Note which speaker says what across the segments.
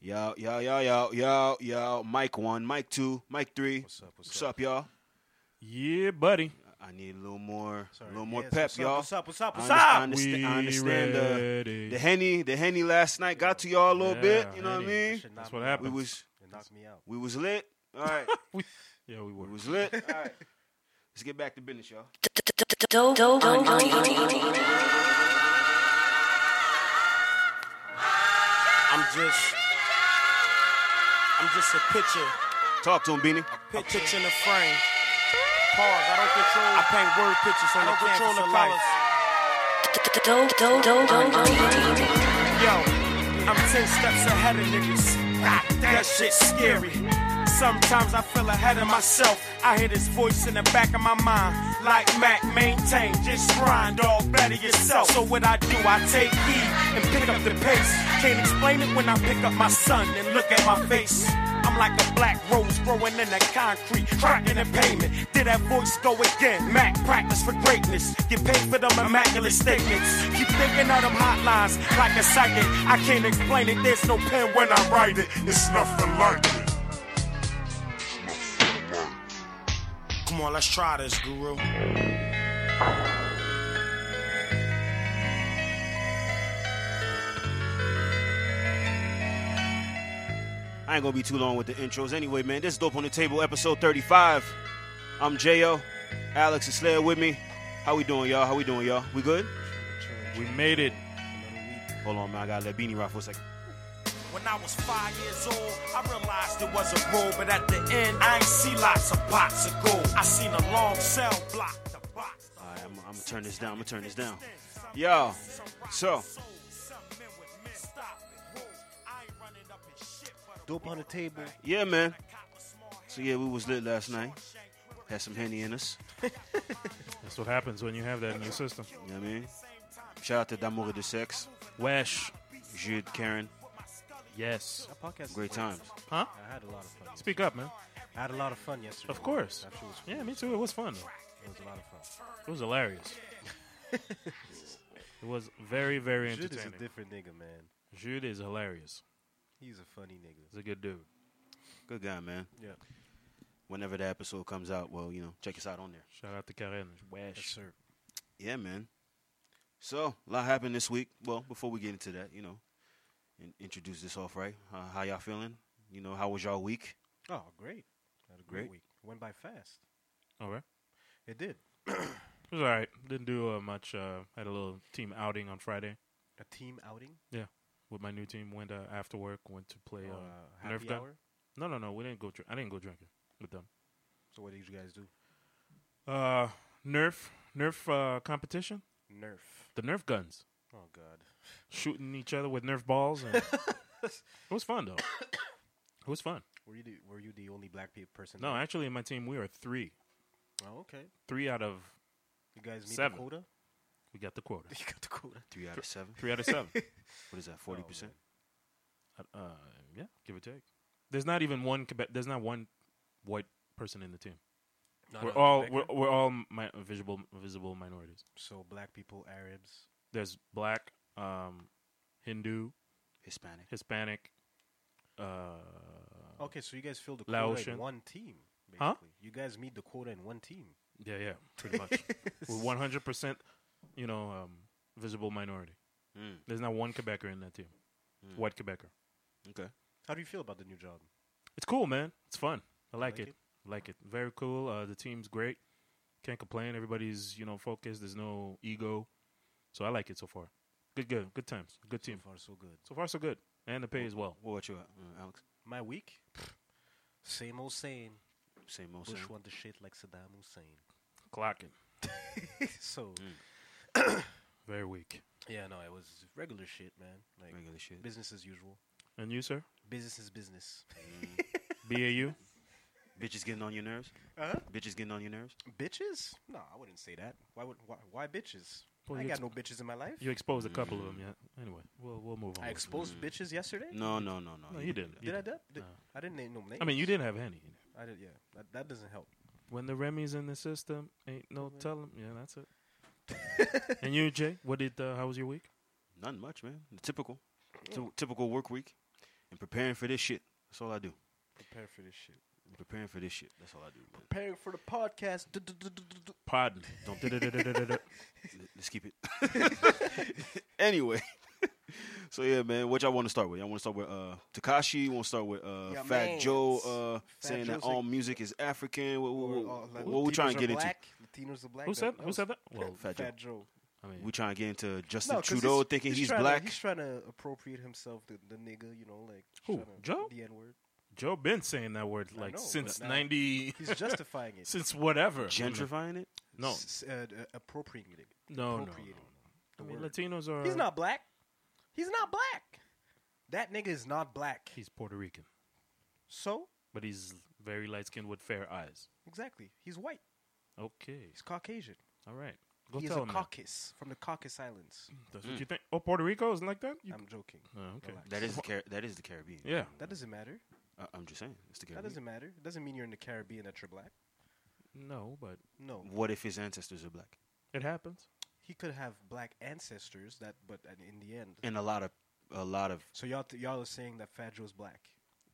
Speaker 1: Yo, yo, yo, yo, yo, yo. Mike one, Mike two, Mike three.
Speaker 2: What's up? What's,
Speaker 1: What's up, y'all?
Speaker 3: Yeah, buddy.
Speaker 1: I I need a little more, a
Speaker 2: Sorry.
Speaker 1: little more
Speaker 2: Yes,
Speaker 1: pep,
Speaker 2: what's up,
Speaker 1: y'all.
Speaker 2: What's up? What's up?
Speaker 1: I
Speaker 2: What's
Speaker 1: understand- I
Speaker 2: up?
Speaker 1: understand, I
Speaker 3: We
Speaker 1: understand the,
Speaker 3: ready.
Speaker 1: the henny. The henny last night got to y'all a little
Speaker 3: Yeah,
Speaker 1: bit. You know what I
Speaker 3: Henny.
Speaker 1: mean?
Speaker 2: Should knock
Speaker 3: That's what
Speaker 2: me out.
Speaker 1: We
Speaker 3: happens.
Speaker 1: was
Speaker 2: Should knock me out.
Speaker 1: we was lit. All right,
Speaker 3: Yeah, we
Speaker 1: we
Speaker 3: were.
Speaker 1: was lit. All right, let's get back to business, y'all.
Speaker 4: Don't, don't, don't, don't,
Speaker 5: I'm just, I'm just a picture,
Speaker 1: Talk to him, Beanie.
Speaker 5: a picture in a frame. Pause. I don't control. I paint word pictures on the canvas of life.
Speaker 4: don't, don't, don't, don't, don't.
Speaker 5: Yo, I'm ten steps ahead of niggas. God damn, that shit's scary. Sometimes I feel ahead of myself. I hear this voice in the back of my mind. Like Mac, maintain, just grind, all better yourself. So what I do, I take heed and pick up the pace. Can't explain it when I pick up my son and look at my face. I'm like a black rose growing in the concrete, cracking the pavement. Did that voice go again? Mac, practice for greatness. Get paid for them immaculate statements. Keep thinking of them hotlines like a psychic. I can't explain it. There's no pen when I write it. It's nothing like it. Come on, let's try this, Guru.
Speaker 1: I ain't gonna be too long with the intros anyway, man. This is Dope on the Table, episode 35. I'm J.O. Alex is Slayer with me. How we doing, y'all? How we doing, y'all? We good?
Speaker 3: We made it.
Speaker 1: Hold on, man. I gotta let Beanie rock for a second.
Speaker 5: When I was five years old, I realized there was a rule, but at the end, I ain't see lots of pots of gold. I seen a long cell block, the box. the
Speaker 1: All right, I'm,
Speaker 5: whole
Speaker 1: I'm gonna
Speaker 5: six.
Speaker 1: turn this down. I'm gonna turn this down.
Speaker 5: Yo,
Speaker 1: Y'all,
Speaker 5: so.
Speaker 1: so-
Speaker 2: Dope on the table.
Speaker 1: Yeah, man. So yeah, we was lit last night. Had some henny in us.
Speaker 3: That's what happens when you have that in your system.
Speaker 1: You know what I mean? Shout out to Damore de Sex,
Speaker 3: Wesh.
Speaker 1: Jude, Karen.
Speaker 3: Yes.
Speaker 2: That podcast is
Speaker 1: Great
Speaker 2: fun.
Speaker 1: times.
Speaker 3: Huh?
Speaker 2: I had a lot of fun.
Speaker 3: Speak up, man.
Speaker 2: I had a lot of fun yesterday.
Speaker 3: Of course.
Speaker 2: That shit was cool.
Speaker 3: Yeah, me too. It was fun. Though.
Speaker 2: It was a lot of fun.
Speaker 3: It was hilarious. it was very, very
Speaker 2: Jude is a
Speaker 3: entertaining.
Speaker 2: different nigga, man.
Speaker 3: Jude is hilarious.
Speaker 2: He's a funny nigga.
Speaker 3: He's a good dude.
Speaker 1: Good guy, man.
Speaker 2: Yeah.
Speaker 1: Whenever the episode comes out, well, you know, check us out on there.
Speaker 3: Shout out to Karen.
Speaker 2: Yes,
Speaker 3: Wesh.
Speaker 2: sir.
Speaker 1: Yeah, man. So a lot happened this week. Well, before we get into that, you know, and introduce this off right. Uh, how y'all feeling? You know, how was y'all week?
Speaker 2: Oh, great. Had a great,
Speaker 1: Great.
Speaker 2: week. Went by fast.
Speaker 3: All right.
Speaker 2: It did.
Speaker 3: It was all right. Didn't do uh, much. Uh, had a little team outing on Friday
Speaker 2: A team outing.
Speaker 3: with my new team. Went uh, after work. Went to play.
Speaker 5: Oh,
Speaker 2: or,
Speaker 3: Uh,
Speaker 2: uh,
Speaker 3: Nerf
Speaker 2: happy
Speaker 3: gun?
Speaker 2: hour.
Speaker 3: no, no, no. We didn't go. Dr- I didn't go drinking with them.
Speaker 2: So what did you guys do?
Speaker 3: Uh, Nerf, Nerf uh, competition.
Speaker 2: Nerf.
Speaker 3: The Nerf guns,
Speaker 2: Oh God.
Speaker 3: shooting each other with Nerf balls. And it was fun though. It was fun.
Speaker 2: Were you the, were you the only black pe- person?
Speaker 3: No,
Speaker 2: there?
Speaker 3: actually, in my team we are three.
Speaker 2: Oh, okay.
Speaker 3: Three out of
Speaker 2: You guys meet
Speaker 3: Seven.
Speaker 2: the quota.
Speaker 3: we got the quota.
Speaker 2: You got the quota.
Speaker 1: Three out of seven.
Speaker 3: Three out of seven.
Speaker 1: What is that? Forty percent.
Speaker 3: uh, yeah, give or take. There's not even one. Quebec, there's not one white person in the team.
Speaker 2: Not
Speaker 3: we're
Speaker 2: a
Speaker 3: all we're,
Speaker 2: Quebecer?
Speaker 3: we're all mi- visible visible minorities.
Speaker 2: so black people, Arabs.
Speaker 3: There's black, um, Hindu,
Speaker 1: Hispanic.
Speaker 3: Hispanic. Uh,
Speaker 2: Okay, so you guys fill the quota
Speaker 3: Laotian.
Speaker 2: in one team. Basically.
Speaker 3: Huh?
Speaker 2: You guys meet the quota in one team.
Speaker 3: Yeah, yeah, pretty much. We're one hundred percent, you know, um, visible minority.
Speaker 1: Mm,
Speaker 3: There's not one Quebecer in that team.
Speaker 1: Mm.
Speaker 3: White Quebecer.
Speaker 1: okay.
Speaker 2: How do you feel about the new job?
Speaker 3: It's cool, man. It's fun. I like,
Speaker 2: like
Speaker 3: it.
Speaker 2: it?
Speaker 3: Like it. Very cool. Uh, the team's great. Can't complain. Everybody's you know focused. There's no ego. So I like it so far. Good, good, good times. Good team.
Speaker 2: So far, so good.
Speaker 3: So far, so good. And the pay as well.
Speaker 1: What about you, uh, Alex?
Speaker 2: My week, same old same.
Speaker 1: Same old same.
Speaker 2: Bush want the shit like Saddam Hussein.
Speaker 3: Clocking.
Speaker 2: so
Speaker 3: Very weak.
Speaker 2: yeah, no, it was regular shit, man. Like
Speaker 1: Regular shit.
Speaker 2: business as usual.
Speaker 3: And you, sir?
Speaker 2: Business is business.
Speaker 3: BAU.
Speaker 1: Bitches getting on your nerves.
Speaker 2: Uh-huh.
Speaker 1: Bitches getting on your nerves.
Speaker 2: Bitches? No, I wouldn't say that. Why would why, why bitches?
Speaker 3: Well,
Speaker 2: I
Speaker 3: you
Speaker 2: got
Speaker 3: ex-
Speaker 2: no bitches in my life.
Speaker 3: You exposed a couple of them, yeah. Anyway, we'll we'll move on.
Speaker 2: Mm. I exposed bitches yesterday.
Speaker 1: No, no, no, no.
Speaker 3: Mm-hmm. No, you didn't. You
Speaker 2: Did I
Speaker 3: didn't.
Speaker 2: dub? Did,
Speaker 3: No.
Speaker 2: I didn't name no names.
Speaker 3: I mean, you didn't have any.
Speaker 2: I did. Yeah, that, that doesn't help.
Speaker 3: When the Remy's in the system, ain't no telling. Yeah, that's it. and you, Jay, what did? Uh, how was your week?
Speaker 1: Nothing much, man. The typical, ty- typical work week. and preparing for this shit. That's all I do.
Speaker 2: Prepare for this shit.
Speaker 1: I'm preparing for this shit. That's all I do. Man.
Speaker 2: Prepare for the podcast.
Speaker 3: Pardon. Don't.
Speaker 1: Let- Let's keep it. anyway, so yeah, man, what y'all want to start with? Y'all want to start with uh, Takashi? Want to start with uh,
Speaker 2: Yeah,
Speaker 1: Fat
Speaker 2: man,
Speaker 1: Joe
Speaker 2: it's-
Speaker 1: uh,
Speaker 2: Fat
Speaker 1: saying that
Speaker 2: Joe's
Speaker 1: all
Speaker 2: like-
Speaker 1: music is African? What, what, what, what,
Speaker 2: Latinos
Speaker 1: we trying to
Speaker 2: are
Speaker 1: get
Speaker 2: black. into? Latinos are black.
Speaker 3: Who said?
Speaker 2: That
Speaker 3: Who
Speaker 2: was
Speaker 3: said that? Well,
Speaker 1: Fat Joe.
Speaker 2: Fat Joe.
Speaker 3: I mean,
Speaker 1: into? We trying to get into Justin
Speaker 2: 'cause
Speaker 1: Trudeau thinking he's,
Speaker 2: tryna-
Speaker 1: black.
Speaker 2: he's trying to appropriate himself the, the nigga, you know, like
Speaker 3: Who,
Speaker 2: tryna-
Speaker 3: Joe?
Speaker 2: The N word.
Speaker 3: Joe been saying that word
Speaker 2: I
Speaker 3: like
Speaker 2: know, but
Speaker 3: since
Speaker 2: now
Speaker 3: ninety,
Speaker 2: He's justifying it.
Speaker 3: since whatever.
Speaker 1: Gentrifying it?
Speaker 3: No,
Speaker 2: S- uh, d- uh, appropriating it.
Speaker 3: no, no. no.
Speaker 2: appropriating
Speaker 3: I
Speaker 2: the
Speaker 3: mean, uh,
Speaker 2: word.
Speaker 3: Latinos are.
Speaker 2: He's not black. He's not black. That nigga is not black.
Speaker 3: He's Puerto Rican,
Speaker 2: So
Speaker 3: but he's very light skinned with fair eyes.
Speaker 2: exactly, he's white.
Speaker 3: Okay,
Speaker 2: He's Caucasian.
Speaker 3: all right. Go
Speaker 2: he is a
Speaker 3: tell him. that.
Speaker 2: Caucus from the Caucasus Islands.
Speaker 3: That's what you think? Oh, Puerto Rico isn't like that. You,
Speaker 2: I'm joking.
Speaker 3: oh, okay.
Speaker 2: relax.
Speaker 1: That is the Car- that is the Caribbean.
Speaker 3: Yeah.
Speaker 2: That doesn't matter.
Speaker 1: I- I'm just saying, it's the
Speaker 2: That
Speaker 1: Caribbean.
Speaker 2: doesn't matter. It doesn't mean you're in the Caribbean that you're black.
Speaker 3: No, but
Speaker 2: No,
Speaker 1: What if his ancestors are black?
Speaker 3: it happens.
Speaker 2: he could have black ancestors. That, but at- in the end,
Speaker 1: And a lot of a lot of
Speaker 2: so y'all th- y'all are saying that Fat Joe's black.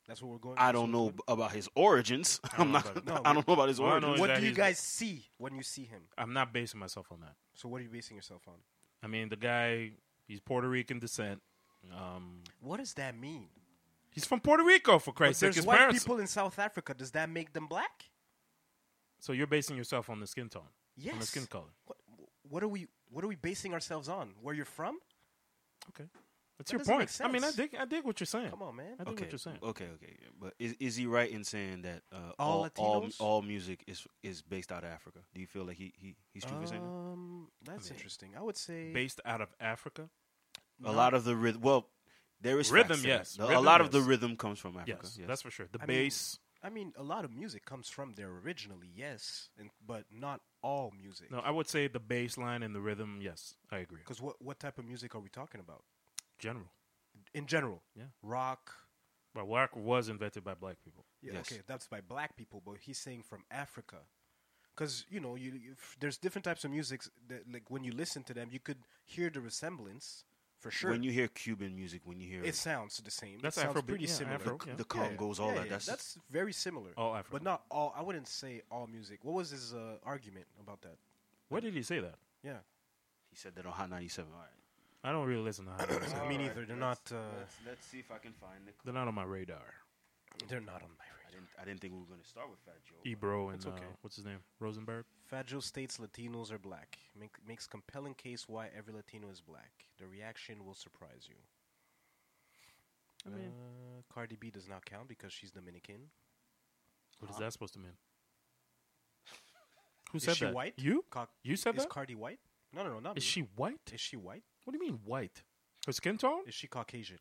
Speaker 2: That's what we're going.
Speaker 1: I
Speaker 2: that's
Speaker 1: don't
Speaker 2: what
Speaker 1: know
Speaker 2: we're
Speaker 1: b- about his origins. I'm
Speaker 3: know
Speaker 1: not.
Speaker 3: about-
Speaker 2: no,
Speaker 1: I don't know about his
Speaker 3: all I know
Speaker 1: origins.
Speaker 3: is
Speaker 2: going- What
Speaker 3: that
Speaker 2: do you
Speaker 3: he's-
Speaker 2: guys see when you see him?
Speaker 3: I'm not basing myself on that.
Speaker 2: So what are you basing yourself on?
Speaker 3: I mean, the guy, he's Puerto Rican descent. Um,
Speaker 2: What does that mean?
Speaker 3: he's from Puerto Rico, for
Speaker 2: But
Speaker 3: Christ's sake.
Speaker 2: there's
Speaker 3: His
Speaker 2: white
Speaker 3: parents.
Speaker 2: people in South Africa. Does that make them black?
Speaker 3: So you're basing yourself on the skin tone,
Speaker 2: Yes.
Speaker 3: on the skin color.
Speaker 2: What, what are we What are we basing ourselves on? Where you're from?
Speaker 3: Okay, that's
Speaker 2: That
Speaker 3: your
Speaker 2: doesn't
Speaker 3: point.
Speaker 2: make
Speaker 3: I mean, I
Speaker 2: sense.
Speaker 3: dig, I dig what you're saying.
Speaker 2: Come on, man.
Speaker 3: I dig
Speaker 1: Okay,
Speaker 3: what you're saying.
Speaker 1: okay, okay. yeah. But is is he right in saying that uh, all
Speaker 2: All
Speaker 1: all,
Speaker 2: Latinos?
Speaker 1: all music is is based out of Africa? Do you feel like he, he he's true for saying that?
Speaker 2: Um, that's
Speaker 3: mean,
Speaker 2: interesting. I would say
Speaker 3: Based out of Africa.
Speaker 1: a lot of the rhythm? Well, there is facts
Speaker 3: Rhythm,
Speaker 1: to that.
Speaker 3: yes.
Speaker 1: The- a
Speaker 3: Rhythm,
Speaker 1: lot of the
Speaker 3: yes.
Speaker 1: rhythm comes from Africa.
Speaker 3: Yes,
Speaker 1: yes.
Speaker 3: that's for sure. The
Speaker 2: I mean-
Speaker 3: bass.
Speaker 2: I mean, a lot of music comes from there originally, yes, and but not all music.
Speaker 3: no, I would say the bass line and the rhythm. Yes, I agree.
Speaker 2: because what what type of music are we talking about
Speaker 3: General.
Speaker 2: in general?
Speaker 3: Yeah.
Speaker 2: rock.
Speaker 3: But rock was invented by black people.
Speaker 2: Yeah,
Speaker 1: Yes.
Speaker 2: okay, that's by black people, but he's saying from Africa, because you know, you if there's different types of music that like when you listen to them, you could hear the resemblance for sure.
Speaker 1: When you hear Cuban music, when you hear
Speaker 2: It sounds the same.
Speaker 3: That's
Speaker 2: it sounds
Speaker 3: Afrobeat,
Speaker 2: pretty
Speaker 3: yeah,
Speaker 2: similar.
Speaker 3: Afro, yeah.
Speaker 1: the
Speaker 2: Yeah, yeah,
Speaker 1: congos, all
Speaker 2: yeah,
Speaker 1: that,
Speaker 2: yeah,
Speaker 1: that's,
Speaker 2: very similar.
Speaker 3: All Afro.
Speaker 2: but not all. I wouldn't say all music. What was his uh, argument about that?
Speaker 3: Where did he say that?
Speaker 2: Yeah,
Speaker 1: he said that on Hot 97. All right.
Speaker 3: I don't really listen to. Hot Dogs.
Speaker 2: me neither. They're not. Uh,
Speaker 1: let's see if I can find the.
Speaker 3: They're not on my radar.
Speaker 2: they're not on my
Speaker 1: I
Speaker 2: radar.
Speaker 1: didn't, I didn't think we were going to start with Fat Joe.
Speaker 3: Ebro and
Speaker 2: That's okay.
Speaker 3: uh, what's his name? Rosenberg.
Speaker 2: Fat Joe states Latinos are black. Make, makes compelling case why every Latino is black. The reaction will surprise you.
Speaker 3: I mean-
Speaker 2: uh, Cardi B does not count because she's Dominican.
Speaker 3: What is
Speaker 1: Huh?
Speaker 3: that supposed to mean? Who
Speaker 2: Is
Speaker 3: said
Speaker 2: she
Speaker 3: that?
Speaker 2: white?
Speaker 3: You?
Speaker 2: Ca-
Speaker 3: You said
Speaker 2: is
Speaker 3: that?
Speaker 2: Cardi white? No, no, no, not
Speaker 3: Is
Speaker 2: me.
Speaker 3: she white?
Speaker 2: Is she white?
Speaker 3: What do you mean white? Her skin tone?
Speaker 2: Is she Caucasian?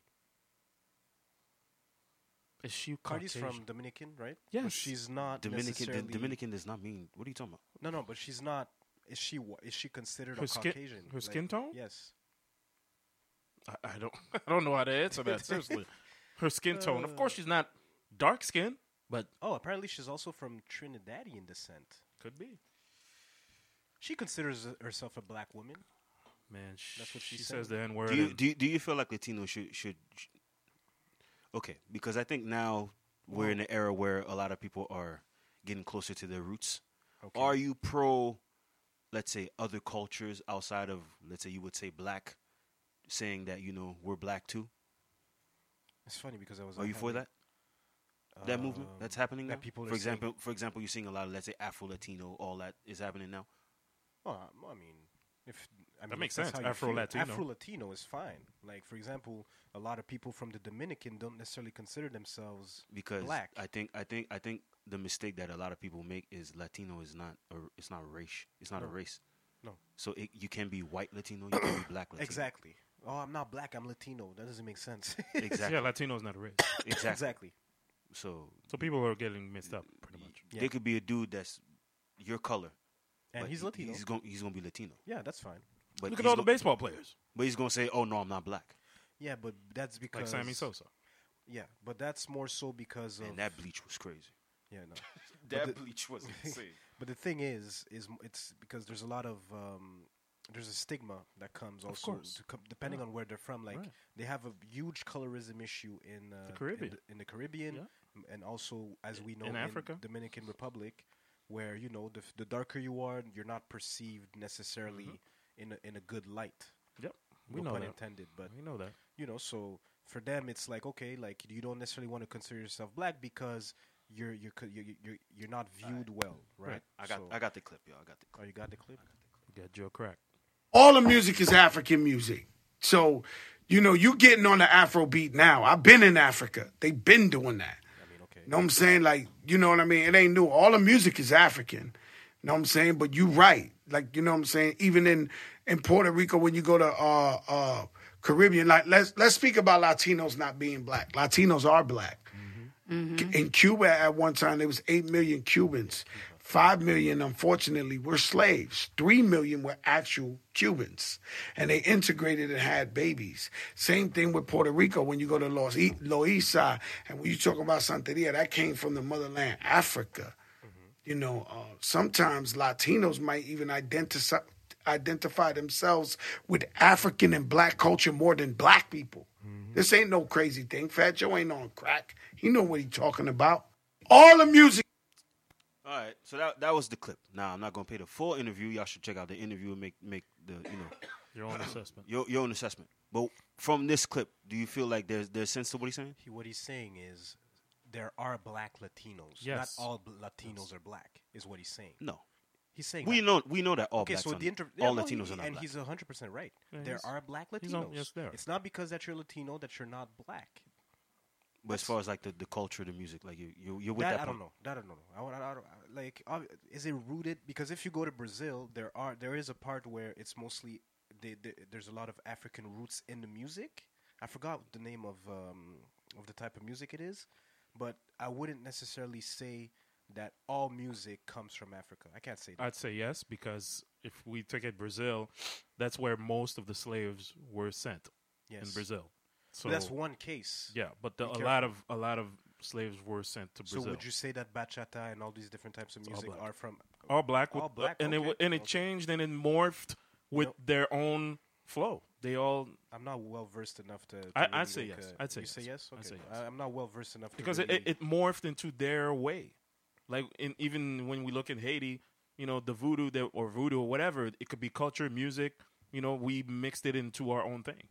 Speaker 3: Is she
Speaker 2: Cardi's
Speaker 3: Caucasian?
Speaker 2: from Dominican, right?
Speaker 3: Yes.
Speaker 2: But she's not
Speaker 1: Dominican,
Speaker 2: necessarily-
Speaker 1: D- Dominican does not mean. What are you talking about?
Speaker 2: No, no, but she's not. Is she? wh- Is she considered
Speaker 3: Her
Speaker 2: a
Speaker 3: skin-
Speaker 2: Caucasian?
Speaker 3: her skin tone?
Speaker 2: Yes.
Speaker 3: I, I don't. I don't know how to answer that. Seriously, her skin tone. Of course, she's not dark skinned but
Speaker 2: Oh, apparently she's also from Trinidadian descent.
Speaker 3: could be.
Speaker 2: She considers herself a black woman.
Speaker 3: Man, sh-
Speaker 2: That's what
Speaker 3: she,
Speaker 2: she
Speaker 3: says
Speaker 2: said.
Speaker 3: the N word.
Speaker 1: do you
Speaker 3: and-
Speaker 1: do you, do you feel like Latinos should should sh- okay because I think now we're in an era where a lot of people are getting closer to their roots.
Speaker 2: Okay.
Speaker 1: Are you pro, let's say, other cultures outside of let's say you would say black, saying that you know we're black too?
Speaker 2: It's funny because I was.
Speaker 1: Are you for
Speaker 2: having-
Speaker 1: that? That movement that's happening now.
Speaker 2: Um, that people are
Speaker 1: for example, for example, you're seeing a lot of let's say Afro Latino, all that is happening now.
Speaker 2: Well, I- I mean, if I mean,
Speaker 3: makes
Speaker 2: if that's
Speaker 3: sense.
Speaker 2: how you feel,
Speaker 3: Afro-Latino.
Speaker 2: Afro-Latino is fine. Like for example, a lot of people from the Dominican don't necessarily consider themselves
Speaker 1: because
Speaker 2: black.
Speaker 1: I think I think I think the mistake that a lot of people make is Latino is not a it's not a race. It's not a
Speaker 2: No.
Speaker 1: race.
Speaker 2: No.
Speaker 1: So it, you can be white Latino, you can be black Latino.
Speaker 2: exactly. Oh, I'm not black. I'm Latino. That doesn't make sense.
Speaker 1: Exactly.
Speaker 3: Yeah, Latino's not a race.
Speaker 1: exactly.
Speaker 2: exactly.
Speaker 1: So
Speaker 3: so people are getting mixed up pretty much.
Speaker 2: Yeah.
Speaker 1: there could be a dude that's your color,
Speaker 2: And
Speaker 1: but
Speaker 2: he's
Speaker 1: he-
Speaker 2: Latino.
Speaker 1: He's going he's going to be Latino.
Speaker 2: yeah, that's fine.
Speaker 1: But
Speaker 3: Look at
Speaker 1: he's
Speaker 3: all the
Speaker 1: go-
Speaker 3: baseball players,
Speaker 1: But he's going to say, "Oh no, I'm not black,"
Speaker 2: Yeah, but that's because
Speaker 3: like Sammy Sosa.
Speaker 2: Yeah, but that's more so because of
Speaker 1: and that bleach was crazy.
Speaker 2: yeah no. That the-
Speaker 1: bleach was
Speaker 2: But the thing is, is m- it's because there's a lot of um, there's a stigma that comes also
Speaker 3: course.
Speaker 2: to com- depending on where they're from. Like
Speaker 3: Right.
Speaker 2: they have a huge colorism issue in uh, in
Speaker 3: Caribbean.
Speaker 2: the- in the Caribbean,
Speaker 3: Yeah.
Speaker 2: m- and also as we know
Speaker 3: in Africa.
Speaker 2: Dominican Republic, where you know the, f- the darker you are, you're not perceived necessarily in a, in a good light.
Speaker 3: Yep, Mm-hmm. we
Speaker 2: no
Speaker 3: know
Speaker 2: pun
Speaker 3: that.
Speaker 2: intended, but
Speaker 3: We know that.
Speaker 2: you know so for them it's like okay like you don't necessarily want to consider yourself black because you're you're co- you're, you're, you're not viewed well right,
Speaker 1: I got
Speaker 2: So-
Speaker 1: I got the clip, y'all. I got the clip.
Speaker 2: oh you got the clip
Speaker 3: You got Joe Crack.
Speaker 6: all the music is African music. So, you know, you getting on the Afro beat now. I've been in Africa. They've been doing that.
Speaker 2: i mean okay
Speaker 6: You know what I'm saying? Like, you know what I mean? It ain't new. All the music is African. You know what I'm saying? But you right. Like, you know what I'm saying? Even in in Puerto Rico, when you go to uh uh Caribbean, like let's let's speak about Latinos not being black. Latinos are black. In Cuba at one time there was eight million Cubans. Five million, unfortunately, were slaves. Three million were actual Cubans, and they integrated and had babies. Same thing with Puerto Rico. When you go to Los E- Loiza, and when you talk about Santeria, that came from the motherland, Africa. You know, uh, sometimes Latinos might even identify identify themselves with African and black culture more than black people. This ain't no crazy thing. Fat Joe ain't on crack. He know what he talking about. All the music
Speaker 1: All right, so that that was the clip. Now I'm not gonna pay the full interview. Y'all should check out the interview and make make the you know
Speaker 3: Your own assessment.
Speaker 1: your your own assessment. But from this clip, do you feel like there's there's sense to what he's saying?
Speaker 2: he, what he's saying is there are black latinos
Speaker 3: Yes.
Speaker 2: not all bl- latinos are black is what he's saying
Speaker 1: No,
Speaker 2: he's saying
Speaker 1: we
Speaker 2: that.
Speaker 1: know we know that all
Speaker 2: okay
Speaker 1: blacks
Speaker 2: so
Speaker 1: are-
Speaker 2: the inter- yeah,
Speaker 1: all
Speaker 2: no,
Speaker 1: Latinos
Speaker 2: he-
Speaker 1: are not
Speaker 2: and
Speaker 1: black.
Speaker 2: he's 100% right
Speaker 3: Yeah,
Speaker 2: there
Speaker 3: he's-
Speaker 2: are black
Speaker 3: he's on-
Speaker 2: latinos
Speaker 3: yes, there are.
Speaker 2: it's not because that you're latino that you're not black
Speaker 1: But as far as like the, the culture, the music, like you you you're with
Speaker 2: that,
Speaker 1: that.
Speaker 2: I
Speaker 1: part.
Speaker 2: don't know. That I don't know. I, don't- I, don't- I- like, ob- is it rooted? Because if you go to Brazil, there are there is a part where it's mostly they, they, there's a lot of African roots in the music. I forgot the name of um, of the type of music it is, but I wouldn't necessarily say that all music comes from Africa. I can't say that.
Speaker 3: I'd say yes because if we take it Brazil, that's where most of the slaves were sent
Speaker 2: yes,
Speaker 3: in Brazil. So
Speaker 2: But that's one case.
Speaker 3: Yeah, but the,
Speaker 2: Be
Speaker 3: a
Speaker 2: careful.
Speaker 3: lot of a lot of slaves were sent to
Speaker 2: So
Speaker 3: Brazil.
Speaker 2: would you say that bachata and all these different types of
Speaker 3: all
Speaker 2: music
Speaker 3: black. Oh.
Speaker 2: are from?
Speaker 3: all black, with,
Speaker 2: All black,
Speaker 3: and it
Speaker 2: okay,
Speaker 3: wa- and it
Speaker 2: okay.
Speaker 3: changed and it morphed with
Speaker 2: Yep.
Speaker 3: their own flow. They all
Speaker 2: I'm not well versed enough to. to
Speaker 3: I- I'd
Speaker 2: really
Speaker 3: say
Speaker 2: make
Speaker 3: yes.
Speaker 2: a-
Speaker 3: I'd say
Speaker 2: you say
Speaker 3: yes.
Speaker 2: yes.
Speaker 3: I'd
Speaker 2: Okay.
Speaker 3: say yes.
Speaker 2: I- I'm not well versed enough to
Speaker 3: because
Speaker 2: really
Speaker 3: it, it, it morphed into their way. Like in, even when we look in Haiti, you know, the voodoo that or voodoo or whatever, it could be culture, music. You know, we mixed it into our own thing.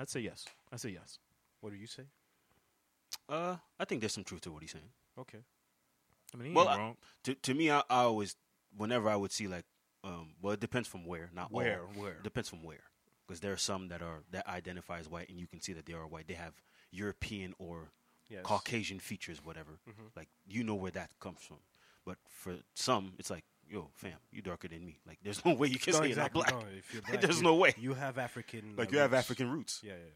Speaker 3: I'd say yes. I say yes.
Speaker 2: What do you say?
Speaker 1: Uh, I think there's some truth to what he's saying.
Speaker 2: Okay.
Speaker 3: I mean, he
Speaker 1: Well,
Speaker 3: ain't
Speaker 1: I-
Speaker 3: wrong.
Speaker 1: To to me, I, I always whenever I would see like um, well, it depends from where, not all.
Speaker 2: Where, where?
Speaker 1: depends from where, because there are some that are that identify as white, and you can see that they are white. They have European or
Speaker 2: Yes. Mm-hmm.
Speaker 1: Caucasian features, whatever. Like you know where that comes from. But for some, it's like, yo, fam, you darker than me. Like there's no way you can say you're not black.
Speaker 2: if you're
Speaker 1: Like,
Speaker 2: black,
Speaker 1: there's
Speaker 2: you-
Speaker 1: no way.
Speaker 2: You have African.
Speaker 1: like
Speaker 2: uh,
Speaker 1: you have
Speaker 2: roots.
Speaker 1: African roots.
Speaker 2: Yeah, yeah.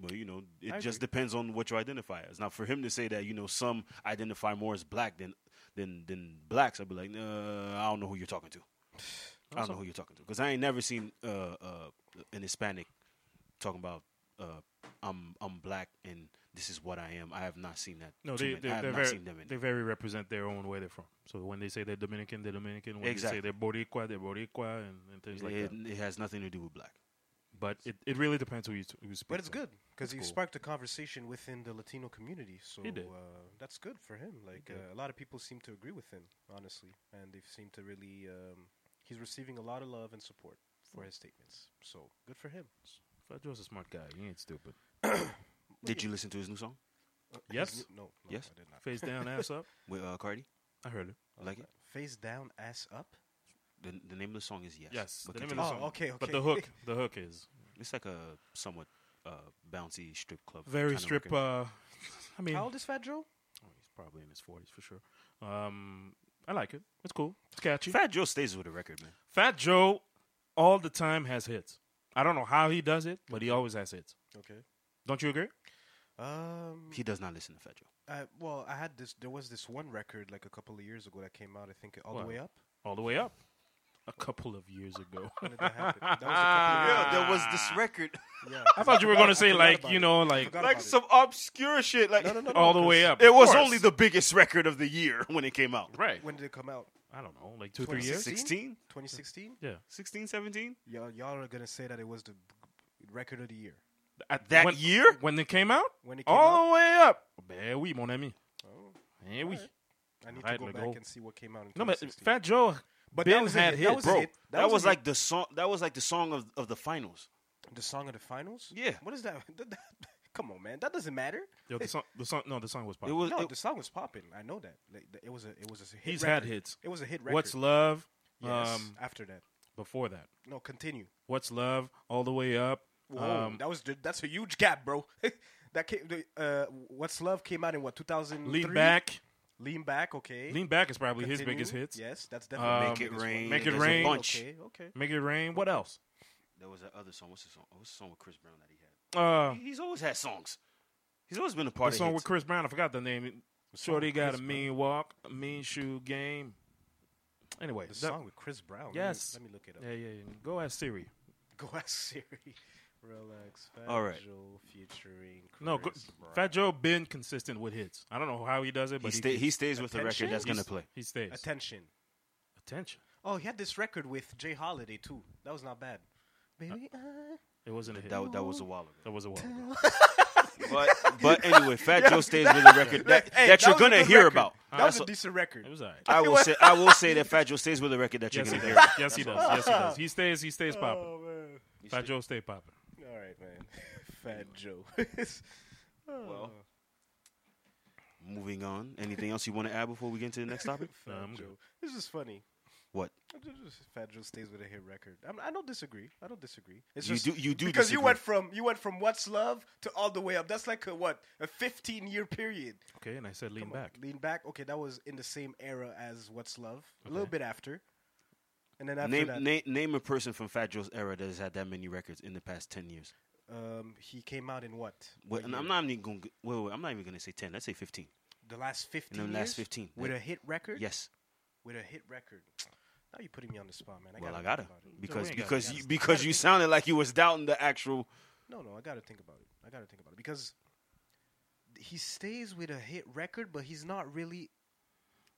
Speaker 1: But you know,
Speaker 2: I
Speaker 1: it
Speaker 2: agree.
Speaker 1: just depends on what you identify as. Now, for him to say that you know some identify more as black than than than blacks, I'd be like, nah, I don't know who you're talking to. I don't know who you're talking to because I ain't never seen uh, uh, an Hispanic talking about uh, I'm I'm black and this is what I am. I have not seen that.
Speaker 3: No,
Speaker 1: too
Speaker 3: they
Speaker 1: many-
Speaker 3: they
Speaker 1: I have
Speaker 3: they're
Speaker 1: not
Speaker 3: very
Speaker 1: seen them in
Speaker 3: they very represent their own where they're from. So when they say they're Dominican, they're Dominican. When
Speaker 1: Exactly.
Speaker 3: they say they're Boricua, they're Boricua, and, and things like
Speaker 1: it,
Speaker 3: that.
Speaker 1: it has nothing to do with black.
Speaker 3: But it, it really depends who you t- who you speak.
Speaker 2: But it's
Speaker 3: to.
Speaker 2: good because you
Speaker 3: cool.
Speaker 2: sparked a conversation within the Latino community. So
Speaker 3: He did.
Speaker 2: Uh, that's good for him. Like uh, a lot of people seem to agree with him, honestly, and they seem to really. Um, he's receiving a lot of love and support for his statements. So good for him.
Speaker 3: Fat Joe's a smart guy. He ain't stupid.
Speaker 1: Did you listen to his new song
Speaker 2: Uh, his
Speaker 3: Yes.
Speaker 2: new- no, no.
Speaker 1: Yes.
Speaker 2: I did not.
Speaker 3: Face down, ass up.
Speaker 1: with uh, Cardi?
Speaker 3: I heard it.
Speaker 1: Like it?
Speaker 2: Face down, ass up.
Speaker 1: The, the name of the song is Yes.
Speaker 3: Yes.
Speaker 1: But
Speaker 3: the name of
Speaker 1: continue.
Speaker 3: the
Speaker 2: Oh,
Speaker 3: song.
Speaker 2: okay,
Speaker 3: But
Speaker 2: okay.
Speaker 3: the hook, the hook is
Speaker 1: It's like a somewhat uh, bouncy strip club.
Speaker 3: very
Speaker 1: kinda
Speaker 3: strip.
Speaker 1: record.
Speaker 3: Uh, I mean,
Speaker 2: How old is Fat Joe?
Speaker 3: oh, he's probably in his forties for sure. Um, I like it. It's cool. It's catchy. Fat,
Speaker 1: Fat Joe stays with a record, man.
Speaker 3: Joe all the time has hits. I don't know how he does it, but he always has hits.
Speaker 2: Okay.
Speaker 3: Don't you agree?
Speaker 2: Um,
Speaker 1: He does not listen to Fat Joe.
Speaker 2: I, well, I had this. There was this one record like a couple of years ago that came out. I think all
Speaker 3: What?
Speaker 2: the way up.
Speaker 3: All the way up. A couple of years ago.
Speaker 2: When did that happen? That was a couple of years.
Speaker 1: there was this record,
Speaker 2: ago. Yeah.
Speaker 3: I thought you were gonna say
Speaker 2: forgot
Speaker 3: like
Speaker 2: about
Speaker 3: you
Speaker 2: it.
Speaker 3: know like
Speaker 2: Forgot
Speaker 1: Ah.
Speaker 2: about it.
Speaker 1: obscure shit. Like
Speaker 2: No, no, no, no,
Speaker 3: all the
Speaker 2: 'cause
Speaker 3: way up.
Speaker 1: It
Speaker 3: Of
Speaker 1: was
Speaker 3: course.
Speaker 1: only the biggest record of the year when it came out.
Speaker 3: right.
Speaker 2: When did it come out?
Speaker 3: I don't know, like two, three years.
Speaker 1: 16?
Speaker 2: 2016?
Speaker 3: Yeah,
Speaker 1: 16, 17?
Speaker 2: Y'all, y'all are going to say that it was the record of the year.
Speaker 3: at
Speaker 1: that
Speaker 3: when,
Speaker 1: year?
Speaker 3: when it came out,
Speaker 2: When it came
Speaker 3: all the way up. Ben oui, mon ami.
Speaker 2: Oh,
Speaker 3: Ben oui.
Speaker 2: I
Speaker 3: I
Speaker 2: need to
Speaker 3: had
Speaker 2: go
Speaker 3: to
Speaker 2: back
Speaker 3: go.
Speaker 2: and see what came out in
Speaker 3: oh. No, but
Speaker 2: 2016.
Speaker 3: Fat Joe,
Speaker 2: But that
Speaker 3: Ben
Speaker 2: was a
Speaker 3: had
Speaker 2: hit. That
Speaker 3: hits,
Speaker 2: was a
Speaker 3: bro.
Speaker 2: hit.
Speaker 1: That, was,
Speaker 2: a hit.
Speaker 1: like the song. That was like the song of, of the finals.
Speaker 2: the song of the finals.
Speaker 1: Yeah.
Speaker 2: What is that? That- that- Come on, man. That doesn't matter.
Speaker 3: Yo, the song, the song, no, the song was
Speaker 1: It
Speaker 3: popular.
Speaker 1: was.
Speaker 2: No,
Speaker 1: it-
Speaker 2: the song was popping. I know that. Like, th- it was a. It was a hit
Speaker 3: He's
Speaker 2: record.
Speaker 3: had hits.
Speaker 2: It was a hit record.
Speaker 3: What's Love?
Speaker 2: Yes.
Speaker 3: Um,
Speaker 2: after that?
Speaker 3: before that,
Speaker 2: No, continue.
Speaker 3: What's Love? All the way up.
Speaker 2: Whoa,
Speaker 3: um,
Speaker 2: that was ju- that's a huge gap, bro. that came, the, uh, What's Love came out in what 2003.
Speaker 3: Lean back.
Speaker 2: Lean back. Okay.
Speaker 3: Lean back is probably his
Speaker 2: Continue.
Speaker 3: biggest hits.
Speaker 2: Yes, that's definitely
Speaker 3: Um,
Speaker 1: Make
Speaker 2: the
Speaker 1: it
Speaker 2: biggest one.
Speaker 1: rain.
Speaker 3: Make It
Speaker 1: There's a
Speaker 3: Rain.
Speaker 1: bunch.
Speaker 2: Okay. Okay.
Speaker 3: Make it rain. What else?
Speaker 1: There was that other song. What's the song? What's the song with Chris Brown that he had?
Speaker 3: Uh,
Speaker 1: He- He's always had songs. He's always been a part
Speaker 3: the
Speaker 1: of
Speaker 3: song
Speaker 1: hits.
Speaker 3: with Chris Brown. I forgot the name.
Speaker 2: song
Speaker 3: Shorty
Speaker 2: with
Speaker 3: got
Speaker 2: Chris
Speaker 3: a
Speaker 2: Brown?
Speaker 3: mean walk, a mean shoe game. Anyway,
Speaker 2: The
Speaker 3: that-
Speaker 2: song with Chris Brown. Let me-
Speaker 3: Yes.
Speaker 2: Let me, look it up.
Speaker 3: Yeah, yeah, yeah. Go ask Siri.
Speaker 2: Go ask Siri. Relax. Fat
Speaker 1: All right.
Speaker 2: Joe featuring Chris
Speaker 3: No, go,
Speaker 2: Brown.
Speaker 3: Fat Joe been consistent with hits. I don't know how he does it,
Speaker 1: He,
Speaker 3: but
Speaker 1: sta-
Speaker 3: keeps-
Speaker 1: he stays with a
Speaker 2: Attention?
Speaker 1: record that's gonna
Speaker 3: he's-
Speaker 1: play.
Speaker 3: He stays.
Speaker 2: Attention.
Speaker 3: Attention.
Speaker 2: Oh, he had this record with Jay Holiday too. That was not bad. Baby,
Speaker 3: Uh,
Speaker 2: I
Speaker 3: It wasn't a hit.
Speaker 1: That, wa- that was a while ago.
Speaker 3: That was a while. ago.
Speaker 1: But but anyway, Fat Joe stays with a record that,
Speaker 2: Hey,
Speaker 1: that you're
Speaker 2: was a
Speaker 1: gonna
Speaker 2: good
Speaker 1: hear
Speaker 2: record.
Speaker 1: about.
Speaker 2: That
Speaker 1: That's
Speaker 2: was a
Speaker 1: what-
Speaker 2: decent record.
Speaker 3: It was alright.
Speaker 1: I will say I will say that Fat Joe stays with a record that you're
Speaker 3: Yes, he
Speaker 1: gonna hear.
Speaker 3: does.
Speaker 1: about.
Speaker 3: Yes, he does. Yes, he does. He stays. He stays popping.
Speaker 2: Oh man.
Speaker 3: Fat Joe stay popping.
Speaker 2: All right, man. Fat Joe. Oh,
Speaker 1: Well, moving on. Anything else you want to add before we get into the next topic?
Speaker 2: Fat
Speaker 3: I'm
Speaker 2: Joe. This is funny.
Speaker 1: What?
Speaker 2: Fat Joe stays with a hit record. I'm, I don't disagree. I don't disagree. It's
Speaker 1: You
Speaker 2: just
Speaker 1: do- you do
Speaker 2: because you
Speaker 1: disagree.
Speaker 2: went from you went from what's love to all the way up. That's like a what a 15 year period.
Speaker 3: Okay, and I said lean
Speaker 2: Come on,
Speaker 3: back.
Speaker 2: Lean back. Okay, that was in the same era as What's Love. A little bit after. And then after
Speaker 1: Name,
Speaker 2: that,
Speaker 1: name name a person from Fat Joe's era that has had that many records in the past ten years.
Speaker 2: um, he came out in what?
Speaker 1: Wait, and I'm not even going. Wait, wait, I'm not even gonna say ten. Let's say fifteen.
Speaker 2: The last 15
Speaker 1: the last
Speaker 2: years?
Speaker 1: 15,
Speaker 2: With
Speaker 1: yeah.
Speaker 2: a hit record?
Speaker 1: Yes.
Speaker 2: With a hit record. Now you're putting me on the spot, man. I
Speaker 1: Well,
Speaker 2: gotta
Speaker 1: I gotta
Speaker 2: think about it.
Speaker 1: because
Speaker 3: ain't gotta-
Speaker 1: because
Speaker 3: gotta-
Speaker 1: you, because you sounded like you was doubting the actual.
Speaker 2: No, no, I gotta think about it. I gotta think about it. Because he stays with a hit record, but he's not really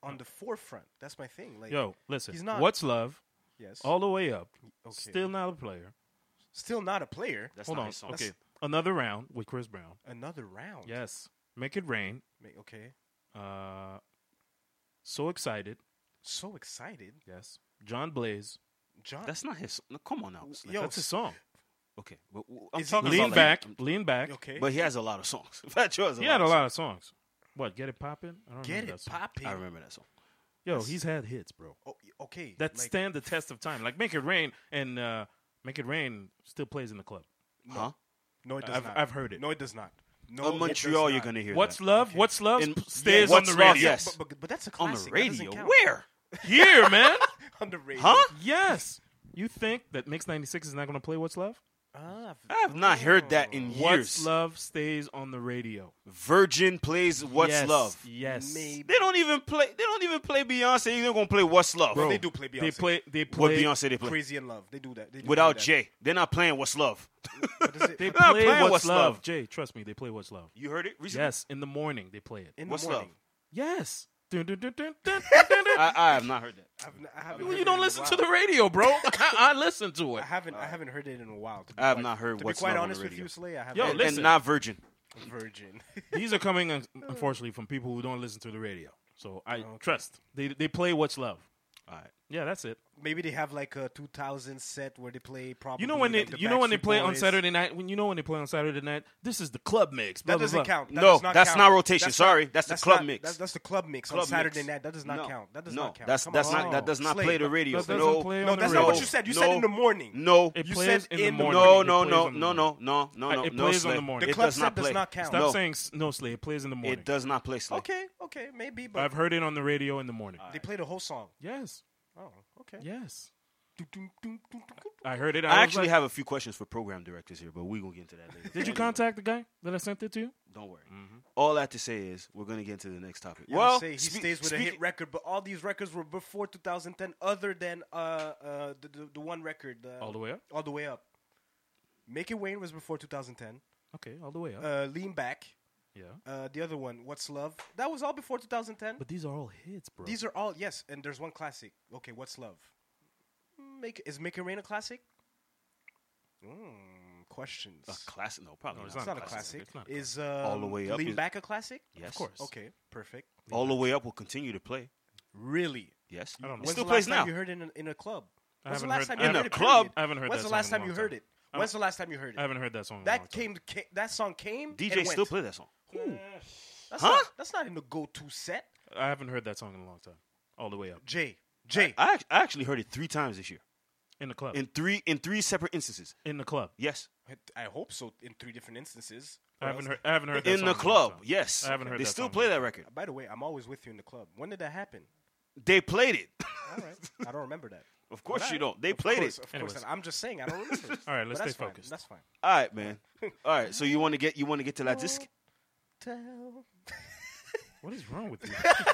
Speaker 2: on the forefront. That's my thing. Like,
Speaker 3: Yo, listen.
Speaker 2: He's not-
Speaker 3: What's love?
Speaker 2: yes.
Speaker 3: All the way up.
Speaker 2: Okay.
Speaker 3: Still not a player.
Speaker 2: Still not a player.
Speaker 1: That's
Speaker 3: Hold
Speaker 1: not
Speaker 3: on.
Speaker 1: his song.
Speaker 3: Okay, another round with Chris Brown.
Speaker 2: Another round.
Speaker 3: Yes, make it rain.
Speaker 2: Ma- Okay.
Speaker 3: Uh, so excited.
Speaker 2: So excited.
Speaker 3: Yes, John Blaze.
Speaker 2: John.
Speaker 1: That's not his. No, come on now. It's like-
Speaker 2: Yo,
Speaker 3: That's his song.
Speaker 1: okay. But, w- I'm
Speaker 2: Is he-
Speaker 1: talking
Speaker 2: That's
Speaker 3: Lean
Speaker 1: about
Speaker 3: back.
Speaker 1: Like,
Speaker 3: lean back.
Speaker 2: Okay.
Speaker 1: but he has a lot of songs. Fat Joe has a
Speaker 3: He
Speaker 1: lot.
Speaker 3: had a
Speaker 1: of
Speaker 3: lot of songs. What? Get it poppin'? I don't
Speaker 2: Get
Speaker 3: remember that
Speaker 2: it
Speaker 3: song.
Speaker 2: popping.
Speaker 1: Songs. I remember that song.
Speaker 3: Yo, he's had hits, bro.
Speaker 2: Oh, okay.
Speaker 3: That
Speaker 2: like,
Speaker 3: stand the test of time. Like Make It Rain and uh, Make It Rain still plays in the club.
Speaker 1: Huh?
Speaker 2: no, it does
Speaker 3: I've-
Speaker 2: not.
Speaker 3: I've heard it.
Speaker 2: No, it does not. No,
Speaker 1: On
Speaker 2: it
Speaker 1: Montreal,
Speaker 2: does
Speaker 1: you're
Speaker 2: not.
Speaker 1: gonna hear.
Speaker 3: What's
Speaker 1: that.
Speaker 3: Love? What's Love
Speaker 1: In-
Speaker 3: sp- stays
Speaker 1: yeah,
Speaker 3: on the
Speaker 1: What's Love,
Speaker 3: radio.
Speaker 1: yes.
Speaker 2: But, but, but that's a
Speaker 1: on
Speaker 2: classic.
Speaker 1: the
Speaker 2: That doesn't
Speaker 1: radio?
Speaker 2: count.
Speaker 1: Where?
Speaker 3: Here, man.
Speaker 2: on the radio?
Speaker 1: Huh?
Speaker 3: yes. You think that Mix 96 is not going to play What's Love?
Speaker 2: Ah, I've-
Speaker 1: I have not heard that in
Speaker 3: What's
Speaker 1: years.
Speaker 3: Love stays on the radio.
Speaker 1: Virgin plays What's
Speaker 3: Yes,
Speaker 1: Love.
Speaker 3: Yes.
Speaker 2: Maybe.
Speaker 1: They don't even play. They don't even play Beyonce. They're gonna play What's Love.
Speaker 2: Bro,
Speaker 1: Bro,
Speaker 2: they do play Beyonce.
Speaker 3: They play. They
Speaker 1: what
Speaker 3: play.
Speaker 1: Beyonce they play
Speaker 2: Crazy in Love. They do that. They do play
Speaker 1: without
Speaker 2: that.
Speaker 1: Jay. They're not playing What's Love.
Speaker 2: What is it?
Speaker 3: They
Speaker 1: not
Speaker 3: play
Speaker 1: playing
Speaker 3: What's,
Speaker 1: What's
Speaker 3: Love.
Speaker 1: Love.
Speaker 3: Jay, trust me, they play What's Love.
Speaker 1: You heard it recently.
Speaker 3: Yes, in the morning they play it.
Speaker 2: in
Speaker 1: What's
Speaker 2: the
Speaker 1: Love?
Speaker 2: morning.
Speaker 3: Yes. Dun, dun, dun, dun, dun, dun, dun, dun.
Speaker 1: I, I have not heard that.
Speaker 2: I've n- I haven't
Speaker 3: Well,
Speaker 2: heard
Speaker 3: you
Speaker 2: it in
Speaker 3: don't
Speaker 2: a
Speaker 3: listen to
Speaker 2: while.
Speaker 3: the radio, bro. I, I listen to it.
Speaker 2: I haven't. I haven't heard it in a while. to be
Speaker 1: I have
Speaker 2: quite-
Speaker 1: not heard
Speaker 2: To
Speaker 1: What's
Speaker 2: be quite
Speaker 1: Love on
Speaker 2: honest
Speaker 1: the
Speaker 2: with
Speaker 1: radio.
Speaker 2: you, Slay, I
Speaker 3: Yo,
Speaker 1: and,
Speaker 2: haven't.
Speaker 3: listen.
Speaker 1: and not Virgin.
Speaker 2: I'm Virgin.
Speaker 3: These are coming, un-
Speaker 2: Mm.
Speaker 3: unfortunately, from people who don't listen to the radio. So I trust they they play what's love.
Speaker 1: All right.
Speaker 3: Yeah, that's it.
Speaker 2: Maybe they have like a 2000 set where they play probably.
Speaker 3: You know when they
Speaker 2: like the
Speaker 3: you know when they
Speaker 2: Backstreet
Speaker 3: play on
Speaker 2: Boys.
Speaker 3: Saturday night. When you know when they play on Saturday night, this is the club mix. Blah,
Speaker 2: That
Speaker 3: blah,
Speaker 2: doesn't
Speaker 3: blah.
Speaker 2: count. That
Speaker 1: No,
Speaker 2: does not
Speaker 1: that's
Speaker 2: count.
Speaker 1: not rotation. Sorry, that's the club
Speaker 2: not-
Speaker 1: mix.
Speaker 2: That's, that's the club mix on
Speaker 1: Club
Speaker 2: Saturday
Speaker 1: mix.
Speaker 2: night. That does not
Speaker 1: No.
Speaker 2: count. That does
Speaker 1: no,
Speaker 2: not count.
Speaker 1: That's
Speaker 2: Come
Speaker 1: that's
Speaker 2: on.
Speaker 1: not that does not
Speaker 2: Slay.
Speaker 1: play the radio.
Speaker 3: That doesn't
Speaker 1: no,
Speaker 3: play
Speaker 2: No,
Speaker 3: on the
Speaker 2: that's
Speaker 1: no,
Speaker 2: not
Speaker 3: radio.
Speaker 2: what you said. You said
Speaker 1: no,
Speaker 2: in the morning.
Speaker 1: No,
Speaker 3: It
Speaker 2: You
Speaker 3: plays
Speaker 2: said
Speaker 3: in the
Speaker 2: in the
Speaker 3: morning.
Speaker 1: no,
Speaker 3: It
Speaker 1: no,
Speaker 3: plays
Speaker 1: no,
Speaker 3: in the
Speaker 1: no,
Speaker 3: morning.
Speaker 1: no, no, no,
Speaker 3: Uh,
Speaker 1: no.
Speaker 3: it
Speaker 1: no,
Speaker 3: plays on
Speaker 1: Slay.
Speaker 3: the morning.
Speaker 1: It
Speaker 2: The club
Speaker 1: does not
Speaker 2: set does
Speaker 1: play.
Speaker 2: not count.
Speaker 3: Stop
Speaker 1: No,
Speaker 3: saying s- no, Slay. It plays in the morning.
Speaker 1: it does not play. Slay.
Speaker 2: Okay, okay, maybe, but
Speaker 3: I've heard it on the radio in the morning.
Speaker 2: they play the whole song.
Speaker 3: Yes,
Speaker 2: Oh, okay.
Speaker 3: yes.
Speaker 2: Doo, doo, doo, doo, doo.
Speaker 3: I heard it. I,
Speaker 1: I
Speaker 3: was
Speaker 1: actually
Speaker 3: like,
Speaker 1: have a few questions for program directors here, but we gonna get into that later.
Speaker 3: Did you contact the guy that I sent it to? you?
Speaker 1: Don't worry. All that to say is we're gonna get into the next topic.
Speaker 2: Yeah,
Speaker 1: well,
Speaker 2: well, say he
Speaker 1: spe-
Speaker 2: stays with a
Speaker 1: speak-
Speaker 2: hit record, but all these records were before 2010, other than uh, uh, the, the the one record, uh,
Speaker 3: All the way up.
Speaker 2: all the way up. Make it Wayne was before 2010.
Speaker 3: Okay, all the way up.
Speaker 2: Uh, Lean Back
Speaker 3: Yeah.
Speaker 2: Uh, the other one, What's Love? That was all before 2010.
Speaker 3: But these are all hits, bro.
Speaker 2: These are all yes, and there's one classic. Okay, What's Love? Make is Make It Rain a classic? Mm, questions.
Speaker 1: A classic? No, probably
Speaker 3: No,
Speaker 1: not.
Speaker 2: it's not a classic.
Speaker 3: It's not a classic.
Speaker 2: Is um,
Speaker 1: All the way up
Speaker 2: Lean
Speaker 1: is-
Speaker 2: Back a classic?
Speaker 1: Yes.
Speaker 3: of course.
Speaker 2: Okay, perfect.
Speaker 3: Oh.
Speaker 1: All the way up will continue to play.
Speaker 2: Really?
Speaker 1: Yes.
Speaker 3: I don't know.
Speaker 1: It
Speaker 2: When's
Speaker 1: still
Speaker 2: the last
Speaker 1: plays now.
Speaker 2: time you heard it in a, in a club?
Speaker 3: I
Speaker 2: When's the
Speaker 3: haven't
Speaker 2: last
Speaker 3: heard-
Speaker 2: time you
Speaker 1: In
Speaker 2: heard
Speaker 1: a
Speaker 2: it?
Speaker 1: club?
Speaker 2: period?
Speaker 3: I haven't heard
Speaker 2: When's
Speaker 3: that
Speaker 2: the last
Speaker 3: song in
Speaker 2: time
Speaker 3: a
Speaker 2: you
Speaker 3: long
Speaker 2: heard
Speaker 3: time.
Speaker 2: it? When's the last time you heard it?
Speaker 3: I haven't heard that song. in a long
Speaker 2: that
Speaker 3: time. Hmm.
Speaker 2: came, ca- That song came.
Speaker 1: DJ
Speaker 2: and
Speaker 1: still
Speaker 2: went.
Speaker 1: play that song.
Speaker 2: That's
Speaker 1: Huh?
Speaker 2: Not, that's not in the go-to set.
Speaker 3: I haven't heard that song in a long time. All the way up
Speaker 2: Jay. Jay.
Speaker 1: I, act- I actually heard it three times this year
Speaker 3: in the club. In,
Speaker 1: in three in three separate instances.
Speaker 3: the club.
Speaker 1: Yes.
Speaker 2: I, I hope so. In three different instances.
Speaker 3: I
Speaker 2: Or
Speaker 3: haven't
Speaker 2: else-
Speaker 3: heard. I haven't heard that
Speaker 1: In
Speaker 3: song
Speaker 1: the
Speaker 3: a long
Speaker 1: club.
Speaker 3: time.
Speaker 1: Yes.
Speaker 3: I haven't heard
Speaker 1: They
Speaker 3: that
Speaker 1: still
Speaker 3: song
Speaker 1: play
Speaker 3: in a
Speaker 1: that record.
Speaker 2: By the way, I'm always with you in the club. When did that happen?
Speaker 1: They played it.
Speaker 2: All right. I don't remember that.
Speaker 1: of course
Speaker 2: But
Speaker 1: you
Speaker 2: I-
Speaker 1: don't. They
Speaker 2: of
Speaker 1: played
Speaker 2: course,
Speaker 1: it.
Speaker 2: Of course,
Speaker 3: Anyways.
Speaker 2: I'm just saying I don't remember.
Speaker 3: All right, let's
Speaker 2: But
Speaker 3: stay
Speaker 2: that's fine.
Speaker 3: focused.
Speaker 2: That's fine.
Speaker 1: All right, man. All right. So you want to get you want to get to that disc?
Speaker 2: Tell.
Speaker 3: What is wrong with you?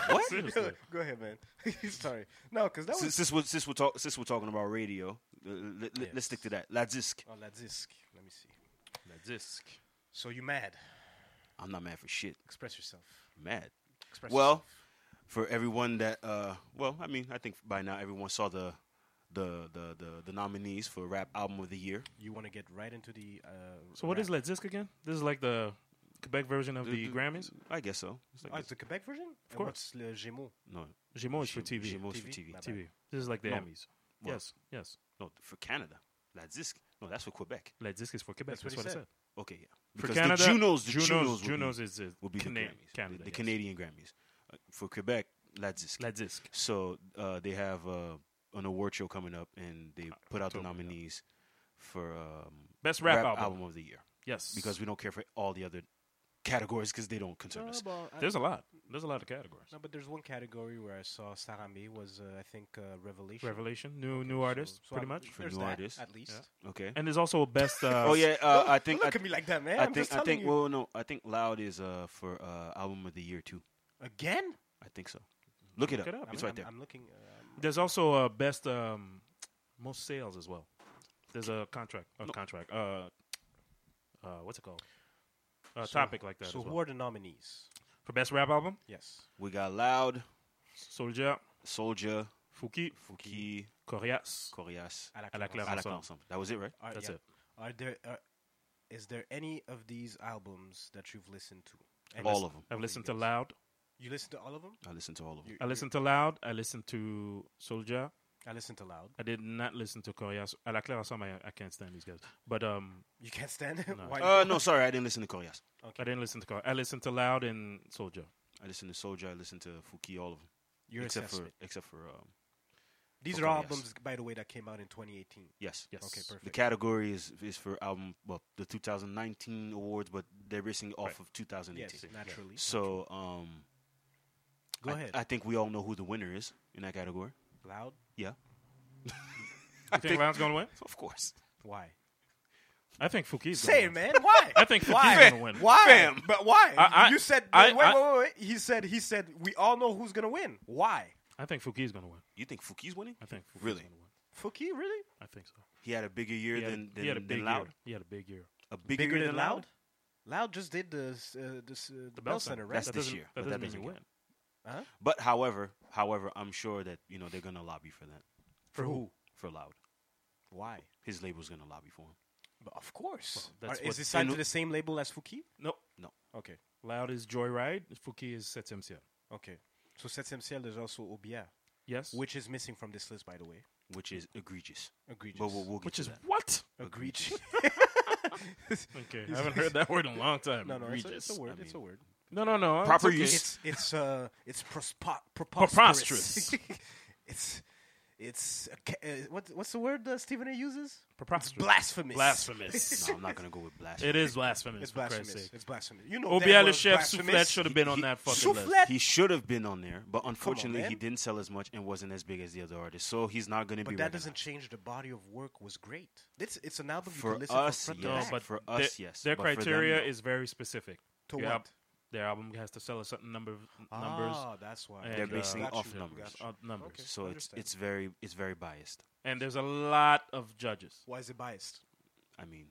Speaker 1: What?
Speaker 3: Seriously.
Speaker 2: Go ahead, man. Sorry. No, because
Speaker 3: Oh.
Speaker 2: that
Speaker 1: Since,
Speaker 2: was.
Speaker 1: since, we're, since we're talk, since we're talking about radio, l- l- l- let's stick to that. La disc.
Speaker 2: Oh, la disque. Let me see.
Speaker 3: The disc.
Speaker 2: So you mad?
Speaker 1: I'm not mad for shit.
Speaker 2: Express yourself.
Speaker 1: Mad.
Speaker 2: Express
Speaker 1: Well,
Speaker 2: yourself.
Speaker 1: for everyone that, uh, well, I mean, I think by now everyone saw the, the, the, the, the nominees for rap album of the year.
Speaker 2: you want to get right into the. Uh,
Speaker 3: So what
Speaker 2: rap.
Speaker 3: is La Disc again? This is like the Quebec version of the,
Speaker 1: the-
Speaker 3: Grammys.
Speaker 1: Mm-hmm. I guess so. It's like
Speaker 2: Oh,
Speaker 1: this.
Speaker 2: it's the Quebec version. Of
Speaker 3: course.
Speaker 2: What's le Gémeaux?
Speaker 1: no,
Speaker 3: Gémeaux is for TV.
Speaker 1: Shimos for
Speaker 2: TV?
Speaker 1: TV.
Speaker 2: My bad.
Speaker 3: TV. This is like the
Speaker 1: No.
Speaker 3: Emmys.
Speaker 1: Well-
Speaker 3: Yes. Yes.
Speaker 1: No, for Canada. La disc. No, that's for Quebec.
Speaker 3: La Disc is for Quebec. That's,
Speaker 2: That's what
Speaker 3: what
Speaker 2: he
Speaker 3: I said.
Speaker 1: Okay, yeah.
Speaker 3: For
Speaker 1: Because
Speaker 3: Canada,
Speaker 1: the Junos, the Junos,
Speaker 3: Junos,
Speaker 1: would be-
Speaker 3: Junos is uh,
Speaker 1: would be
Speaker 3: Cana-
Speaker 1: the Grammys,
Speaker 3: Canada,
Speaker 1: the,
Speaker 3: yes.
Speaker 1: Canadian Grammys. Uh, for Quebec, La disc.
Speaker 3: La Disc.
Speaker 1: So uh, they have uh, an award show coming up, and they put out the
Speaker 3: October, yeah.
Speaker 1: nominees for um,
Speaker 3: Best rap, album.
Speaker 1: of the year
Speaker 3: Yes.
Speaker 1: because we don't care for all the other categories because they don't concern us.
Speaker 3: there's a lot. There's a lot of categories.
Speaker 2: No, but there's one category where I saw Sarami was, uh, I think, uh, Revelation.
Speaker 3: Revelation, new new artist,
Speaker 2: So
Speaker 3: pretty
Speaker 2: I-
Speaker 3: much.
Speaker 1: For
Speaker 2: there's
Speaker 1: new
Speaker 2: that,
Speaker 1: artists.
Speaker 2: at least.
Speaker 1: Okay.
Speaker 3: And there's also best. Uh,
Speaker 1: oh yeah, uh, I think
Speaker 2: Look
Speaker 1: I,
Speaker 2: at me like that, man.
Speaker 1: I
Speaker 2: I'm
Speaker 1: think
Speaker 2: just
Speaker 1: I
Speaker 2: telling
Speaker 1: think
Speaker 2: you.
Speaker 1: well no, I think Loud is uh, for uh, album of the year too.
Speaker 2: Again?
Speaker 1: I think so. Look it up.
Speaker 3: it up.
Speaker 1: It's
Speaker 2: I'm,
Speaker 1: right there.
Speaker 2: I'm, I'm looking. Uh, I'm-
Speaker 3: There's also uh, best um, most sales as well. There's a contract, a contract. Uh, uh, what's it called? A
Speaker 2: So-
Speaker 3: topic like that
Speaker 2: So
Speaker 3: as
Speaker 2: who
Speaker 3: well.
Speaker 2: are the nominees?
Speaker 3: for best rap album.
Speaker 2: Yes.
Speaker 1: we got Loud,
Speaker 3: Soldier,
Speaker 1: Soldier,
Speaker 3: Fuki,
Speaker 1: Fuki,
Speaker 3: Corias,
Speaker 1: Corias,
Speaker 2: À la
Speaker 3: À la
Speaker 2: Clémence.
Speaker 3: Clémence.
Speaker 1: Alak Ensemble. That was it, right?
Speaker 2: Are-
Speaker 3: That's
Speaker 2: yeah.
Speaker 3: it.
Speaker 2: Are there? Are, is there any of these albums that you've listened to? And
Speaker 1: All
Speaker 2: listen-
Speaker 1: of them.
Speaker 3: I've listened to
Speaker 2: Yes.
Speaker 3: Loud.
Speaker 2: You listened to all of them?
Speaker 1: I listened to all of them.
Speaker 2: You-
Speaker 3: I listened to Loud. I listened to Soldier.
Speaker 2: I listened to Loud.
Speaker 3: I did not listen to Corias. À la claire ensemble, I, I can't stand these guys. But um,
Speaker 2: You can't stand it.
Speaker 3: No.
Speaker 2: Why
Speaker 1: Uh,
Speaker 2: not?
Speaker 1: no, sorry, I didn't listen to Corias.
Speaker 3: I didn't listen to Corias. I listened to Loud and Soldier.
Speaker 1: I listened to Soldier. I listened to Fuki. All of them,
Speaker 2: Your
Speaker 1: except
Speaker 2: assessment.
Speaker 1: for except for um,
Speaker 2: These
Speaker 1: for
Speaker 2: are
Speaker 1: Corias.
Speaker 2: albums, by the way, that came out in 2018.
Speaker 1: yes,
Speaker 3: Yes.
Speaker 2: Okay, perfect.
Speaker 1: The category is is for album well the 2019 awards, but they're basing off
Speaker 3: Right.
Speaker 1: of 2018.
Speaker 2: Yes, naturally.
Speaker 1: So um,
Speaker 2: Go
Speaker 1: I,
Speaker 2: ahead.
Speaker 1: I think we all know who the winner is in that category.
Speaker 2: Loud.
Speaker 1: Yeah,
Speaker 3: You think Loud's gonna win?
Speaker 1: of course.
Speaker 2: Why?
Speaker 3: I think Fuki's gonna
Speaker 2: Say it,
Speaker 3: win.
Speaker 2: man. Why?
Speaker 3: I think Fuki's
Speaker 2: why?
Speaker 3: gonna win.
Speaker 2: Why?
Speaker 1: Fam.
Speaker 2: But why?
Speaker 3: I- I-
Speaker 2: you said
Speaker 3: I-
Speaker 2: wait,
Speaker 3: I-
Speaker 2: wait, wait, wait. He said he said we all know who's gonna win. Why?
Speaker 3: I think Fuki's gonna win.
Speaker 1: You think Fuki's winning?
Speaker 3: I think Fuki's
Speaker 1: Really?
Speaker 3: gonna win.
Speaker 2: Fuki, really?
Speaker 3: I think so.
Speaker 1: He had a bigger year
Speaker 3: He had a-
Speaker 1: than than,
Speaker 3: he had a
Speaker 1: than
Speaker 3: big
Speaker 1: Loud.
Speaker 3: Year. He had a big year.
Speaker 1: A bigger, year than Loud.
Speaker 2: Loud just did the s- uh, this, uh, the Bell Center, right?
Speaker 1: That's
Speaker 3: That
Speaker 1: this
Speaker 3: doesn't-
Speaker 1: year,
Speaker 3: That
Speaker 1: but that
Speaker 3: doesn't mean you
Speaker 1: doesn't
Speaker 3: win.
Speaker 1: But however, however, I'm sure that you know they're gonna lobby for that
Speaker 2: For who?
Speaker 1: for Loud.
Speaker 2: Why?
Speaker 1: His label's gonna lobby for him.
Speaker 2: But of course.
Speaker 3: Well, that's
Speaker 2: Are-
Speaker 3: what-
Speaker 2: is it signed
Speaker 1: And-
Speaker 2: to the same label as Fuki?
Speaker 3: No.
Speaker 1: No,
Speaker 2: Okay.
Speaker 3: Loud is Joyride. Fuki is Septième Ciel.
Speaker 2: Okay. So Septième Ciel is also Obia,
Speaker 3: Yes.
Speaker 2: which is missing from this list, by the way.
Speaker 1: which is egregious.
Speaker 2: Egregious.
Speaker 1: But we'll, we'll get
Speaker 3: which
Speaker 1: to
Speaker 3: is
Speaker 1: that.
Speaker 3: what?
Speaker 2: Egregious.
Speaker 3: Okay, I haven't heard that word in a long time.
Speaker 2: no, no, it's a, it's a
Speaker 1: I
Speaker 2: word. it's a
Speaker 1: mean,
Speaker 2: word.
Speaker 3: no, no, no. it's
Speaker 1: Proper
Speaker 3: okay.
Speaker 1: use.
Speaker 2: It's it's uh it's prospo-
Speaker 3: Preposterous.
Speaker 2: preposterous. it's it's a ca- uh, what what's the word uh, Stephen A uses?
Speaker 3: Preposterous.
Speaker 2: Blasphemous.
Speaker 3: Blasphemous.
Speaker 1: No, I'm not gonna go with blasphemy.
Speaker 3: it is blasphemous.
Speaker 2: It's
Speaker 3: for Christ's
Speaker 2: blasphemous.
Speaker 3: sake.
Speaker 2: It's blasphemous. You know
Speaker 3: Obia
Speaker 2: that
Speaker 3: Le
Speaker 2: word,
Speaker 3: Chef
Speaker 2: blasphemous.
Speaker 3: Soufflet should have been on
Speaker 1: He-
Speaker 3: that fucking
Speaker 2: Soufflet?
Speaker 3: list.
Speaker 1: He should have been on there, but unfortunately, he
Speaker 2: man.
Speaker 1: didn't sell as much and wasn't as big as the other artists. So he's not going to be.
Speaker 2: But that
Speaker 1: recognized.
Speaker 2: doesn't change the body of work was great. It's it's an album you
Speaker 1: For
Speaker 2: can listen
Speaker 1: us,
Speaker 2: from front
Speaker 1: yes.
Speaker 3: No,
Speaker 2: to back.
Speaker 3: but
Speaker 1: For
Speaker 3: their-
Speaker 1: us, yes.
Speaker 3: Their
Speaker 1: But for them,
Speaker 3: criteria
Speaker 1: no.
Speaker 3: is very specific.
Speaker 2: To
Speaker 3: their
Speaker 2: what?
Speaker 3: al- their album has to sell a certain number of numbers.
Speaker 2: Ah, that's why.
Speaker 3: and,
Speaker 1: They're
Speaker 3: uh,
Speaker 1: basing
Speaker 2: Got
Speaker 1: off
Speaker 2: you,
Speaker 1: numbers.
Speaker 2: got you.
Speaker 3: uh, numbers.
Speaker 2: Okay.
Speaker 1: So it's
Speaker 2: Understand.
Speaker 1: it's very it's very biased.
Speaker 3: And there's a lot of judges.
Speaker 2: Why is it biased?
Speaker 1: I mean,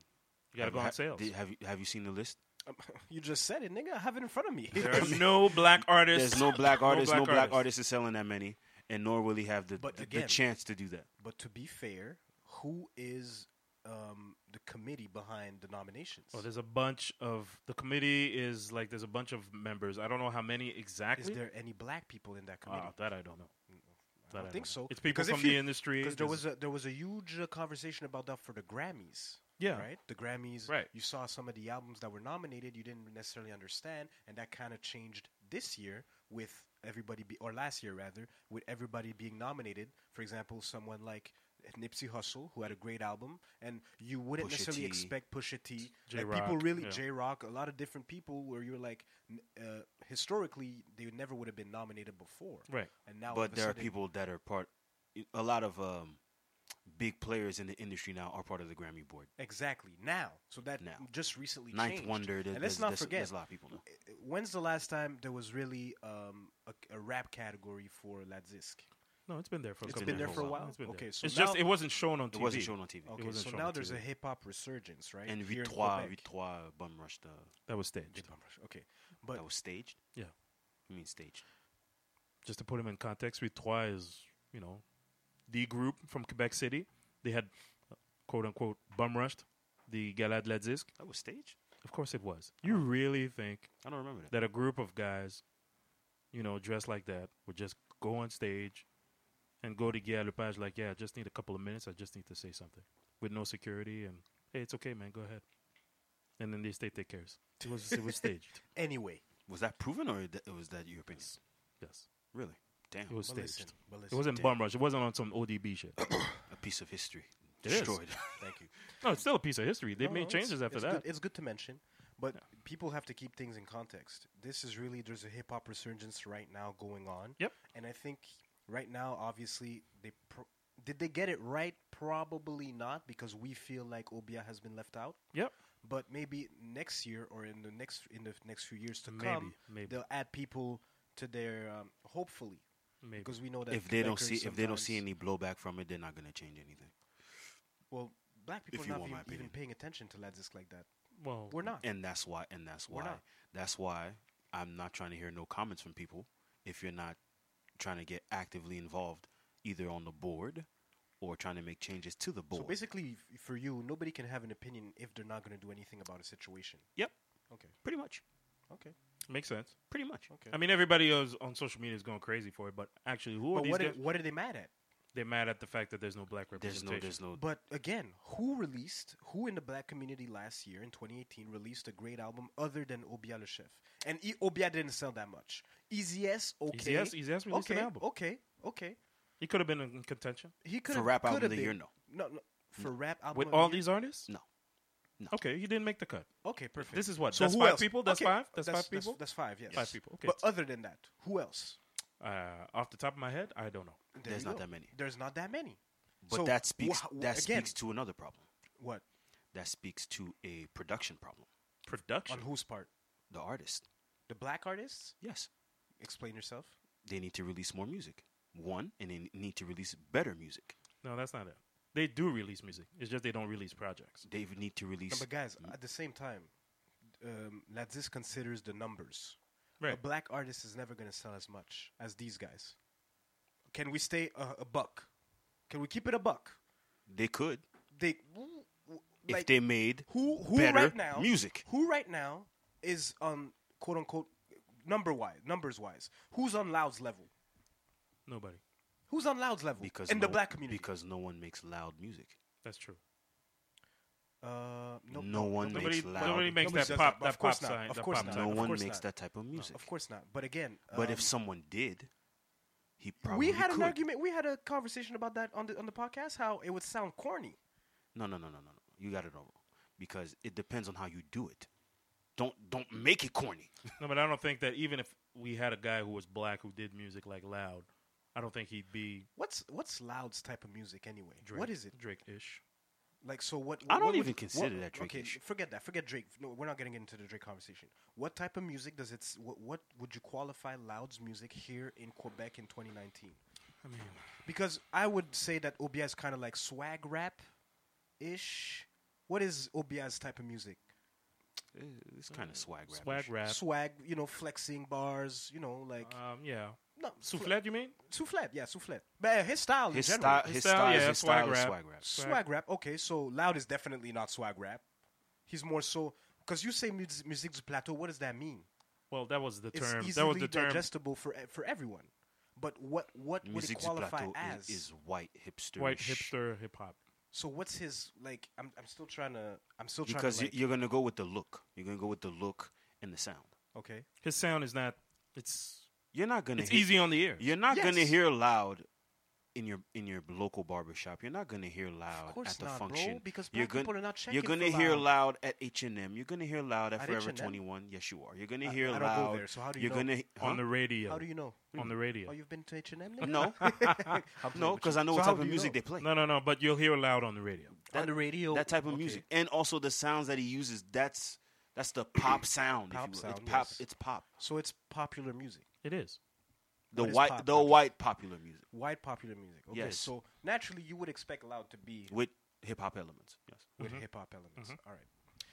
Speaker 3: You got to
Speaker 1: have
Speaker 3: go on
Speaker 1: ha-
Speaker 3: sales.
Speaker 1: did- have you have you seen the list?
Speaker 2: you just said it, nigga. I have it in front of me.
Speaker 3: There are no black artists.
Speaker 1: There's no black artists. no black,
Speaker 3: artists.
Speaker 1: artists is selling that many, and nor will he have the
Speaker 2: But
Speaker 1: the, the
Speaker 2: again-
Speaker 1: chance to do that.
Speaker 2: But to be fair, who is um, the committee behind the nominations?
Speaker 3: Oh, there's a bunch of the committee is like there's a bunch of members. I don't know how many
Speaker 2: is
Speaker 3: exactly.
Speaker 2: there any black people in that
Speaker 3: Wow,
Speaker 2: committee?
Speaker 3: that I don't know. That I,
Speaker 2: don't think
Speaker 3: know.
Speaker 2: so.
Speaker 3: It's people
Speaker 2: Because if
Speaker 3: from the
Speaker 2: you-
Speaker 3: industry.
Speaker 2: Because there
Speaker 3: there's-
Speaker 2: was a there was a huge uh, conversation about that for the Grammys.
Speaker 3: Yeah.
Speaker 2: Right. The Grammys.
Speaker 3: Right.
Speaker 2: You saw some of the albums that were nominated you didn't necessarily understand, and that kind of changed this year with everybody be, or last year rather with everybody being nominated. For example, someone like Nipsey Hussle who had a great album, and you wouldn't
Speaker 1: Pusha
Speaker 2: necessarily
Speaker 1: T.
Speaker 2: expect Pusha T. Like
Speaker 3: J-Rock,
Speaker 2: people really
Speaker 3: yeah.
Speaker 2: J Rock, a lot of different people where you're like, n- uh, historically they never would have been nominated before.
Speaker 3: Right.
Speaker 2: And now, all of
Speaker 1: But
Speaker 2: a
Speaker 1: there are
Speaker 2: sudden-
Speaker 1: people that are part. A lot of um, big players in the industry now are part of the Grammy board.
Speaker 2: Exactly now, so that
Speaker 1: Now.
Speaker 2: just recently
Speaker 1: Ninth
Speaker 2: changed.
Speaker 1: Wonder. There,
Speaker 2: and let's
Speaker 1: there's,
Speaker 2: not
Speaker 1: there's-
Speaker 2: forget,
Speaker 1: there's a lot of people now.
Speaker 2: when's the last time there was really um, a, a rap category for La Disque?
Speaker 3: no, it's been there for a
Speaker 2: It's
Speaker 3: couple
Speaker 2: been
Speaker 3: of
Speaker 2: there
Speaker 3: years.
Speaker 2: for a while?
Speaker 3: It's been
Speaker 2: Okay,
Speaker 3: there.
Speaker 2: so
Speaker 3: it's
Speaker 2: now-
Speaker 3: just it wasn't shown on TV.
Speaker 1: It wasn't shown on TV.
Speaker 2: Okay,
Speaker 3: wasn't
Speaker 2: so
Speaker 3: shown
Speaker 2: now
Speaker 3: on
Speaker 2: there's a
Speaker 3: TV.
Speaker 2: hip hop resurgence, right?
Speaker 1: And
Speaker 2: here in
Speaker 1: Victoire,
Speaker 2: Quebec.
Speaker 1: Victoire bum rushed. Uh,
Speaker 3: That was staged.
Speaker 2: Okay, but
Speaker 1: that was staged.
Speaker 3: Yeah.
Speaker 1: I mean staged.
Speaker 3: Just to put him in context, with Trois is you know the group from Quebec City. They had quote unquote bum rushed the Gala de la Disque.
Speaker 1: That was staged.
Speaker 3: Of course it was. You really think
Speaker 1: I don't remember that.
Speaker 3: that a group of guys, you know, dressed like that, would just go on stage and go to Guy Lepage like, yeah, I just need a couple of minutes. I just need to say something with no security and hey, it's okay, man, go ahead. And then they state their cares. It was it was staged.
Speaker 2: anyway,
Speaker 1: Was that proven or that, was that your opinion?
Speaker 3: Yes,
Speaker 1: Really? Damn.
Speaker 3: it was staged.
Speaker 2: but listen, but
Speaker 3: it
Speaker 2: listen,
Speaker 3: wasn't
Speaker 1: damn.
Speaker 3: bum rush. It wasn't on some ODB shit.
Speaker 1: a piece of history
Speaker 3: It is.
Speaker 1: destroyed.
Speaker 2: Thank you.
Speaker 3: no, it's still a piece of history. They
Speaker 2: No, no,
Speaker 3: made
Speaker 2: Oh, it's-
Speaker 3: changes after
Speaker 2: it's
Speaker 3: that.
Speaker 2: Good, it's good to mention, but people have to keep things in context. This is really there's a hip hop resurgence right now going on.
Speaker 3: Yep.
Speaker 2: And I think right now, obviously, they pro- did they get it right? Probably not, because we feel like Obia has been left out.
Speaker 3: Yep.
Speaker 2: But maybe next year or in the next in the next few years to
Speaker 3: Maybe,
Speaker 2: come,
Speaker 3: maybe.
Speaker 2: they'll add people to their um, hopefully
Speaker 3: Maybe.
Speaker 2: because we know that
Speaker 1: if they don't see
Speaker 2: Quebecers
Speaker 1: if they don't see
Speaker 2: sometimes-
Speaker 1: any blowback from it, they're not gonna change anything.
Speaker 2: well, black people
Speaker 1: you
Speaker 2: are not
Speaker 1: want my
Speaker 2: even, even
Speaker 1: opinion.
Speaker 2: paying attention to Ladzisk like that.
Speaker 3: Well,
Speaker 2: We're not.
Speaker 1: And that's why and that's
Speaker 2: We're
Speaker 1: why
Speaker 2: not.
Speaker 1: that's why I'm not trying to hear no comments from people if you're not trying to get actively involved either on the board or trying to make changes to the board.
Speaker 2: So basically, f- for you, nobody can have an opinion if they're not going to do anything about a situation.
Speaker 1: yep,
Speaker 2: Okay.
Speaker 1: pretty much.
Speaker 2: Okay.
Speaker 3: makes sense.
Speaker 1: Pretty much.
Speaker 2: Okay.
Speaker 3: I mean, everybody else on social media is going crazy for it, but actually, who are
Speaker 2: But
Speaker 3: these
Speaker 2: what,
Speaker 3: guys?
Speaker 2: are, what are they mad at?
Speaker 3: They're mad at the fact that there's no black
Speaker 1: There's
Speaker 3: representation.
Speaker 1: no there's no
Speaker 2: But again, who released, who in the black community last year in 2018 released a great album other than Obia Le Chef? And e- Obia didn't sell that much. Easy S, okay.
Speaker 3: S- Eazy S released
Speaker 2: okay,
Speaker 3: an album.
Speaker 2: Okay, okay.
Speaker 3: He could have been in contention
Speaker 2: He could
Speaker 1: For rap album
Speaker 2: coulda
Speaker 1: of the year,
Speaker 2: been-
Speaker 1: no.
Speaker 2: No, no. For rap album
Speaker 3: with
Speaker 2: of the
Speaker 3: all
Speaker 2: year?
Speaker 3: these artists.
Speaker 1: no.
Speaker 3: Okay, he didn't make the cut.
Speaker 2: Okay, perfect.
Speaker 3: This is what?
Speaker 2: So
Speaker 3: That's
Speaker 2: who
Speaker 3: five
Speaker 2: else?
Speaker 3: people? That's
Speaker 2: Okay,
Speaker 3: five? That's five
Speaker 2: That's,
Speaker 3: people?
Speaker 2: that's five. Yes.
Speaker 3: Five people, okay.
Speaker 2: But other than that, who else?
Speaker 3: Uh, off the top of my head, I don't know.
Speaker 2: There
Speaker 1: There's
Speaker 2: you
Speaker 1: not
Speaker 2: go.
Speaker 1: that many.
Speaker 2: There's not that many.
Speaker 1: But
Speaker 2: So
Speaker 1: that
Speaker 2: wh-
Speaker 1: speaks
Speaker 2: wh-
Speaker 1: that
Speaker 2: again,
Speaker 1: speaks to another problem.
Speaker 2: What?
Speaker 1: That speaks to a production problem.
Speaker 3: Production.
Speaker 2: On whose part?
Speaker 1: The artist.
Speaker 2: The black artists?
Speaker 1: Yes.
Speaker 2: Explain yourself.
Speaker 1: They need to release more music. One, and they need to release better music.
Speaker 3: No, that's not it. They do release music. It's just they don't release projects.
Speaker 1: They need to
Speaker 2: No,
Speaker 1: release
Speaker 2: but guys, at the same time, um, Lazis considers the numbers. A
Speaker 3: Right.
Speaker 2: black artist is never going to sell as much as these guys. Can we stay a, a buck? Can we keep it a buck?
Speaker 1: They could
Speaker 2: They w- w-
Speaker 1: if
Speaker 2: like,
Speaker 1: they made
Speaker 2: who who
Speaker 1: better
Speaker 2: right now
Speaker 1: music.
Speaker 2: Who right now is on quote unquote number wise numbers wise? Who's on Loud's level?
Speaker 3: Nobody.
Speaker 2: Who's on Loud's level
Speaker 1: Because
Speaker 2: in the
Speaker 1: no-
Speaker 2: black community?
Speaker 1: because no one makes loud music.
Speaker 3: That's true.
Speaker 2: uh, nope,
Speaker 1: no one
Speaker 2: nobody-
Speaker 3: Nobody,
Speaker 1: makes loud.
Speaker 3: nobody makes
Speaker 2: Nobody
Speaker 3: that
Speaker 2: does
Speaker 3: pop,
Speaker 2: that. Of
Speaker 3: that pop
Speaker 2: course not.
Speaker 3: sign.
Speaker 2: Of
Speaker 3: that
Speaker 2: course
Speaker 3: pop
Speaker 2: not.
Speaker 3: sign.
Speaker 1: no
Speaker 2: Of
Speaker 1: one
Speaker 2: course
Speaker 1: makes
Speaker 2: not.
Speaker 1: that type of
Speaker 2: No,
Speaker 1: music.
Speaker 2: of course not. But again,
Speaker 1: but
Speaker 2: um,
Speaker 1: if someone did, he probably
Speaker 2: we had
Speaker 1: could.
Speaker 2: an argument, we had a conversation about that on the on the podcast. How it would sound corny.
Speaker 1: No, no, no, no, no, no. You got it all wrong. Because it depends on how you do it. Don't don't make it corny.
Speaker 3: No, but I don't think that even if we had a guy who was black who did music like loud, I don't think he'd be
Speaker 2: What's what's Loud's type of music anyway?
Speaker 3: Drake.
Speaker 2: What is it
Speaker 3: Drake ish.
Speaker 2: like? So what?
Speaker 1: I don't
Speaker 2: what would-
Speaker 1: even consider
Speaker 2: what-
Speaker 1: that
Speaker 2: Okay,
Speaker 1: Drake-ish.
Speaker 2: forget that. Forget Drake. No, we're not getting into the Drake conversation. What type of music does it? s- What, what would you qualify Loud's music here in Quebec in 2019?
Speaker 3: I mean,
Speaker 2: Because I would say that Obia is kind of like swag rap, ish. What is Obia's type of music?
Speaker 1: It's kind of swag rap. Uh,
Speaker 3: Swag rap.
Speaker 2: Uh, Swag, you know, flexing bars, you know, like
Speaker 3: Um, yeah.
Speaker 2: no,
Speaker 3: Soufflet, you mean?
Speaker 2: fle- soufflet, yeah, soufflet. But uh, his style,
Speaker 1: His,
Speaker 2: in general,
Speaker 1: style, his
Speaker 3: His style,
Speaker 1: style,
Speaker 3: yeah,
Speaker 1: his style
Speaker 3: swag
Speaker 1: is
Speaker 3: rap.
Speaker 1: swag rap.
Speaker 2: swag. rap. Okay, so loud is definitely not swag rap. He's more so because you say mus- musique du plateau. What does that mean?
Speaker 3: Well, that was the
Speaker 2: It's
Speaker 3: term.
Speaker 2: easily
Speaker 3: That was the term.
Speaker 2: digestible for e- for everyone. But what what would it
Speaker 1: Music du
Speaker 2: qualify
Speaker 1: plateau
Speaker 2: as?
Speaker 1: is, is white hipster.
Speaker 3: White hipster hip hop.
Speaker 2: so what's his like? I'm I'm still trying to I'm still trying
Speaker 1: Because
Speaker 2: to
Speaker 1: you-
Speaker 2: like,
Speaker 1: you're gonna go with the look. You're gonna go with the look and the sound.
Speaker 2: okay.
Speaker 3: His sound is not. It's
Speaker 1: You're not gonna.
Speaker 3: it's
Speaker 1: hear-
Speaker 3: easy on the ear.
Speaker 1: You're not gonna
Speaker 2: Yes.
Speaker 1: hear loud in your in your local barber shop. You're not gonna hear loud
Speaker 2: course
Speaker 1: at the
Speaker 2: not, bro,
Speaker 1: function.
Speaker 2: because
Speaker 1: you're
Speaker 2: black people are not
Speaker 1: You're
Speaker 2: checking
Speaker 1: gonna
Speaker 2: for
Speaker 1: hear loud
Speaker 2: loud.
Speaker 1: at H and M. You're gonna hear loud at,
Speaker 2: At
Speaker 1: Forever
Speaker 2: H&M?
Speaker 1: 21. Yes, you are. You're gonna
Speaker 2: I-
Speaker 1: hear
Speaker 2: I don't go
Speaker 1: loud.
Speaker 2: there, so how do you
Speaker 1: you're
Speaker 2: know?
Speaker 1: gonna huh?
Speaker 3: on the radio.
Speaker 2: How do you know?
Speaker 3: on the radio.
Speaker 2: Oh, you've been to H and M?
Speaker 1: no, no, because I know
Speaker 2: So
Speaker 1: what
Speaker 2: how
Speaker 1: type
Speaker 2: do
Speaker 1: of
Speaker 2: you
Speaker 1: music
Speaker 2: know?
Speaker 1: they play.
Speaker 3: No, no, no. But you'll hear loud on the radio.
Speaker 1: That-
Speaker 2: on the radio.
Speaker 1: that type of
Speaker 2: okay.
Speaker 1: music, and also the sounds that he uses. That's that's the pop sound.
Speaker 2: Pop
Speaker 1: if you will.
Speaker 2: sound,
Speaker 1: it's pop.
Speaker 2: yes.
Speaker 1: It's pop.
Speaker 2: So it's popular music,
Speaker 3: It is.
Speaker 1: The
Speaker 2: What is
Speaker 1: white,
Speaker 2: pop?
Speaker 1: the
Speaker 2: Okay.
Speaker 1: white popular music
Speaker 2: white popular music. Okay,
Speaker 1: Yes.
Speaker 2: so naturally you would expect loud to be
Speaker 1: with hip hop elements. Yes.
Speaker 2: with
Speaker 3: mm-hmm.
Speaker 2: hip hop elements. All right.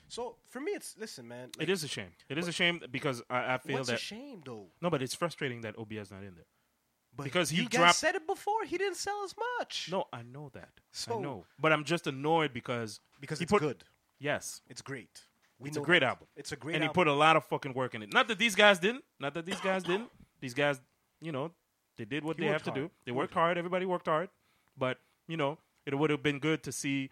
Speaker 2: So for me, it's listen, man.
Speaker 3: It is a shame. It is a shame because I, I feel
Speaker 2: What's
Speaker 3: that
Speaker 2: a shame though?
Speaker 3: no, but it's frustrating that OBS not in there.
Speaker 2: But
Speaker 3: Because he
Speaker 2: you guys
Speaker 3: dropped-
Speaker 2: said it before. He didn't sell as much.
Speaker 3: No, I know that.
Speaker 2: So-
Speaker 3: I know, but I'm just annoyed because
Speaker 2: because
Speaker 3: he
Speaker 2: it's
Speaker 3: put-
Speaker 2: good.
Speaker 3: Yes,
Speaker 2: It's great. We
Speaker 3: it's a
Speaker 2: know
Speaker 3: great
Speaker 2: that.
Speaker 3: album.
Speaker 2: It's a great
Speaker 3: and
Speaker 2: album.
Speaker 3: he put a lot of fucking work in it. Not that these guys didn't. Not that these guys didn't. These guys, you know, they did what
Speaker 2: He
Speaker 3: they have
Speaker 2: worked
Speaker 3: to do.
Speaker 2: hard.
Speaker 3: They worked hard. Everybody worked hard. But you know, it would have been good to see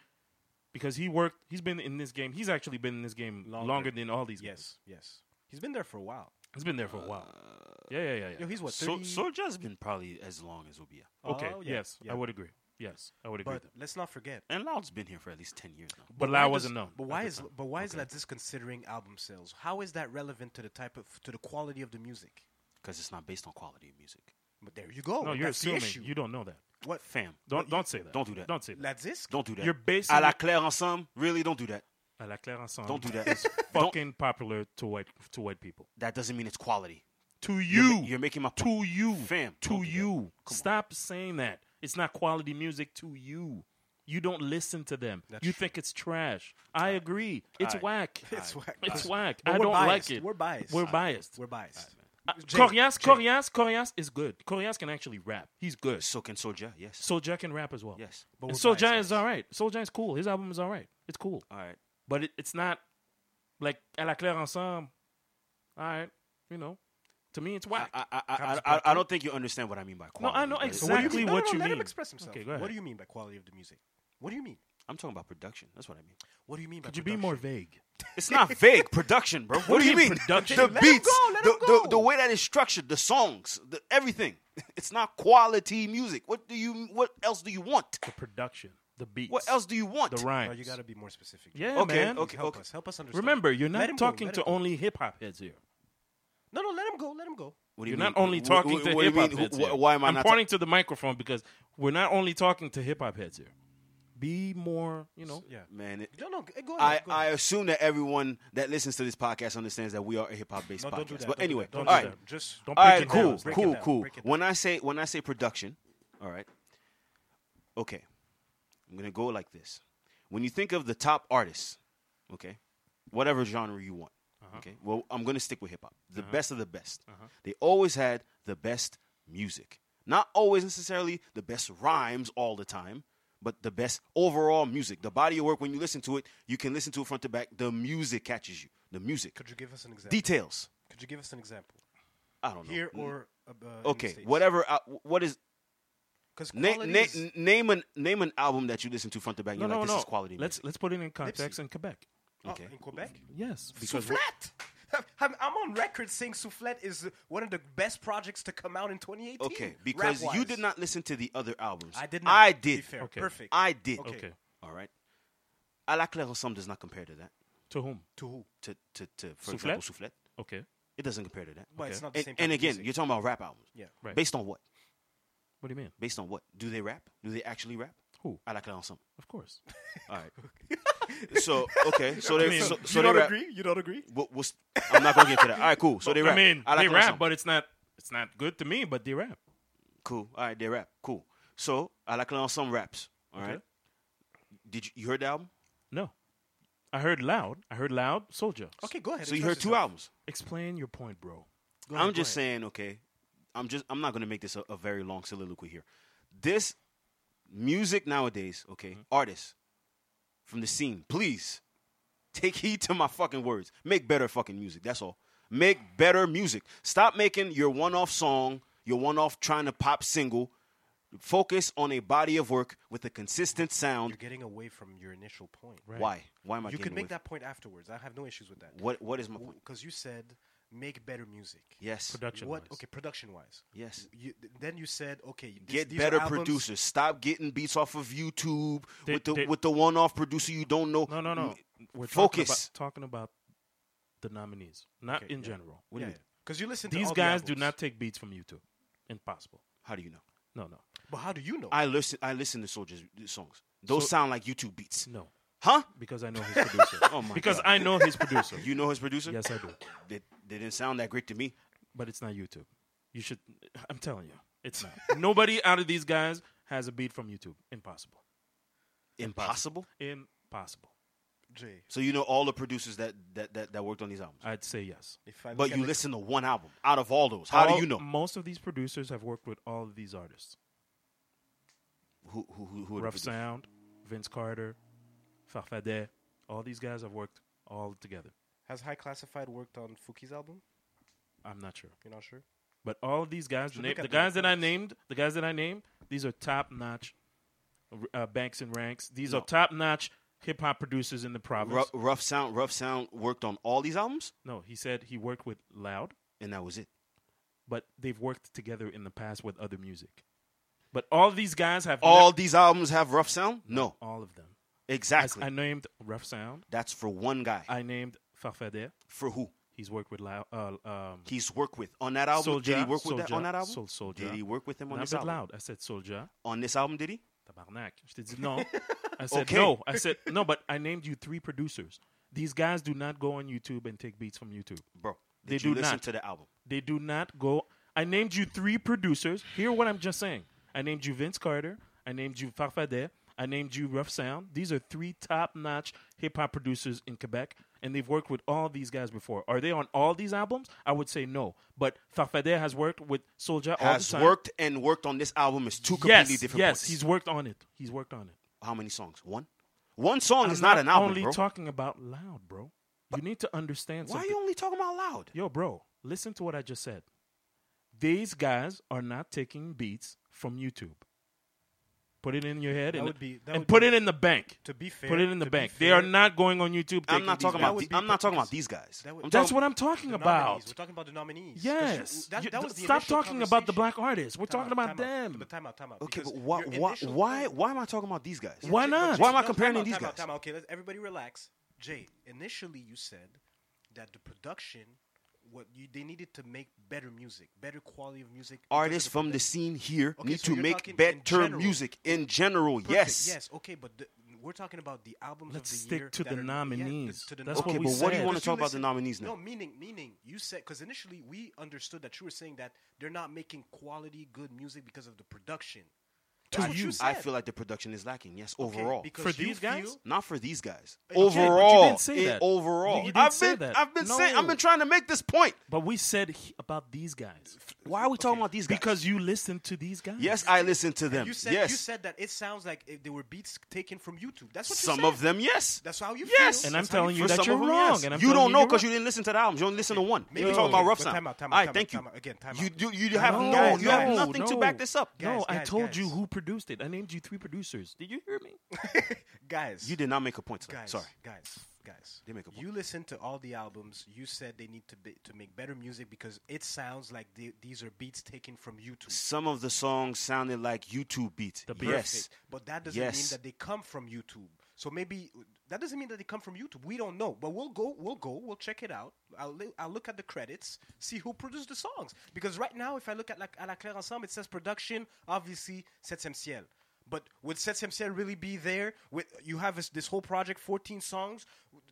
Speaker 3: because he worked. He's been in this game. He's actually been in this game longer,
Speaker 2: Longer.
Speaker 3: than all these. guys.
Speaker 2: yes, yes. He's been there for a while.
Speaker 3: he's been there for a while.
Speaker 2: Uh,
Speaker 3: Yeah, yeah, yeah. yeah.
Speaker 2: Yo, he's what
Speaker 1: So
Speaker 2: 30?
Speaker 1: Soulja's been probably as long as Obia,
Speaker 3: okay.
Speaker 2: Oh, yeah,
Speaker 3: yes,
Speaker 2: yeah.
Speaker 3: I would agree. Yes, I would agree.
Speaker 2: but
Speaker 3: with that.
Speaker 2: let's not forget.
Speaker 1: and Loud's been here for at least ten years now.
Speaker 3: But,
Speaker 2: why
Speaker 3: Lau
Speaker 2: does-
Speaker 3: wasn't known.
Speaker 2: But
Speaker 3: at
Speaker 2: why
Speaker 3: the
Speaker 2: is
Speaker 3: time.
Speaker 2: but why is Latis considering album sales? How is that relevant to the type of to the quality of the music?
Speaker 1: because it's not based on quality of music.
Speaker 2: But there you go.
Speaker 3: no? You're
Speaker 2: That's the
Speaker 3: assuming
Speaker 2: issue.
Speaker 3: you don't know that.
Speaker 2: what
Speaker 1: Fam,
Speaker 3: Don't don't say that.
Speaker 1: Don't do that.
Speaker 3: Don't say that.
Speaker 2: Latis?
Speaker 1: don't do that.
Speaker 3: You're basing
Speaker 1: à la
Speaker 3: it-
Speaker 1: claire ensemble. Really, don't do that.
Speaker 3: À la claire ensemble.
Speaker 1: Don't do that.
Speaker 3: It's
Speaker 1: Don't-
Speaker 3: fucking popular to white to whiwhite people.
Speaker 1: That doesn't mean it's quality.
Speaker 3: To
Speaker 1: You're
Speaker 3: you,
Speaker 1: ma- you're making my
Speaker 3: to you,
Speaker 1: Fam, don't do
Speaker 3: to
Speaker 1: that.
Speaker 3: you. Stop saying that. It's not quality music to you. You don't listen to them. you think it's trash. I agree. It's
Speaker 1: Alright.
Speaker 3: whack.
Speaker 2: It's whack.
Speaker 3: It's
Speaker 2: Alright.
Speaker 3: whack.
Speaker 2: But
Speaker 3: I
Speaker 2: we're
Speaker 3: don't
Speaker 2: biased.
Speaker 3: like it.
Speaker 2: We're biased.
Speaker 3: We're biased.
Speaker 2: We're biased.
Speaker 3: Uh,
Speaker 2: Jay,
Speaker 3: Corias,
Speaker 2: Jay.
Speaker 3: Corias, Corias is good. Corias can actually rap. He's good.
Speaker 1: So can Soulja. Yes.
Speaker 3: Soulja can rap as well.
Speaker 1: yes.
Speaker 2: But
Speaker 3: And
Speaker 2: we're
Speaker 3: Soulja
Speaker 2: biased.
Speaker 3: is all right. Soulja is cool. His album is all right. It's cool.
Speaker 1: All right.
Speaker 3: But it, it's not like à la claire ensemble. All right, you know, to me it's
Speaker 1: I,
Speaker 3: whack.
Speaker 1: I, I, I, I, I don't think you understand what I mean by
Speaker 3: no,
Speaker 1: quality.
Speaker 3: I know
Speaker 1: but
Speaker 2: So what do
Speaker 3: exactly
Speaker 2: you mean? No,
Speaker 3: what
Speaker 2: no, no,
Speaker 3: you
Speaker 2: let
Speaker 3: mean.
Speaker 2: him express himself.
Speaker 3: Okay, go ahead.
Speaker 2: What do you mean by quality of the music? What do you mean?
Speaker 1: I'm talking about production. That's what I mean.
Speaker 2: What do you mean by
Speaker 3: Could you be more vague?
Speaker 1: It's not vague production, bro. What, do you mean?
Speaker 3: production?
Speaker 1: The
Speaker 3: Let
Speaker 2: him
Speaker 1: beats,
Speaker 2: go, let
Speaker 1: the,
Speaker 2: him go.
Speaker 1: the the way that it's structured, the songs, the, everything. It's not quality music. What do you? What else do you want?
Speaker 3: The production, the beats,
Speaker 1: What else do you want?
Speaker 3: the
Speaker 2: No,
Speaker 3: rhymes.
Speaker 2: Oh, you got to be more specific.
Speaker 3: yeah,
Speaker 1: Okay,
Speaker 3: man.
Speaker 1: okay.
Speaker 2: help us. Help us understand.
Speaker 3: Remember, you're
Speaker 2: Let
Speaker 3: not
Speaker 2: him go,
Speaker 3: talking
Speaker 2: let
Speaker 3: to
Speaker 2: him go.
Speaker 3: only hip hop heads here.
Speaker 2: No, no, let him go. Let him go.
Speaker 1: What
Speaker 3: You're not only talking
Speaker 1: wh-
Speaker 3: to
Speaker 1: what do you
Speaker 3: hip hop
Speaker 1: mean?
Speaker 3: heads.
Speaker 1: Wh-
Speaker 3: here.
Speaker 1: Why am I
Speaker 3: I'm
Speaker 1: not?
Speaker 3: pointing to the microphone because we're not only talking to hip hop heads here. Be more, you know.
Speaker 2: Yeah.
Speaker 1: ta- Man, it-
Speaker 2: No, no, g- go
Speaker 1: I,
Speaker 2: ahead. go
Speaker 1: I
Speaker 2: ahead.
Speaker 1: assume that everyone that listens to this podcast understands that we are a hip hop based
Speaker 2: No,
Speaker 1: podcast.
Speaker 2: don't do that.
Speaker 1: But
Speaker 2: don't do
Speaker 1: anyway,
Speaker 2: that, don't
Speaker 1: all
Speaker 2: do
Speaker 1: right,
Speaker 2: that. Just
Speaker 3: Don't
Speaker 1: all
Speaker 3: break
Speaker 1: right,
Speaker 3: it
Speaker 1: cool,
Speaker 3: down, break it
Speaker 1: cool,
Speaker 2: down,
Speaker 1: cool.
Speaker 2: break it down.
Speaker 1: When I say when I say production, all right, okay, I'm gonna go like this. When you think of the top artists, okay, whatever genre you want,
Speaker 2: Uh-huh.
Speaker 1: okay. Well, I'm gonna stick with hip hop. The best of the best. They always had the best music. Not always necessarily the best rhymes all the time, but the best overall music. The body of work when you listen to it, you can listen to it front to back. The music catches you. The music.
Speaker 2: Could you give us an example?
Speaker 1: Details.
Speaker 2: Could you give us an example
Speaker 1: I don't know.
Speaker 2: here or uh, uh, in the
Speaker 1: okay,
Speaker 2: States?
Speaker 1: whatever. Uh, what is
Speaker 2: Because
Speaker 1: na-
Speaker 2: quality
Speaker 1: na-
Speaker 2: is-
Speaker 1: name an name an album that you listen to front to back? And
Speaker 3: No,
Speaker 1: you're
Speaker 3: no,
Speaker 1: like, this
Speaker 3: no.
Speaker 1: is quality.
Speaker 3: let's
Speaker 1: music.
Speaker 3: let's put it in context
Speaker 2: Nipsey.
Speaker 3: in Quebec.
Speaker 2: Oh,
Speaker 1: okay.
Speaker 2: in Quebec.
Speaker 3: Yes, because we're-
Speaker 2: Soufflet. I'm, I'm on record saying Soufflet is one of the best projects to come out in 2018.
Speaker 1: Okay, because you
Speaker 2: rap-wise.
Speaker 1: did not listen to the other albums.
Speaker 2: I did not.
Speaker 1: I
Speaker 2: to
Speaker 1: did.
Speaker 2: Be fair.
Speaker 3: Okay.
Speaker 2: Perfect.
Speaker 1: I did.
Speaker 2: Okay.
Speaker 3: okay.
Speaker 1: All right. A la claire ensemble does not compare to that.
Speaker 3: To whom?
Speaker 2: to who?
Speaker 1: To to, to for
Speaker 3: Soufflet?
Speaker 1: example, soufflet.
Speaker 3: Okay.
Speaker 1: It doesn't compare to that.
Speaker 2: But it's not the
Speaker 1: And,
Speaker 2: same. type
Speaker 1: and
Speaker 2: of
Speaker 1: again,
Speaker 2: music.
Speaker 1: you're talking about rap albums.
Speaker 2: yeah.
Speaker 3: Right.
Speaker 1: Based on what?
Speaker 3: What do you mean?
Speaker 1: Based on what? Do they rap? Do they actually rap?
Speaker 3: Who?
Speaker 1: A la claire ensemble.
Speaker 3: Of course.
Speaker 1: All right. so okay, so they
Speaker 3: mean,
Speaker 1: so,
Speaker 3: you
Speaker 1: so they rap.
Speaker 2: You don't agree?
Speaker 1: What, what's, I'm not gonna get to that. All right, cool. So they rap.
Speaker 3: I mean,
Speaker 1: A la
Speaker 3: they
Speaker 1: claire
Speaker 3: rap,
Speaker 1: ensemble.
Speaker 3: but it's not it's not good to me. But they rap.
Speaker 1: Cool. All right, they rap. Cool. So I like on some raps. All right.
Speaker 3: Okay.
Speaker 1: Did you, you heard the album?
Speaker 3: No, I heard loud. I heard loud. Soldier.
Speaker 2: Okay, go ahead.
Speaker 1: So you
Speaker 2: express
Speaker 1: heard two
Speaker 2: yourself.
Speaker 1: albums.
Speaker 3: Explain your point, bro.
Speaker 2: Go ahead,
Speaker 1: I'm
Speaker 2: go
Speaker 1: just
Speaker 2: ahead.
Speaker 1: saying, okay. I'm just I'm not gonna make this a, a very long soliloquy here. This music nowadays, okay,
Speaker 2: Mm-hmm.
Speaker 1: artists from the scene, please take heed to my fucking words. Make better fucking music. That's all. Make better music. Stop making your one-off song, your one-off trying to pop single. Focus on a body of work with a consistent sound.
Speaker 2: You're getting away from your initial point.
Speaker 1: Why? Why am I?
Speaker 2: You
Speaker 1: getting
Speaker 2: can make
Speaker 1: away
Speaker 2: that point afterwards. I have no issues with that.
Speaker 1: from- What What is my point?
Speaker 2: Because you said make better music.
Speaker 1: Yes.
Speaker 3: Production.
Speaker 2: What?
Speaker 3: wise.
Speaker 2: Okay, production wise.
Speaker 1: Yes.
Speaker 2: You, th- then you said, okay, these-
Speaker 1: Get
Speaker 2: these are
Speaker 1: better
Speaker 2: albums-
Speaker 1: producers. Stop getting beats off of YouTube
Speaker 3: They-
Speaker 1: with the
Speaker 3: they-
Speaker 1: with the one off producer you don't know. Mm,
Speaker 3: No, no, no. We're
Speaker 1: Focus.
Speaker 3: Talking about, talking about the nominees, not in general.
Speaker 1: What do you mean?
Speaker 2: Because you listen to
Speaker 3: These
Speaker 2: all the
Speaker 3: guys do
Speaker 2: albums.
Speaker 3: not take beats from YouTube. Impossible.
Speaker 1: How do you know?
Speaker 3: No, no,
Speaker 2: But how do you know?
Speaker 1: I listen. I listen to Soldier's songs. Those sound like YouTube beats,
Speaker 3: no.
Speaker 1: huh?
Speaker 3: Because I know his producer.
Speaker 1: Oh my
Speaker 3: because
Speaker 1: God.
Speaker 3: I know his producer.
Speaker 1: You know his producer?
Speaker 3: yes, I do.
Speaker 1: They, they didn't sound that great to me.
Speaker 3: But it's not YouTube. You should. I'm telling you, it's not. Nobody out of these guys has a beat from YouTube. Impossible.
Speaker 1: Impossible.
Speaker 3: Impossible.
Speaker 2: Jay,
Speaker 1: So you know all the producers that that that, that worked on these albums,
Speaker 3: I'd say yes.
Speaker 2: if I
Speaker 1: but
Speaker 2: look at
Speaker 1: you
Speaker 2: the-
Speaker 1: listen to one album out of all those. How
Speaker 3: All-
Speaker 1: do you know?
Speaker 3: Most of these producers have worked with all of these artists.
Speaker 1: Who who who, who are the
Speaker 3: Rough
Speaker 1: producers?
Speaker 3: Sound, Vince Carter, Farfadet. All these guys have worked all together.
Speaker 2: Has High Classified worked on Fuki's album?
Speaker 3: I'm not sure,
Speaker 2: You're not sure?
Speaker 3: but all of these guys, the,
Speaker 2: Should
Speaker 3: na-
Speaker 2: look
Speaker 3: the
Speaker 2: at the
Speaker 3: guys that I
Speaker 2: records.
Speaker 3: named, the guys that I named, these are top notch uh, banks and ranks. These are top notch hip hop producers in the province.
Speaker 1: Rough, rough sound. Rough sound worked on all these albums,
Speaker 3: no, he said he worked with Loud,
Speaker 1: and that was it.
Speaker 3: but they've worked together in the past with other music. But all these guys have
Speaker 1: All
Speaker 3: nev-
Speaker 1: these albums have rough sound. No,
Speaker 3: all of them. I,
Speaker 1: exactly.
Speaker 3: I named Rough Sound.
Speaker 1: That's for one guy.
Speaker 3: I named Farfadet.
Speaker 1: For who?
Speaker 3: He's worked with Loud. Uh, um,
Speaker 1: He's worked with on that album.
Speaker 3: Soulja,
Speaker 1: did he work with that
Speaker 3: Soulja,
Speaker 1: on that album?
Speaker 3: Soul- Soulja.
Speaker 1: Did he work with him on
Speaker 3: and I
Speaker 1: this
Speaker 3: said
Speaker 1: album?
Speaker 3: Loud. I said Soldier.
Speaker 1: On this album, did he?
Speaker 3: Tabarnak. Je t'ai dit non. I said
Speaker 1: Okay.
Speaker 3: no. I said no, but I named you three producers. These guys do not go on YouTube and take beats from YouTube.
Speaker 1: Bro,
Speaker 3: They
Speaker 1: did
Speaker 3: do
Speaker 1: you listen
Speaker 3: not.
Speaker 1: to the album?
Speaker 3: They do not go. I named you three producers. Hear what I'm just saying. I named you Vince Carter. I named you Farfadet. I named you Rough Sound. These are three top-notch hip hop producers in Quebec, and they've worked with all these guys before. Are they on all these albums? I would say no. But Farfadet has worked with Soldier all
Speaker 1: Has
Speaker 3: the time.
Speaker 1: worked and worked on this album is two completely
Speaker 3: yes,
Speaker 1: different
Speaker 3: yes,
Speaker 1: points.
Speaker 3: he's worked on it. He's worked on it.
Speaker 1: How many songs? One? One song
Speaker 3: I'm
Speaker 1: is not, an album,
Speaker 3: Only
Speaker 1: bro.
Speaker 3: talking about loud, bro. you need to understand
Speaker 1: Why are
Speaker 3: something.
Speaker 1: you only talking about loud?
Speaker 3: Yo, bro, listen to what I just said. These guys are not taking beats from YouTube. Put it in your head
Speaker 2: That
Speaker 3: and,
Speaker 2: would be- that
Speaker 3: and
Speaker 2: would
Speaker 3: put
Speaker 2: be-
Speaker 3: it in the bank.
Speaker 2: To be fair,
Speaker 3: put it in the
Speaker 2: to be
Speaker 3: bank. they are
Speaker 2: fair-
Speaker 3: not going on YouTube.
Speaker 1: I'm
Speaker 3: taking
Speaker 1: not
Speaker 3: these
Speaker 1: talking
Speaker 3: beats.
Speaker 1: about.
Speaker 2: would
Speaker 1: The,
Speaker 2: be
Speaker 1: I'm not talking
Speaker 2: because-
Speaker 1: about these guys.
Speaker 2: that would-
Speaker 1: I'm
Speaker 3: That's
Speaker 1: talking-
Speaker 3: what I'm talking
Speaker 2: The
Speaker 3: about.
Speaker 2: nominees. We're talking about the nominees. 'Cause you-
Speaker 3: Yes.
Speaker 2: that-
Speaker 3: You-
Speaker 2: that was the
Speaker 3: stop
Speaker 2: initial
Speaker 3: talking about the
Speaker 2: conversation.
Speaker 3: black artists. We're talking
Speaker 2: Time
Speaker 3: about
Speaker 2: out, time out.
Speaker 3: them.
Speaker 2: But time out, time out.
Speaker 1: Okay,
Speaker 2: because
Speaker 1: but why,
Speaker 2: your
Speaker 1: why,
Speaker 2: initial
Speaker 1: why,
Speaker 2: point-
Speaker 1: why am I talking about these guys?
Speaker 3: Why not?
Speaker 1: Why am
Speaker 2: No,
Speaker 1: I
Speaker 2: time
Speaker 1: comparing to
Speaker 2: out,
Speaker 1: these
Speaker 2: time out,
Speaker 1: guys?
Speaker 2: time out. Okay, let's, everybody relax. Jay, initially you said that the production, what you, they needed to make better music, better quality of music. because of
Speaker 1: Artists from the
Speaker 2: production.
Speaker 1: scene here
Speaker 2: Okay,
Speaker 1: need
Speaker 2: so
Speaker 1: to
Speaker 2: you're
Speaker 1: make
Speaker 2: talking in
Speaker 1: better
Speaker 2: general.
Speaker 1: music in general.
Speaker 2: Perfect,
Speaker 1: Yes.
Speaker 2: Yes. Okay, but the, we're talking about the albums.
Speaker 3: Let's
Speaker 2: of the
Speaker 3: stick
Speaker 2: year
Speaker 3: to
Speaker 2: that
Speaker 3: the
Speaker 2: are- yeah,
Speaker 3: nominees.
Speaker 2: to the
Speaker 3: That's
Speaker 1: Okay,
Speaker 3: what we
Speaker 1: but
Speaker 3: said.
Speaker 1: what do you want
Speaker 2: Because
Speaker 1: to talk about the
Speaker 2: listen-
Speaker 1: nominees now?
Speaker 2: No, meaning, meaning you said because initially we understood that you were saying that they're not making quality good music because of the production. That's what you said.
Speaker 1: I feel like the production is lacking. Yes,
Speaker 2: Okay,
Speaker 1: overall.
Speaker 2: because
Speaker 3: For
Speaker 2: you
Speaker 3: these guys?
Speaker 2: feel-
Speaker 1: Not for these guys.
Speaker 2: Okay, but you
Speaker 1: overall,
Speaker 3: didn't say
Speaker 1: eh,
Speaker 3: that.
Speaker 1: overall,
Speaker 3: You didn't
Speaker 1: I've
Speaker 3: say
Speaker 1: been,
Speaker 3: that.
Speaker 1: I've been saying, I've
Speaker 3: No.
Speaker 1: been trying to make this point.
Speaker 3: But we said he- about these guys.
Speaker 1: Why are we talking about these guys?
Speaker 3: Because you listen to these guys.
Speaker 1: yes, I listen to them.
Speaker 2: you said
Speaker 1: yes,
Speaker 2: you said that it sounds like eh, they were beats taken from YouTube. That's what you
Speaker 1: some
Speaker 2: said.
Speaker 1: of them. Yes,
Speaker 2: That's how you
Speaker 1: yes.
Speaker 2: feel.
Speaker 3: And I'm
Speaker 2: That's how
Speaker 3: telling
Speaker 2: you
Speaker 3: you
Speaker 1: For some
Speaker 3: that you're
Speaker 1: of them,
Speaker 3: wrong.
Speaker 1: yes.
Speaker 3: And I'm
Speaker 1: you
Speaker 3: telling
Speaker 1: don't
Speaker 3: you
Speaker 1: know
Speaker 3: you're
Speaker 1: because
Speaker 3: wrong.
Speaker 1: you didn't listen to the albums. You only listened to one.
Speaker 2: Maybe-
Speaker 1: You're talking about
Speaker 2: Okay,
Speaker 1: rough
Speaker 2: but
Speaker 1: sound.
Speaker 2: time out, time out,
Speaker 1: All right,
Speaker 2: time out,
Speaker 1: thank you.
Speaker 2: time out. Again, time
Speaker 1: you,
Speaker 2: out.
Speaker 1: you, you have
Speaker 2: Guys,
Speaker 1: no,
Speaker 2: guys,
Speaker 1: you have
Speaker 2: guys.
Speaker 1: nothing to back this up.
Speaker 2: Guys,
Speaker 3: no, I
Speaker 2: guys,
Speaker 3: told
Speaker 2: guys.
Speaker 3: you who produced it. I named you three producers. Did you hear me?
Speaker 2: guys.
Speaker 1: You did not make a point. Today.
Speaker 2: guys,
Speaker 1: Sorry.
Speaker 2: guys, guys.
Speaker 1: They make a point.
Speaker 2: You listen to all the albums. You said they need to be, to make better music because it sounds like they, these are beats taken from YouTube.
Speaker 1: Some of the songs sounded like YouTube beats.
Speaker 3: The beat.
Speaker 1: yes,
Speaker 2: but that doesn't mean
Speaker 1: Yes.
Speaker 2: that they come from YouTube. So maybe that doesn't mean that they come from YouTube. We don't know, but we'll go. We'll go. We'll check it out. I'll, li- I'll look at the credits, see who produced the songs. Because right now, if I look at like à la Claire Ensemble, it says production, obviously Septième Ciel. But would Septième Ciel really be there? With you have this, this whole project, fourteen songs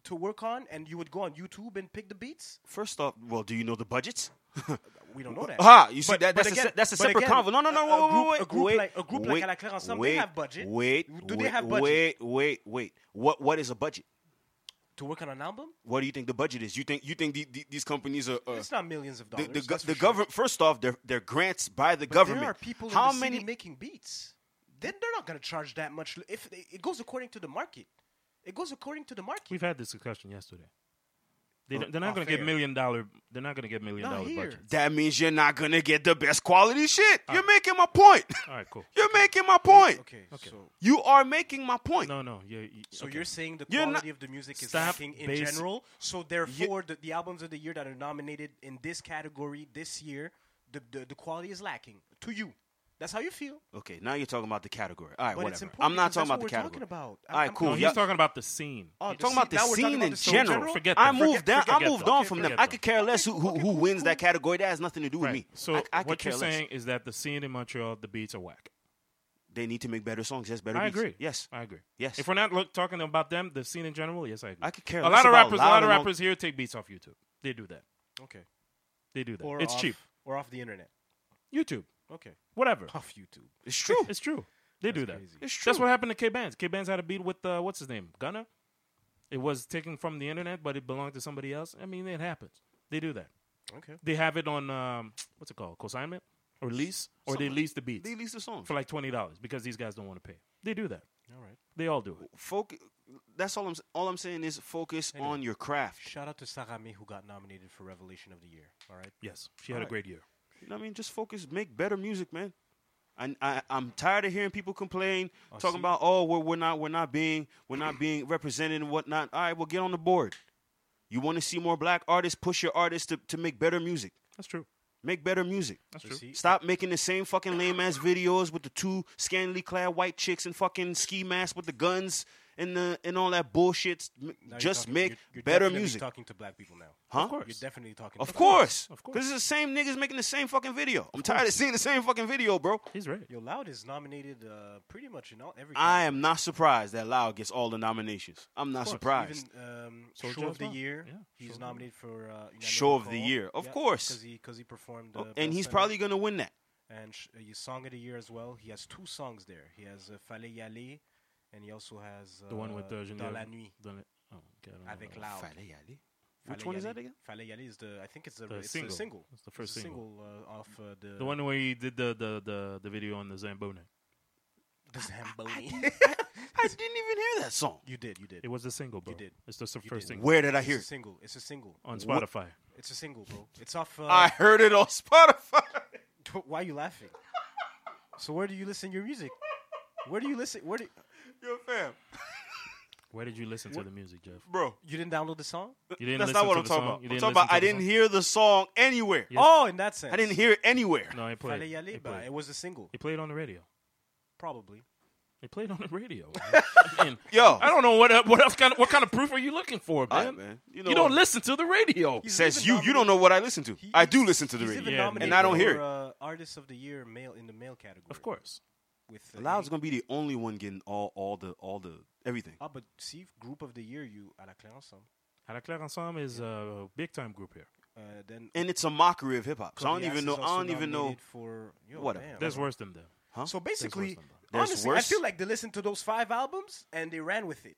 Speaker 2: to work on, and you would go on YouTube and pick the beats?
Speaker 1: First off, well, do you know the budgets?
Speaker 2: We don't know that.
Speaker 1: Ah, you see
Speaker 2: But-
Speaker 1: that?
Speaker 2: but
Speaker 1: That's a
Speaker 2: again-
Speaker 1: se- that's a
Speaker 2: but
Speaker 1: separate
Speaker 2: again,
Speaker 1: convo. No, no, no.
Speaker 2: a-
Speaker 1: wait,
Speaker 2: a
Speaker 1: wait,
Speaker 2: group-
Speaker 1: wait, wait,
Speaker 2: a group like- a group like
Speaker 1: wait,
Speaker 2: à la Claire Ensemble, they
Speaker 1: Wait,
Speaker 2: have budget.
Speaker 1: Wait,
Speaker 2: Do they
Speaker 1: wait,
Speaker 2: have budget?
Speaker 1: Wait, wait, wait. What what is a budget?
Speaker 2: to work on an album?
Speaker 1: What do you think the budget is? You think you think the, the, these companies are? Uh,
Speaker 2: It's not millions of
Speaker 1: the
Speaker 2: dollars.
Speaker 1: the, go-
Speaker 2: that's for
Speaker 1: the
Speaker 2: sure.
Speaker 1: government. First off, they're they're grants by the
Speaker 2: But
Speaker 1: government.
Speaker 2: There are people
Speaker 1: How
Speaker 2: in the
Speaker 1: many?
Speaker 2: city making beats. Then they're not going to charge that much. li- If they, it goes according to the market, it goes according to the market.
Speaker 3: We've had this discussion yesterday. They,
Speaker 2: Oh,
Speaker 3: don't- they're not
Speaker 2: off
Speaker 3: going to get
Speaker 2: air.
Speaker 3: million dollar. They're not going to get million
Speaker 2: Not
Speaker 3: dollar
Speaker 2: here.
Speaker 3: budget.
Speaker 1: that means you're not gonna get the best quality shit. You're making my point.
Speaker 3: All right, cool.
Speaker 1: You're making my point.
Speaker 2: Ah. okay,
Speaker 3: Okay.
Speaker 2: so
Speaker 1: You are making my point.
Speaker 3: No, no. You, you,
Speaker 2: so
Speaker 3: okay.
Speaker 2: you're saying the
Speaker 1: You're
Speaker 2: quality
Speaker 1: not-
Speaker 2: of the music is
Speaker 3: Stop
Speaker 2: lacking in
Speaker 3: basi-
Speaker 2: general. So therefore, the, the albums of the year that are nominated in this category this year, the, the, the quality is lacking to you. That's how you feel.
Speaker 1: Okay, now you're talking about the category. All right,
Speaker 2: But
Speaker 1: whatever.
Speaker 2: it's important
Speaker 1: I'm not talking
Speaker 2: because that's
Speaker 1: about the
Speaker 2: what
Speaker 1: category.
Speaker 2: we're talking about. I'm-
Speaker 1: All right,
Speaker 2: I'm-
Speaker 1: cool.
Speaker 3: No,
Speaker 2: No,
Speaker 3: he's
Speaker 1: Yeah.
Speaker 3: talking about the scene.
Speaker 2: Oh,
Speaker 3: He-
Speaker 2: the
Speaker 1: talking about the
Speaker 2: scene- now we're talking
Speaker 1: scene
Speaker 2: about
Speaker 1: in
Speaker 2: the scene
Speaker 1: general.
Speaker 3: Forget
Speaker 1: I
Speaker 3: them.
Speaker 1: moved down. I
Speaker 3: forget
Speaker 1: moved
Speaker 3: them.
Speaker 1: on from
Speaker 3: Forget
Speaker 1: them. I
Speaker 3: them.
Speaker 1: could care less who, who,
Speaker 2: Okay,
Speaker 1: who
Speaker 2: cool,
Speaker 1: wins that
Speaker 2: cool.
Speaker 1: category. That has nothing to do with
Speaker 3: Right.
Speaker 1: me.
Speaker 3: So
Speaker 1: I, I could
Speaker 3: what
Speaker 1: care
Speaker 3: you're
Speaker 1: less.
Speaker 3: saying is that the scene in Montreal, the beats are whack.
Speaker 1: They need to make better songs. Yes, better.
Speaker 3: I
Speaker 1: beats.
Speaker 3: agree.
Speaker 1: Yes,
Speaker 3: I agree.
Speaker 1: Yes.
Speaker 3: If we're not look, talking about them, the scene in general, yes, I agree.
Speaker 1: I could care
Speaker 3: A
Speaker 1: less
Speaker 3: lot of
Speaker 1: about
Speaker 3: rappers, a
Speaker 1: loud
Speaker 3: lot of
Speaker 1: and long-
Speaker 3: rappers here take beats off YouTube. They do that.
Speaker 2: Okay.
Speaker 3: They do that.
Speaker 2: Or
Speaker 3: it's
Speaker 2: off-
Speaker 3: cheap.
Speaker 2: Or off the internet.
Speaker 3: YouTube,
Speaker 2: Okay.
Speaker 3: whatever.
Speaker 2: Off YouTube.
Speaker 1: it's true.
Speaker 3: It's true. They do that.
Speaker 2: crazy.
Speaker 1: It's true.
Speaker 3: That's what happened to K Bands. K Bands had a beat with uh, what's his name, Gunna. It was taken from the internet, but it belonged to somebody else. I mean, it happens. They do that.
Speaker 2: Okay.
Speaker 3: They have it on um, what's it called, consignment or lease, or they lease the beats
Speaker 1: They released the song.
Speaker 3: for like twenty dollars because these guys don't want to pay. They do that.
Speaker 2: All right.
Speaker 3: They all do it.
Speaker 1: Focus. That's all I'm. s- All I'm saying is focus on your craft.
Speaker 2: Shout out to Sarami who got nominated for Revelation of the Year. All right.
Speaker 3: Yes, she had a great year.
Speaker 1: You know what I mean? Just focus. Make better music, man. And I, I'm tired of hearing people complain, talking
Speaker 2: see.
Speaker 1: about oh we're, we're not we're not being we're not being represented and whatnot. All right, well get on the board. You want to see more black artists? Push your artists to, to make better music.
Speaker 3: That's true.
Speaker 1: Make better music.
Speaker 3: That's
Speaker 2: You
Speaker 3: true.
Speaker 2: see?
Speaker 1: Stop making the same fucking lame ass videos with the two scantily clad white chicks and fucking ski masks with the guns and the and all that bullshit. M-
Speaker 2: Now you're
Speaker 1: Just
Speaker 2: talking-
Speaker 1: make
Speaker 2: you're- you're
Speaker 1: better
Speaker 2: definitely
Speaker 1: music,
Speaker 2: Talking to black people now.
Speaker 1: huh?
Speaker 3: Of course.
Speaker 2: You're definitely talking.
Speaker 1: Of
Speaker 2: to
Speaker 1: course,
Speaker 3: Of course.
Speaker 1: because it's the same niggas making the same fucking video. I'm tired of seeing the same fucking video, bro.
Speaker 3: He's right.
Speaker 2: Yo, Loud is nominated uh, pretty much in all every.
Speaker 1: I am not surprised that Loud gets all the nominations. I'm not surprised.
Speaker 2: Even um,
Speaker 3: Soulja
Speaker 2: Show of
Speaker 3: as
Speaker 2: the
Speaker 3: well.
Speaker 2: Year,
Speaker 3: Yeah, Show
Speaker 2: he's
Speaker 3: of the
Speaker 2: nominated for uh, Unanimous
Speaker 1: Show of the
Speaker 2: Call.
Speaker 1: Year, of course.
Speaker 2: because he because he performed. Uh,
Speaker 1: Oh,
Speaker 2: Bell
Speaker 1: and he's
Speaker 2: Center.
Speaker 1: probably gonna win that.
Speaker 2: and sh- uh, Song of the Year as well. He has two songs there. He has uh, Fale Yali, and he also has uh,
Speaker 3: The one with uh,
Speaker 2: Dans
Speaker 3: Genevieve-
Speaker 2: la Nuit
Speaker 3: Dans la- oh, okay, I don't know
Speaker 2: avec
Speaker 3: that one.
Speaker 2: Loud.
Speaker 1: Uh, Fale Yali.
Speaker 2: Fale
Speaker 1: Which one is
Speaker 2: Yali.
Speaker 1: that again?
Speaker 2: Fale Yali is the I think it's the,
Speaker 3: The
Speaker 2: it's
Speaker 3: single.
Speaker 2: A single.
Speaker 3: It's the first
Speaker 2: it's a
Speaker 3: single.
Speaker 2: single uh, off uh, the
Speaker 3: The one where he did the the the, the video on the Zamboni.
Speaker 2: the Zamboni.
Speaker 1: I didn't even hear that song.
Speaker 2: you did, you did.
Speaker 3: It was the single, bro.
Speaker 2: did.
Speaker 3: It's the s-
Speaker 2: You
Speaker 3: first
Speaker 2: did.
Speaker 3: single
Speaker 1: Where did I
Speaker 2: it's
Speaker 1: hear
Speaker 2: a
Speaker 1: it?
Speaker 2: single. It's a single.
Speaker 3: on
Speaker 1: What-
Speaker 3: Spotify.
Speaker 2: It's a single, bro. It's off. Uh,
Speaker 1: I heard it on Spotify.
Speaker 2: Why are you laughing? so where do you listen your music? Where do you listen? Where do
Speaker 1: Yo, fam,
Speaker 3: Where did you listen to the music, Jeff?
Speaker 1: bro.
Speaker 2: you didn't download the song?
Speaker 3: You didn't
Speaker 1: That's not
Speaker 3: listen
Speaker 1: what
Speaker 3: to
Speaker 1: I'm
Speaker 3: the
Speaker 1: talking
Speaker 3: song?
Speaker 1: about.
Speaker 3: You
Speaker 1: I'm
Speaker 3: didn't
Speaker 1: talking
Speaker 3: listen
Speaker 1: about
Speaker 3: to
Speaker 1: I
Speaker 3: the
Speaker 1: didn't
Speaker 3: song?
Speaker 1: hear the song anywhere.
Speaker 3: Yeah.
Speaker 2: Oh, in that sense.
Speaker 1: I didn't hear it anywhere.
Speaker 3: No, I played.
Speaker 2: Fale
Speaker 3: it.
Speaker 2: Yali,
Speaker 3: It
Speaker 2: but
Speaker 3: played.
Speaker 2: it was a single,
Speaker 3: It played on the radio.
Speaker 2: probably.
Speaker 3: It played on the radio. man. I mean,
Speaker 1: Yo.
Speaker 3: I don't know what el- what else kind of what kind of proof are you looking for,
Speaker 1: All
Speaker 3: man?
Speaker 1: right, man. You
Speaker 3: You,
Speaker 1: know-
Speaker 3: don't listen to the radio.
Speaker 2: He's
Speaker 1: Says
Speaker 2: even
Speaker 1: you. You don't know what I listen to.
Speaker 2: He-
Speaker 1: I do listen to the
Speaker 2: He's
Speaker 1: radio.
Speaker 2: even
Speaker 3: Yeah,
Speaker 2: nominated
Speaker 1: and I don't hear
Speaker 2: for,
Speaker 1: it.
Speaker 2: Uh, Artist of the Year, male in the male category.
Speaker 3: Of course.
Speaker 2: With uh,
Speaker 1: Loud's
Speaker 2: Iggy-
Speaker 1: gonna be the only one getting all, all the, all the everything.
Speaker 2: Ah, but see, group of the year, you à la clé ensemble.
Speaker 3: À la Claire Ensemble is a big time group here.
Speaker 2: Uh, then
Speaker 1: And it's a mockery of hip hop. So I don't
Speaker 2: Corias
Speaker 1: even
Speaker 2: is
Speaker 1: know. I
Speaker 2: also
Speaker 1: don't even know.
Speaker 2: nominated For, yo,
Speaker 1: Whatever.
Speaker 2: damn.
Speaker 3: There's worse than them.
Speaker 1: Huh?
Speaker 2: So basically,
Speaker 3: than that.
Speaker 1: There's
Speaker 2: honestly, I
Speaker 1: worse?
Speaker 2: feel like they listened to those five albums and they ran with it.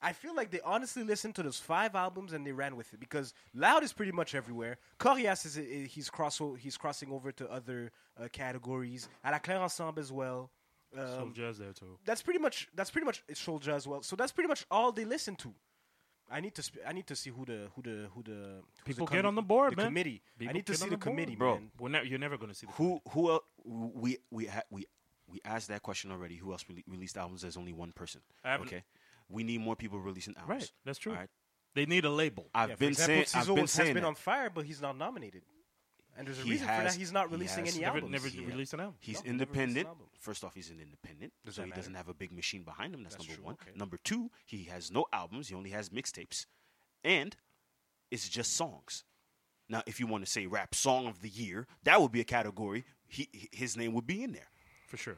Speaker 2: I feel like they honestly listened to those five albums and they ran with it because Loud is pretty much everywhere. Corias is is- he's cross he's crossing over to other uh, categories. À la Claire Ensemble as well.
Speaker 3: So
Speaker 2: Um,
Speaker 3: jazz there too.
Speaker 2: that's pretty much that's pretty much it's Soldier as well. So that's pretty much all they listen to. I need to sp- I need to see who the who the who the who's
Speaker 3: People
Speaker 2: the
Speaker 3: get on the board,
Speaker 2: the
Speaker 3: man.
Speaker 2: Committee. I
Speaker 3: People
Speaker 2: need to
Speaker 3: get
Speaker 2: see
Speaker 3: on
Speaker 2: the,
Speaker 3: the board,
Speaker 2: committee,
Speaker 1: bro.
Speaker 2: man.
Speaker 3: We're ne- you're never going to see the
Speaker 1: Who who else? We we ha- we we asked that question already. Who else rele- released albums as only one person?
Speaker 3: I haven't-
Speaker 1: Okay, we need more people releasing albums.
Speaker 3: Right, that's true.
Speaker 1: All right?
Speaker 3: They need a label.
Speaker 1: I've
Speaker 2: Yeah, for
Speaker 1: been
Speaker 2: example,
Speaker 1: saying. I've
Speaker 2: Cizzo
Speaker 1: been
Speaker 2: has
Speaker 1: saying
Speaker 2: been
Speaker 1: that.
Speaker 2: on fire, but he's not nominated. And there's a
Speaker 1: He
Speaker 2: reason for
Speaker 1: has-
Speaker 2: that. He's not
Speaker 1: he
Speaker 2: releasing
Speaker 1: has-
Speaker 2: any
Speaker 1: Never-
Speaker 2: albums.
Speaker 3: never
Speaker 1: Yeah.
Speaker 3: released an album.
Speaker 1: He's
Speaker 2: No, he never released an
Speaker 1: independent.
Speaker 2: album.
Speaker 1: First off, he's an independent,
Speaker 2: Does
Speaker 1: so
Speaker 2: that
Speaker 1: he doesn't
Speaker 2: matter?
Speaker 1: have a big machine behind him. That's,
Speaker 2: That's
Speaker 1: number
Speaker 2: true,
Speaker 1: one.
Speaker 2: okay.
Speaker 1: Number two, he has no albums. He only has mixtapes, and it's just songs. Now, if you want to say rap song of the year, that would be a category. He h- his name would be in there
Speaker 3: For sure.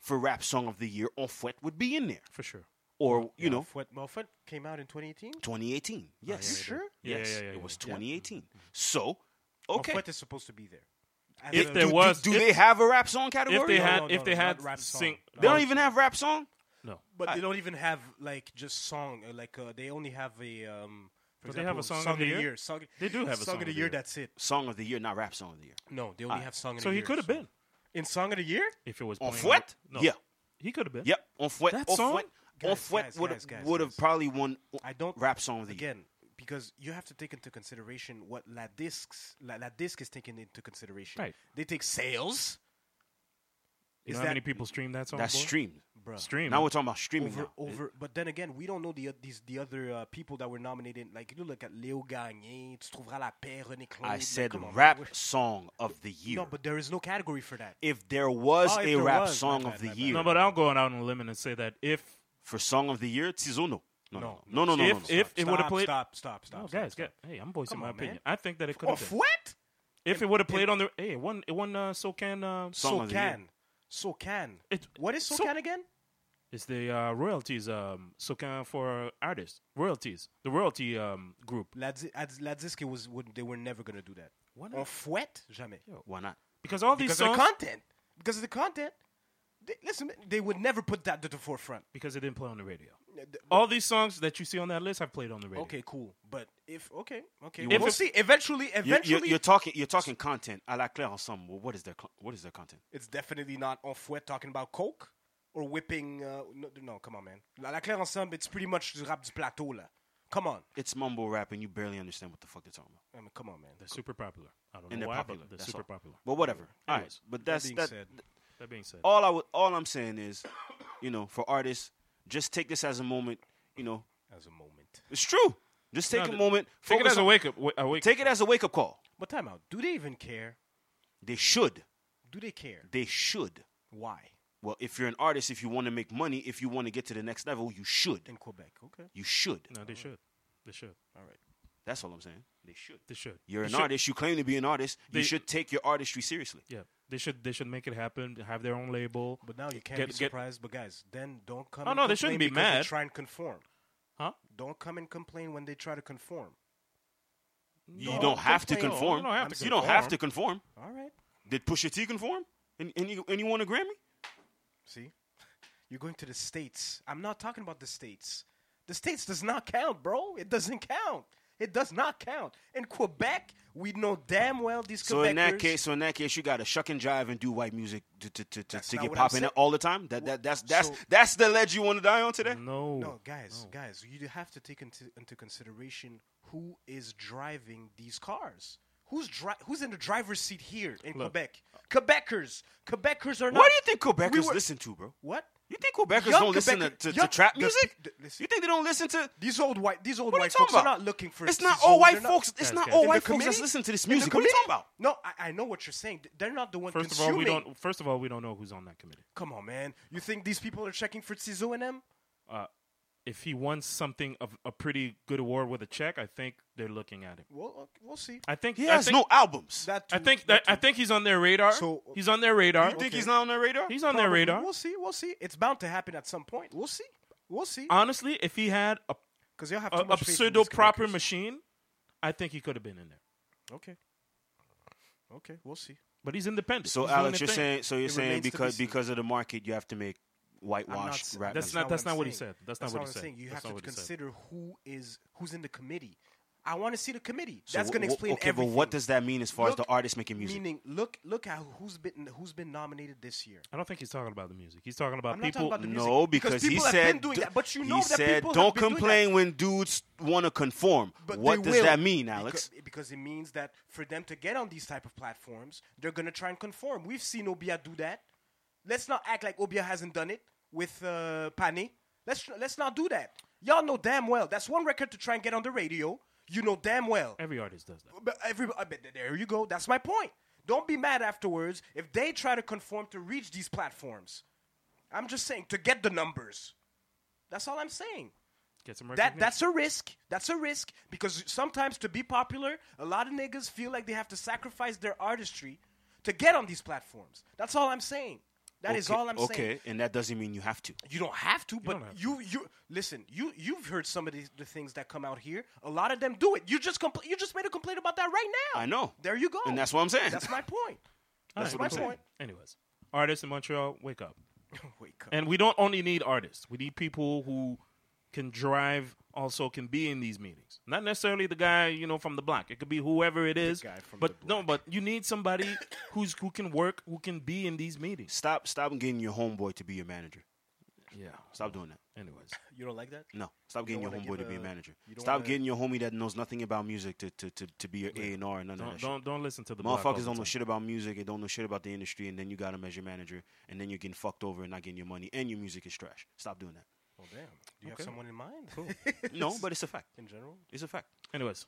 Speaker 1: for rap song of the year. On Fouet would be in there,
Speaker 3: For sure.
Speaker 1: or you know,
Speaker 2: Fouet, well, Fouet came out in 2018.
Speaker 1: 2018. Yes,
Speaker 2: You sure?
Speaker 3: Oh, Yeah,
Speaker 1: Yes,
Speaker 3: yeah, yeah, yeah,
Speaker 1: it was
Speaker 3: yeah. Mm-hmm.
Speaker 1: 2018. So,
Speaker 2: Well,
Speaker 1: okay.
Speaker 2: Fouet is supposed to be there. As
Speaker 3: If
Speaker 2: a-
Speaker 1: Do-
Speaker 3: there
Speaker 1: do-
Speaker 3: was-
Speaker 1: do,
Speaker 3: if-
Speaker 1: they have a rap song category?
Speaker 3: If they Oh,
Speaker 2: No,
Speaker 3: had
Speaker 2: no,
Speaker 3: if
Speaker 2: no,
Speaker 3: they
Speaker 2: no,
Speaker 3: had
Speaker 2: not rap song.
Speaker 3: sing
Speaker 1: they don't even have rap song.
Speaker 3: No.
Speaker 2: But they don't even have like just song. uh, Like uh, they only have a. Um, for
Speaker 3: Don't they have a
Speaker 2: example,
Speaker 3: song of the year?
Speaker 2: Song,
Speaker 3: They do have a
Speaker 2: song of the year. That's it.
Speaker 1: Song of the year, not rap song of the year.
Speaker 2: No, they only have song of
Speaker 3: So
Speaker 2: the
Speaker 3: he
Speaker 2: year.
Speaker 3: could have been
Speaker 2: in song of the year.
Speaker 3: if it was
Speaker 1: On
Speaker 3: playing
Speaker 1: Fouet?
Speaker 3: No.
Speaker 1: Yeah.
Speaker 3: He could have been.
Speaker 1: Yep, on Fouet.
Speaker 3: That
Speaker 1: on
Speaker 3: song?
Speaker 1: Fouet, on
Speaker 2: Guys,
Speaker 1: Fouet
Speaker 2: guys,
Speaker 1: would
Speaker 2: guys, guys,
Speaker 1: would have
Speaker 2: guys.
Speaker 1: probably won.
Speaker 2: I don't
Speaker 1: rap song of the year.
Speaker 2: again because you have to take into consideration what La Discs La, La Disc is taking into consideration.
Speaker 3: Right.
Speaker 2: They take sales.
Speaker 3: You
Speaker 2: Is
Speaker 3: know how
Speaker 2: that-
Speaker 3: many people stream that song?
Speaker 1: That's
Speaker 3: boy?
Speaker 1: streamed.
Speaker 2: Bruh.
Speaker 3: Stream.
Speaker 1: Now we're talking about streaming.
Speaker 2: over
Speaker 1: now.
Speaker 2: over. But then again, we don't know the oth- these the other uh, people that were nominated. Like you look at Léo Gagné, tu trouveras la paix, René Claude.
Speaker 1: I
Speaker 2: like,
Speaker 1: said
Speaker 2: come on,
Speaker 1: rap
Speaker 2: man, we're-
Speaker 1: song of the year.
Speaker 2: No, but there is no category for that.
Speaker 1: if there was
Speaker 2: Oh, if
Speaker 1: a
Speaker 2: there
Speaker 1: rap
Speaker 2: was, my
Speaker 1: song
Speaker 2: bad,
Speaker 1: of the
Speaker 2: my bad.
Speaker 1: year,
Speaker 3: No, but I'll go out on a limb and say that if
Speaker 1: for song of the year, Tizuno. No, no, no, no, no, no,
Speaker 3: If-
Speaker 1: no, no.
Speaker 3: if- it would've
Speaker 2: Stop,
Speaker 3: played-
Speaker 2: Stop, stop, stop.
Speaker 3: oh,
Speaker 2: stop,
Speaker 3: guys,
Speaker 2: stop.
Speaker 3: guys, hey, I'm voicing
Speaker 2: Come
Speaker 3: my
Speaker 2: on,
Speaker 3: opinion.
Speaker 2: man.
Speaker 3: I think that it could
Speaker 2: Oh,
Speaker 3: have been.
Speaker 2: what?
Speaker 3: If it would have played on the hey, it won it won uh, So Can uh,
Speaker 1: Song
Speaker 2: So
Speaker 1: of the year.
Speaker 2: can, so can.
Speaker 3: It-
Speaker 2: What is so
Speaker 3: So-
Speaker 2: can again?
Speaker 3: It's the uh, royalties, um, so kind of for artists, royalties, the royalty um, group.
Speaker 2: Ladziski was would, they were never gonna do that.
Speaker 3: Why
Speaker 2: On
Speaker 3: not?
Speaker 2: fouette, jamais.
Speaker 1: why not?
Speaker 3: Because all these
Speaker 2: Because of
Speaker 3: songs,
Speaker 2: the content. Because of the content. They, listen, they would never put that to the forefront.
Speaker 3: because it didn't play on the radio.
Speaker 2: Uh, th-
Speaker 3: All these songs that you see on that list have played on the radio.
Speaker 2: Okay, cool. But if okay, okay,
Speaker 3: If
Speaker 2: we'll
Speaker 3: it-
Speaker 2: see. Eventually,
Speaker 1: You're,
Speaker 2: eventually,
Speaker 1: you're, you're talking. You're talking content. A la Claire ensemble. Well, what is their con- What is their content?
Speaker 2: it's definitely not on fouet talking about coke or whipping. Uh, no, no, come on, man. La, la Claire ensemble, it's pretty much the rap du plateau là. Come on,
Speaker 1: It's mumble rap, and you barely understand what the fuck they're talking about.
Speaker 2: I mean, come on, man.
Speaker 3: They're super popular. I don't know
Speaker 1: And they're
Speaker 3: why, but
Speaker 1: popular.
Speaker 3: they're
Speaker 1: that's
Speaker 3: super
Speaker 1: all.
Speaker 3: popular.
Speaker 1: But whatever. All right.
Speaker 3: Anyways,
Speaker 1: But that's
Speaker 2: being
Speaker 1: that.
Speaker 2: said,
Speaker 3: That being said,
Speaker 1: all I would, all I'm saying is, you know, for artists, just take this as a moment. You know,
Speaker 2: as a moment.
Speaker 1: it's true. Just take
Speaker 3: No,
Speaker 1: a moment.
Speaker 3: take it
Speaker 1: focus
Speaker 3: as a
Speaker 1: on-
Speaker 3: wake up. wa- a wake
Speaker 1: Take it as a wake up call.
Speaker 2: But time out. Do they even care?
Speaker 1: They should.
Speaker 2: Do they care?
Speaker 1: They should.
Speaker 2: Why
Speaker 1: Well, if you're an artist, if you want to make money, if you want to get to the next level, you should.
Speaker 2: in Quebec? Okay,
Speaker 1: You should.
Speaker 3: No, they should. They should.
Speaker 2: all right.
Speaker 1: That's all I'm saying. They should.
Speaker 3: They should.
Speaker 1: You're
Speaker 3: They
Speaker 1: an
Speaker 3: should-
Speaker 1: artist. You claim to be an artist.
Speaker 3: They-
Speaker 1: you should take your artistry seriously.
Speaker 3: Yeah, they should. They should make it happen. Have their own label.
Speaker 2: But now you can't
Speaker 3: Get-
Speaker 2: be
Speaker 3: get-
Speaker 2: surprised. but guys, then don't come.
Speaker 3: Oh,
Speaker 2: and
Speaker 3: no, they
Speaker 2: complain
Speaker 3: shouldn't be
Speaker 2: because they
Speaker 3: mad.
Speaker 2: Try and conform.
Speaker 3: Huh?
Speaker 2: Don't come and complain when they try to conform.
Speaker 1: you don't have to
Speaker 3: complain.
Speaker 1: conform.
Speaker 3: You don't have to
Speaker 1: You don't have
Speaker 3: conform.
Speaker 1: to conform.
Speaker 2: All right.
Speaker 1: Did Pusha T conform? And any anyone a Grammy?
Speaker 2: See, you're going to the states. I'm not talking about the states. The states does not count, bro. It doesn't count. It does not count. In Quebec, we know damn well these.
Speaker 1: So in that
Speaker 2: Quebecers-
Speaker 1: case, so in that case, you got to shuck and jive and do white music to to, to, to,
Speaker 2: That's
Speaker 1: to
Speaker 2: not
Speaker 1: get
Speaker 2: what I'm
Speaker 1: popping
Speaker 2: saying.
Speaker 1: all the time. That that that's that's
Speaker 2: So-
Speaker 1: that's the ledge you want to die on today.
Speaker 3: No.
Speaker 2: no, guys, guys, you have to take into, into consideration who is driving these cars. Who's dri- Who's in the driver's seat here in
Speaker 3: Look.
Speaker 2: Quebec? Quebecers, Quebecers are not.
Speaker 1: What do you think Quebecers
Speaker 2: We were-
Speaker 1: listen to, bro?
Speaker 2: What?
Speaker 1: You think Quebecers
Speaker 2: Young
Speaker 1: don't listen to,
Speaker 2: Quebec-
Speaker 1: to, to
Speaker 2: young-
Speaker 1: trap
Speaker 2: the-
Speaker 1: music?
Speaker 2: the- listen.
Speaker 1: you think they don't listen to?
Speaker 2: These old white these old
Speaker 1: What are you
Speaker 2: white
Speaker 1: talking
Speaker 2: folks are
Speaker 1: about?
Speaker 2: not looking for.
Speaker 1: It's not
Speaker 2: sizzle.
Speaker 1: all white
Speaker 2: They're not-
Speaker 1: folks. It's
Speaker 3: Guys,
Speaker 1: not
Speaker 3: guys.
Speaker 1: all
Speaker 2: In the
Speaker 1: white folks that's
Speaker 2: committee?
Speaker 1: listening to this
Speaker 2: In the
Speaker 1: music. What are you talking
Speaker 2: committee?
Speaker 1: about?
Speaker 2: No, I, I know what you're saying. They're not the one
Speaker 3: First of all,
Speaker 2: consuming.
Speaker 3: we don't. First of all, we don't know who's on that committee.
Speaker 2: Come on, man. You think these people are checking for Tsizu and them?
Speaker 3: Uh, if he wants something of a pretty good award with a check, I think they're looking at him.
Speaker 2: Well, okay, we'll see.
Speaker 3: I think
Speaker 1: He
Speaker 3: I
Speaker 1: has
Speaker 3: think,
Speaker 1: no albums.
Speaker 2: That
Speaker 3: I
Speaker 2: too-
Speaker 3: think that I think he's on their radar.
Speaker 2: So-
Speaker 3: he's on their radar.
Speaker 1: You think he's not on their radar?
Speaker 3: He's on
Speaker 2: probably-
Speaker 3: their radar.
Speaker 2: We'll see. We'll see. It's bound to happen at some point. We'll see. We'll see.
Speaker 3: Honestly, if he had a,
Speaker 2: Because you'll have
Speaker 3: Uh, a,
Speaker 2: too much
Speaker 3: a
Speaker 2: faith in
Speaker 3: pseudo
Speaker 2: these
Speaker 3: proper
Speaker 2: Quebecers.
Speaker 3: machine, I think he could have been in there.
Speaker 2: Okay. Okay. We'll see.
Speaker 3: But he's independent.
Speaker 1: So
Speaker 3: He's doing
Speaker 1: Alex,
Speaker 3: their
Speaker 1: you're
Speaker 3: thing.
Speaker 1: saying so you're
Speaker 2: It
Speaker 1: saying
Speaker 2: remains to be
Speaker 1: because
Speaker 2: seen.
Speaker 1: because of the market, you have to make whitewashed
Speaker 2: s-
Speaker 1: rap.
Speaker 3: That's
Speaker 1: music.
Speaker 3: not- that's not
Speaker 2: I'm
Speaker 3: what he
Speaker 2: saying.
Speaker 3: said. That's not what he
Speaker 2: I'm
Speaker 3: said.
Speaker 2: saying. You
Speaker 3: That's
Speaker 2: have
Speaker 3: not
Speaker 2: to
Speaker 3: what he said.
Speaker 2: consider who is who's in the committee. I want to see the committee.
Speaker 1: So
Speaker 2: That's
Speaker 1: wh-
Speaker 2: going to
Speaker 1: wh-
Speaker 2: explain
Speaker 1: Okay,
Speaker 2: everything.
Speaker 1: but what does that mean as far as the
Speaker 2: Look,
Speaker 1: artist making music?
Speaker 2: Meaning, look, look at who's been who's been nominated this year.
Speaker 3: I don't think he's talking about the music. He's talking about
Speaker 2: I'm not
Speaker 3: people.
Speaker 2: talking about the music.
Speaker 1: no, because,
Speaker 2: people
Speaker 1: he
Speaker 2: have
Speaker 1: said
Speaker 2: been doing
Speaker 1: d-
Speaker 2: that, but you know
Speaker 1: he
Speaker 2: that
Speaker 1: said
Speaker 2: people have
Speaker 1: don't
Speaker 2: been doing
Speaker 1: complain
Speaker 2: that.
Speaker 1: when dudes want to conform.
Speaker 2: But
Speaker 1: what
Speaker 2: they
Speaker 1: does
Speaker 2: will,
Speaker 1: that mean,
Speaker 2: becau-
Speaker 1: Alex?
Speaker 2: Because, it means that for them to get on these type of platforms, they're gonna try and conform. We've seen Obia do that. Let's not act like Obia hasn't done it with uh, Pani. Let's tr- let's not do that. Y'all know damn well that's one record to try and get on the radio. You know damn well.
Speaker 3: Every artist does that.
Speaker 2: But every, uh, but there you go. That's my point. Don't be mad afterwards if they try to conform to reach these platforms. I'm just saying to get the numbers. That's all I'm saying.
Speaker 3: Get some
Speaker 2: That
Speaker 3: recognition.
Speaker 2: that's a risk. That's a risk because sometimes to be popular, a lot of niggas feel like they have to sacrifice their artistry to get on these platforms. That's all I'm saying. That is
Speaker 1: okay,
Speaker 2: all I'm
Speaker 1: okay,
Speaker 2: saying.
Speaker 1: and that doesn't mean you have to.
Speaker 2: You don't have to, but
Speaker 3: don't have to.
Speaker 2: you, you listen. You you've heard some of the, the things that come out here. A lot of them do it. You just compl- you just made a complaint about that right now.
Speaker 1: I know.
Speaker 2: There you go.
Speaker 1: And that's what I'm saying.
Speaker 2: That's my point.
Speaker 3: All
Speaker 1: That's
Speaker 3: right,
Speaker 1: what I'm
Speaker 3: cool.
Speaker 1: saying.
Speaker 3: Anyways, artists in Montreal, wake up.
Speaker 2: Wake up.
Speaker 3: And we don't only need artists. We need people who can drive, also can be in these meetings. Not necessarily the guy, you know, from the block. It could be whoever it is.
Speaker 2: guy from
Speaker 3: but
Speaker 2: the
Speaker 3: no, but you need somebody who's who can work, who can be in these meetings.
Speaker 1: Stop, stop getting your homeboy to be your manager.
Speaker 3: Yeah.
Speaker 1: Stop doing that.
Speaker 3: Anyways,
Speaker 2: You don't like that?
Speaker 1: No, stop
Speaker 2: You
Speaker 1: getting your
Speaker 2: don't
Speaker 1: homeboy
Speaker 2: wanna
Speaker 1: to be a
Speaker 2: give a-
Speaker 1: manager.
Speaker 2: you don't
Speaker 1: Stop
Speaker 2: wanna-
Speaker 1: getting your homie that knows nothing about music to to to, to be your A and R and none of
Speaker 3: don't
Speaker 1: that shit.
Speaker 3: don't, don't listen to the block all
Speaker 1: Motherfuckers
Speaker 3: the
Speaker 1: don't know
Speaker 3: time.
Speaker 1: shit about music and don't know shit about the industry, and then you got him as your manager, and then you're getting fucked over and not getting your money, and your music is trash. Stop doing that.
Speaker 2: Well, damn. Do you
Speaker 3: Okay.
Speaker 2: have someone in mind?
Speaker 1: No, but it's a fact.
Speaker 2: in general,
Speaker 1: It's a fact.
Speaker 3: Anyways,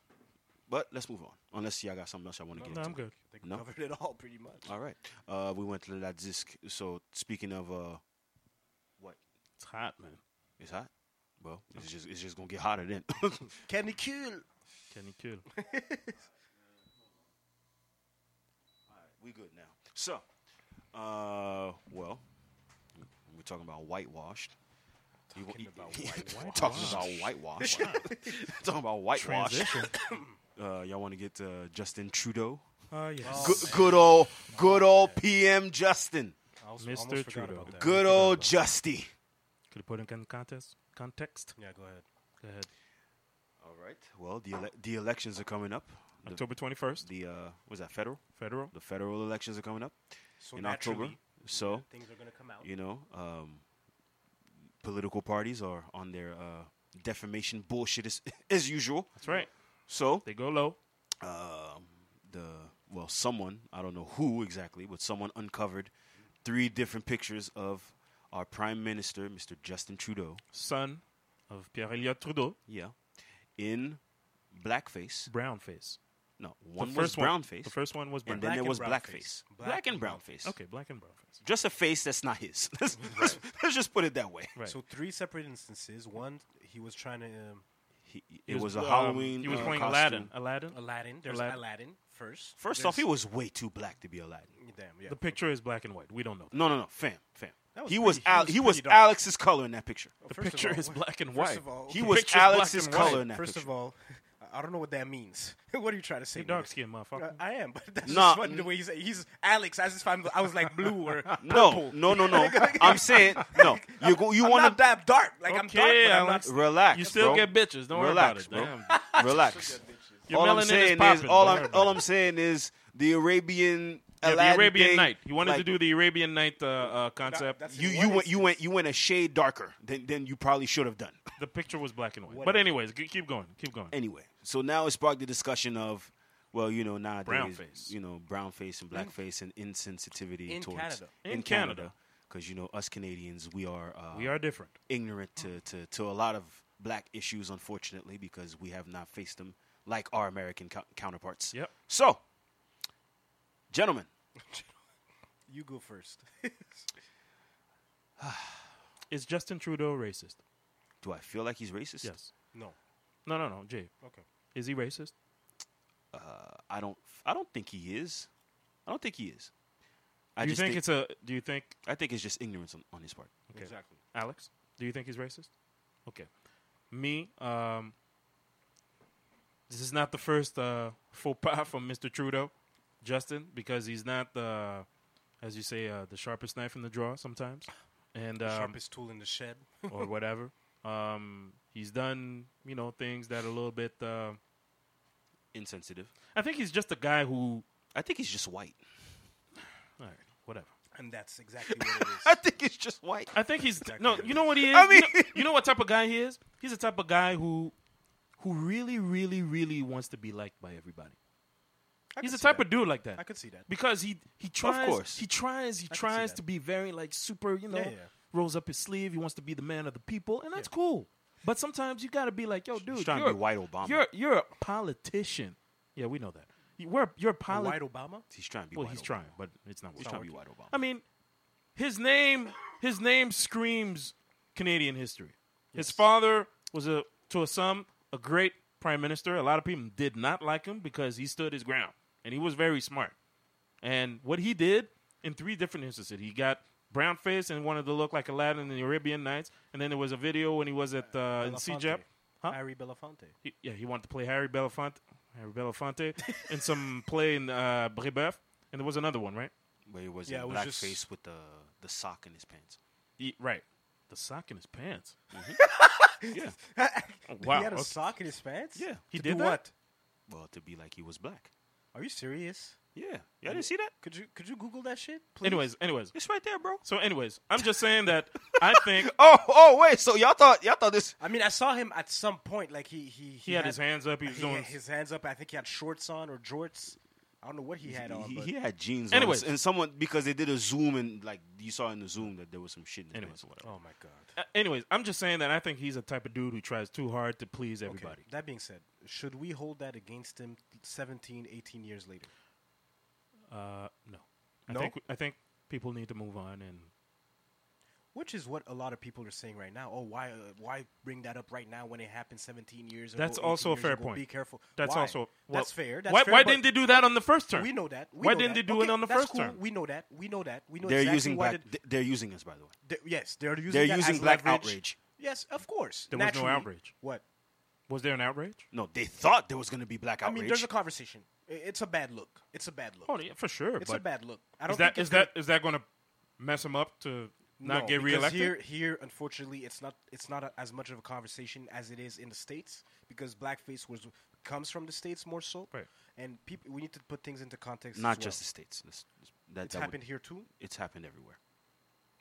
Speaker 1: But let's move on. Unless y'all got something else I want to get
Speaker 3: no,
Speaker 1: into.
Speaker 3: I'm good.
Speaker 2: I think we
Speaker 1: No.
Speaker 2: covered it all pretty much.
Speaker 1: All right. Uh, we went to La Disc. So speaking of, uh,
Speaker 3: It's hot, man.
Speaker 1: it's hot. Well, it's just it's just gonna get hotter then.
Speaker 2: Can he kill?
Speaker 3: Can you kill?
Speaker 1: we good now. So, uh, well, we're talking about whitewashed. You wa-
Speaker 2: Talking
Speaker 1: you-
Speaker 2: about
Speaker 1: you-
Speaker 2: whitewash.
Speaker 1: talking about whitewash. talking about whitewash.
Speaker 3: Transition.
Speaker 1: Uh, y'all want to get uh, Justin Trudeau?
Speaker 3: Oh yes.
Speaker 1: Good, good old, good old PM Justin.
Speaker 2: I also,
Speaker 3: Mr.
Speaker 2: almost forgot
Speaker 3: Trudeau.
Speaker 2: about that.
Speaker 1: Good old Justy.
Speaker 3: Could you put in con- contest context?
Speaker 2: Yeah, go ahead.
Speaker 3: Go ahead.
Speaker 1: All right. Well, the ele- the elections are coming up. The,
Speaker 3: October twenty first,
Speaker 1: the uh, was that federal?
Speaker 3: federal.
Speaker 1: The federal elections are coming up
Speaker 2: So
Speaker 1: in October.
Speaker 2: Oh, naturally,
Speaker 3: Oh.
Speaker 1: So
Speaker 2: things are gonna come out.
Speaker 1: you know, um, political parties are on their uh, defamation bullshit as, as usual.
Speaker 3: That's right.
Speaker 1: So
Speaker 3: They go low.
Speaker 1: um, the well, someone I don't know who exactly, but someone uncovered three different pictures of our prime minister, Mr. Justin Trudeau.
Speaker 3: Son of Pierre Elliott Trudeau,
Speaker 1: Yeah, in blackface.
Speaker 3: brown face.
Speaker 1: No, one
Speaker 3: the
Speaker 1: was
Speaker 3: first
Speaker 1: brown
Speaker 3: one,
Speaker 1: face,
Speaker 3: The first one was brown.
Speaker 1: and then there
Speaker 2: and
Speaker 1: was
Speaker 2: brown
Speaker 1: blackface.
Speaker 2: face.
Speaker 1: Black, and brown face.
Speaker 3: okay, black and brown face.
Speaker 1: just a face that's not his. let's, let's, let's just put it that way.
Speaker 3: Right.
Speaker 2: So three separate instances. One, he was trying to um,
Speaker 1: He,
Speaker 3: He
Speaker 1: it was, a
Speaker 3: um,
Speaker 1: Halloween.
Speaker 3: He was
Speaker 1: uh,
Speaker 3: playing
Speaker 1: costume.
Speaker 3: Aladdin. Aladdin.
Speaker 2: Aladdin. There's
Speaker 3: Aladdin.
Speaker 2: Aladdin, first.
Speaker 1: First off, he was way too black to be Aladdin.
Speaker 2: Damn, yeah.
Speaker 3: The picture is black and white. We don't know. That.
Speaker 1: No, no, no, fam, fam.
Speaker 2: That was
Speaker 1: he,
Speaker 2: pretty-
Speaker 1: was
Speaker 2: he
Speaker 1: Al-
Speaker 2: was
Speaker 1: he was
Speaker 2: pretty dark.
Speaker 1: Alex's color in that picture.
Speaker 3: The
Speaker 2: First of
Speaker 3: picture
Speaker 2: all,
Speaker 3: is
Speaker 2: wha-
Speaker 3: black and
Speaker 2: first
Speaker 3: white.
Speaker 2: of all-
Speaker 1: He
Speaker 2: The
Speaker 1: was
Speaker 3: picture's black
Speaker 1: Alex's
Speaker 3: and white.
Speaker 1: color in that
Speaker 2: First
Speaker 1: picture.
Speaker 2: of all, I don't know what that means. what are you trying to say?
Speaker 3: He dark
Speaker 2: nigga?
Speaker 3: skinned
Speaker 2: Uh,
Speaker 3: motherfucker.
Speaker 2: I am, but that's
Speaker 1: Nah,
Speaker 2: just funny the way he's he's Alex. As if I'm, I was like blue or
Speaker 1: no, no, no, no. I'm saying no. You go, you
Speaker 2: I'm
Speaker 1: want
Speaker 2: not
Speaker 1: to
Speaker 2: that dark. Like I'm dark,
Speaker 3: Okay,
Speaker 2: but I'm
Speaker 3: Alex.
Speaker 2: not.
Speaker 1: relax?
Speaker 3: You still
Speaker 1: bro.
Speaker 3: get bitches. Don't
Speaker 1: relax,
Speaker 3: worry about it.
Speaker 1: bro. relax.
Speaker 3: Your
Speaker 1: all
Speaker 3: melanin
Speaker 1: I'm
Speaker 3: is
Speaker 1: saying is,
Speaker 3: popping.
Speaker 1: all
Speaker 3: Don't
Speaker 1: I'm
Speaker 3: worry
Speaker 1: all
Speaker 3: about
Speaker 1: I'm saying is the Arabian
Speaker 3: Damn. Yeah,
Speaker 1: Aladdin
Speaker 3: the Arabian
Speaker 1: thing,
Speaker 3: Night. You wanted to
Speaker 1: like,
Speaker 3: do the Arabian Night uh, uh, concept.
Speaker 2: that's-
Speaker 1: You
Speaker 2: What
Speaker 1: you went you
Speaker 2: is
Speaker 1: went you went a shade darker than than you probably should have done.
Speaker 3: the picture was black and white. But
Speaker 2: Whatever.
Speaker 3: anyways, g- keep going. Keep going.
Speaker 1: Anyway, so now it sparked the discussion of, well, you know, nowadays,
Speaker 3: Brownface.
Speaker 1: you know, brown face and black face and insensitivity
Speaker 2: In
Speaker 1: towards
Speaker 2: Canada.
Speaker 1: Canada,
Speaker 3: In Canada.
Speaker 1: because you know, us Canadians, we are uh,
Speaker 3: We are different.
Speaker 1: ignorant to, to to a lot of black issues, unfortunately, because we have not faced them like our American co- counterparts.
Speaker 3: Yep.
Speaker 1: So, gentlemen,
Speaker 2: You go first.
Speaker 3: Is Justin Trudeau racist?
Speaker 1: do I feel like he's racist?
Speaker 3: Yes.
Speaker 2: no.
Speaker 3: No, no, no. Jay,
Speaker 2: Okay.
Speaker 3: is he racist?
Speaker 1: I don't. I don't think he is. I don't think he is. I
Speaker 3: do you
Speaker 1: just
Speaker 3: think, it's a? Do you think
Speaker 1: I think it's just ignorance on, on his part.
Speaker 3: Okay.
Speaker 2: Exactly.
Speaker 3: Alex, do you think he's racist? Okay. Me, um, this is not the first uh, faux pas from Mr. Trudeau, Justin, because he's not the, as you say, uh, the sharpest knife in the drawer sometimes, and um,
Speaker 2: Sharpest tool in the shed.
Speaker 3: or whatever. Um, he's done, you know, things that are a little bit. Uh,
Speaker 1: Insensitive.
Speaker 3: I think he's just a guy who,
Speaker 1: I think he's just white.
Speaker 3: all right, whatever.
Speaker 2: And that's exactly what it
Speaker 1: I
Speaker 2: is.
Speaker 1: think it's just white.
Speaker 3: I think he's no. You know what he is.
Speaker 1: I mean-
Speaker 3: you, know, you know what type of guy he is. He's the type of guy who, who really, really, really wants to be liked by everybody.
Speaker 2: I
Speaker 3: He's the
Speaker 2: could see
Speaker 3: type
Speaker 2: that.
Speaker 3: of dude like that.
Speaker 2: I could see that.
Speaker 3: because he he tries.
Speaker 1: course.
Speaker 3: he tries. He
Speaker 2: see
Speaker 3: tries
Speaker 2: that.
Speaker 3: to be very like super. You know,
Speaker 2: Yeah, yeah.
Speaker 3: rolls up his sleeve. He wants to be the man of the people, and that's cool. But sometimes you got to be like, yo, dude,
Speaker 1: trying to
Speaker 3: you're
Speaker 1: be white Obama.
Speaker 3: You're you're a politician. Yeah, we know that. You- We're you're a
Speaker 2: A
Speaker 3: poli-
Speaker 2: White Obama.
Speaker 1: He's trying to be
Speaker 3: Well,
Speaker 1: white.
Speaker 3: he's
Speaker 1: Obama.
Speaker 3: trying, but it's not.
Speaker 1: He's
Speaker 3: working.
Speaker 1: trying to be white Obama.
Speaker 3: I mean, his name his name screams Canadian history. His father was a to some a great prime minister. A lot of people did not like him because he stood his ground and he was very smart. And what he did in three different instances, he got brown face and wanted to look like Aladdin in the Arabian Nights, and then there was a video when he was at uh, in
Speaker 2: Belafonte.
Speaker 3: CJEP. Huh?
Speaker 2: Harry Belafonte.
Speaker 3: He- yeah, he wanted to play Harry Belafonte, Harry Belafonte, in some play in uh, Brébeuf, and there was another one, right?
Speaker 1: Where he was in
Speaker 2: Yeah, it was
Speaker 1: blackface
Speaker 2: just-
Speaker 1: with the the sock in his pants.
Speaker 3: He- right. The sock in his pants.
Speaker 1: Yeah.
Speaker 3: wow,
Speaker 2: He had a
Speaker 3: okay.
Speaker 2: sock in his pants.
Speaker 1: Yeah.
Speaker 3: He
Speaker 2: To
Speaker 3: did
Speaker 2: do
Speaker 3: that?
Speaker 2: what?
Speaker 1: Well, to be like he was black.
Speaker 2: Are you serious?
Speaker 1: Yeah. Y'all didn't see that?
Speaker 2: Could you could you Google that shit? Please?
Speaker 3: Anyways, anyways.
Speaker 1: It's right there, bro.
Speaker 3: So, anyways, I'm just saying that I think
Speaker 1: Oh, oh, wait. So y'all thought y'all thought this?
Speaker 2: I mean, I saw him at some point. Like he he
Speaker 3: he had his hands up. He was
Speaker 2: he
Speaker 3: doing.
Speaker 2: had his hands up. I think he had shorts on or jorts. I don't know what he had on.
Speaker 1: He,
Speaker 2: but
Speaker 1: he had jeans.
Speaker 3: Anyways.
Speaker 1: on, and someone because they did a zoom and like you saw in the zoom that there was some shit. In the
Speaker 3: Anyways,
Speaker 1: pants or whatever.
Speaker 2: oh my god.
Speaker 3: Uh, anyways, I'm just saying that I think he's a type of dude who tries too hard to please
Speaker 2: Okay,
Speaker 3: everybody.
Speaker 2: That being said, should we hold that against him 17, 18 years later?
Speaker 3: Uh, no, I
Speaker 2: No?
Speaker 3: think I think people need to move on and
Speaker 2: Which is what a lot of people are saying right now. Oh, why uh, why bring that up right now when it happened 17 years ago?
Speaker 3: That's
Speaker 2: 18
Speaker 3: also a
Speaker 2: years
Speaker 3: fair
Speaker 2: ago?
Speaker 3: point.
Speaker 2: Be careful.
Speaker 3: That's
Speaker 2: Why?
Speaker 3: also well,
Speaker 2: That's fair. That's
Speaker 3: why
Speaker 2: fair,
Speaker 3: why
Speaker 2: but
Speaker 3: didn't they do that on the first turn?
Speaker 2: We know that. We
Speaker 3: why
Speaker 2: know
Speaker 3: didn't they
Speaker 2: that.
Speaker 3: do
Speaker 2: Okay,
Speaker 3: it on the
Speaker 2: that's
Speaker 3: first
Speaker 2: cool.
Speaker 3: turn?
Speaker 2: We know that. We know that. We know
Speaker 1: They're
Speaker 2: exactly
Speaker 1: using
Speaker 2: why
Speaker 1: black.
Speaker 2: did-
Speaker 1: they're using us, by the way.
Speaker 2: th- yes, they're using
Speaker 1: They're
Speaker 2: that as
Speaker 1: using black
Speaker 2: leverage.
Speaker 1: outrage.
Speaker 2: Yes, of course.
Speaker 3: There was no
Speaker 2: naturally.
Speaker 3: outrage.
Speaker 2: What?
Speaker 3: Was there an outrage?
Speaker 1: No, they thought there was going to be black
Speaker 2: I
Speaker 1: outrage.
Speaker 2: mean, there's a conversation. I- It's a bad look. It's a bad look.
Speaker 3: Oh yeah, for sure.
Speaker 2: it's
Speaker 3: but
Speaker 2: a bad look. I don't
Speaker 3: is that
Speaker 2: think
Speaker 3: is
Speaker 2: it's gonna-
Speaker 3: that is that going to mess him up to not
Speaker 2: No,
Speaker 3: get
Speaker 2: because
Speaker 3: reelected?
Speaker 2: Here, here, unfortunately, it's not it's not a, as much of a conversation as it is in the states because blackface was comes from the states more so.
Speaker 3: Right.
Speaker 2: And people, we need to put things into context.
Speaker 1: not
Speaker 2: as
Speaker 1: just the
Speaker 2: well.
Speaker 1: states. This- this- that,
Speaker 2: it's
Speaker 1: that would-
Speaker 2: happened here too.
Speaker 1: It's happened everywhere.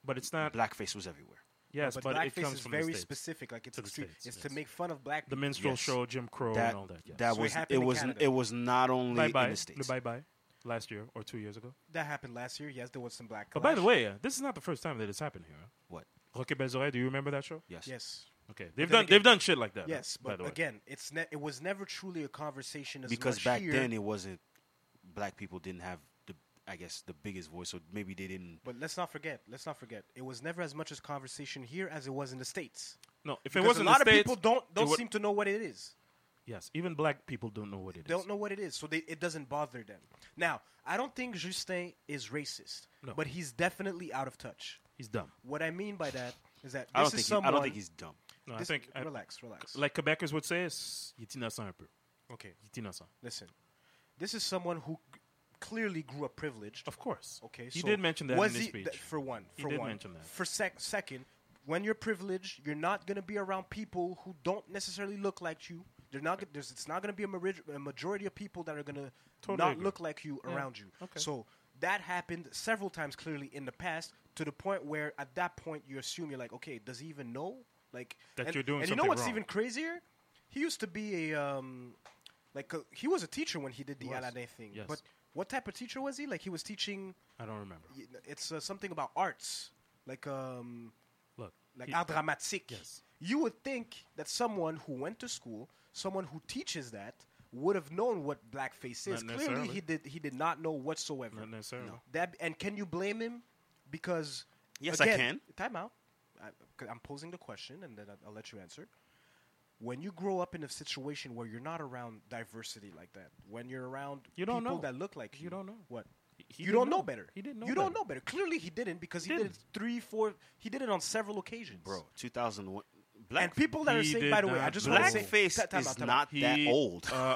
Speaker 3: but it's not.
Speaker 1: Blackface was everywhere.
Speaker 3: yes, but, it
Speaker 2: blackface
Speaker 3: comes
Speaker 2: is
Speaker 3: from
Speaker 2: very
Speaker 3: the states.
Speaker 2: specific. Like it's
Speaker 3: To the
Speaker 2: extreme.
Speaker 3: States,
Speaker 2: It's
Speaker 3: yes.
Speaker 2: to make fun of black.
Speaker 3: The
Speaker 2: people.
Speaker 3: minstrel
Speaker 1: Yes.
Speaker 3: show, Jim Crow,
Speaker 1: That
Speaker 3: and all that. Yes.
Speaker 1: that
Speaker 2: So it
Speaker 1: was it,
Speaker 2: happened in
Speaker 1: was
Speaker 2: Canada.
Speaker 1: it was not only
Speaker 3: bye bye
Speaker 1: in the states.
Speaker 3: bye bye last year or two years ago.
Speaker 2: that happened last year. Yes, there was some black.
Speaker 3: But by the
Speaker 2: clash.
Speaker 3: way, uh, this is not the first time that it's happened here. huh?
Speaker 1: What?
Speaker 3: Roque Bezoy, do you remember that show?
Speaker 1: Yes.
Speaker 2: yes,
Speaker 3: Okay, they've
Speaker 2: then
Speaker 3: done
Speaker 2: again-
Speaker 3: they've done shit like that. huh?
Speaker 2: yes.
Speaker 3: by
Speaker 2: But
Speaker 3: the way.
Speaker 2: again, it's ne- it was never truly a conversation as
Speaker 1: Because
Speaker 2: much
Speaker 1: back
Speaker 2: here,
Speaker 1: then it wasn't black people didn't have the I guess the biggest voice, so maybe they didn't.
Speaker 2: But let's not forget. Let's not forget. It was never as much as conversation here as it was in the states.
Speaker 3: no, if it
Speaker 2: Because
Speaker 3: wasn't
Speaker 2: a lot
Speaker 3: the
Speaker 2: of
Speaker 3: States,
Speaker 2: people don't
Speaker 3: it
Speaker 2: don't
Speaker 3: would-
Speaker 2: seem to know what it is.
Speaker 3: Yes, even black people don't know what it is.
Speaker 2: Don't know what it is, so they, it doesn't bother them. Now, I don't think Justin is racist,
Speaker 3: No.
Speaker 2: but he's definitely out of touch.
Speaker 3: He's dumb.
Speaker 2: What I mean by that is that this
Speaker 1: I don't
Speaker 2: is
Speaker 1: think he,
Speaker 2: someone.
Speaker 1: I don't think he's dumb.
Speaker 3: No,
Speaker 2: this-
Speaker 3: I think I-
Speaker 2: relax, relax.
Speaker 3: like Quebecers would say, it's il est innocent un peu.
Speaker 2: okay,
Speaker 3: Il est innocent.
Speaker 2: listen. This is someone who c- clearly grew up privileged.
Speaker 3: Of course.
Speaker 2: Okay,
Speaker 3: He
Speaker 2: so
Speaker 3: did mention that
Speaker 2: was
Speaker 3: in his
Speaker 2: he-
Speaker 3: speech.
Speaker 2: th- for one,
Speaker 3: He
Speaker 2: for
Speaker 3: did
Speaker 2: one.
Speaker 3: mention that.
Speaker 2: For sec- second, when you're privileged, you're not going to be around people who don't necessarily look like you. They're not. g- There's, it's not going to be a, mari- a majority of people that are going to
Speaker 3: Totally
Speaker 2: not
Speaker 3: agree.
Speaker 2: look like you around you.
Speaker 3: okay.
Speaker 2: So that happened several times clearly in the past to the point where at that point you assume you're like, okay, does he even know? Like
Speaker 3: That
Speaker 2: and-
Speaker 3: you're doing
Speaker 2: And you know
Speaker 3: something
Speaker 2: what's
Speaker 3: wrong.
Speaker 2: even crazier? He used to be a um, like uh, he was a teacher when he did the
Speaker 3: was.
Speaker 2: Aladdin thing.
Speaker 3: Yes.
Speaker 2: But what type of teacher was he? Like he was teaching
Speaker 3: I don't remember.
Speaker 2: y- it's uh, something about arts, like um,
Speaker 3: Look.
Speaker 2: like
Speaker 3: he-
Speaker 2: art dramatique.
Speaker 3: Yes.
Speaker 2: You would think that someone who went to school, someone who teaches that, would have known what blackface is.
Speaker 3: Not necessarily.
Speaker 2: Clearly, he did. He did not know whatsoever.
Speaker 3: Not necessarily. No.
Speaker 2: That and can you blame him? Because
Speaker 1: Yes, I
Speaker 2: again-
Speaker 1: can.
Speaker 2: Time out. I, 'cause I'm posing the question, and then I'll, I'll let you answer. When you grow up in a situation where you're not around diversity like that, when you're around
Speaker 3: You don't
Speaker 2: people
Speaker 3: know.
Speaker 2: that look like
Speaker 3: You
Speaker 2: you,
Speaker 3: don't know.
Speaker 2: what
Speaker 3: He- he
Speaker 2: you
Speaker 3: didn't
Speaker 2: don't know.
Speaker 3: know.
Speaker 2: better.
Speaker 3: He didn't know
Speaker 2: You don't
Speaker 3: better.
Speaker 2: know better. Clearly, he didn't because he, did
Speaker 3: didn't.
Speaker 2: it three, four. He did it on several occasions,
Speaker 1: Bro, 2001 black
Speaker 2: And people that are
Speaker 3: He
Speaker 2: saying,
Speaker 3: did
Speaker 2: by the way, I
Speaker 3: not
Speaker 2: just want to say,
Speaker 1: blackface
Speaker 2: Ta- time
Speaker 1: is
Speaker 2: out, time out.
Speaker 1: not
Speaker 3: He-
Speaker 1: that old.
Speaker 3: Uh,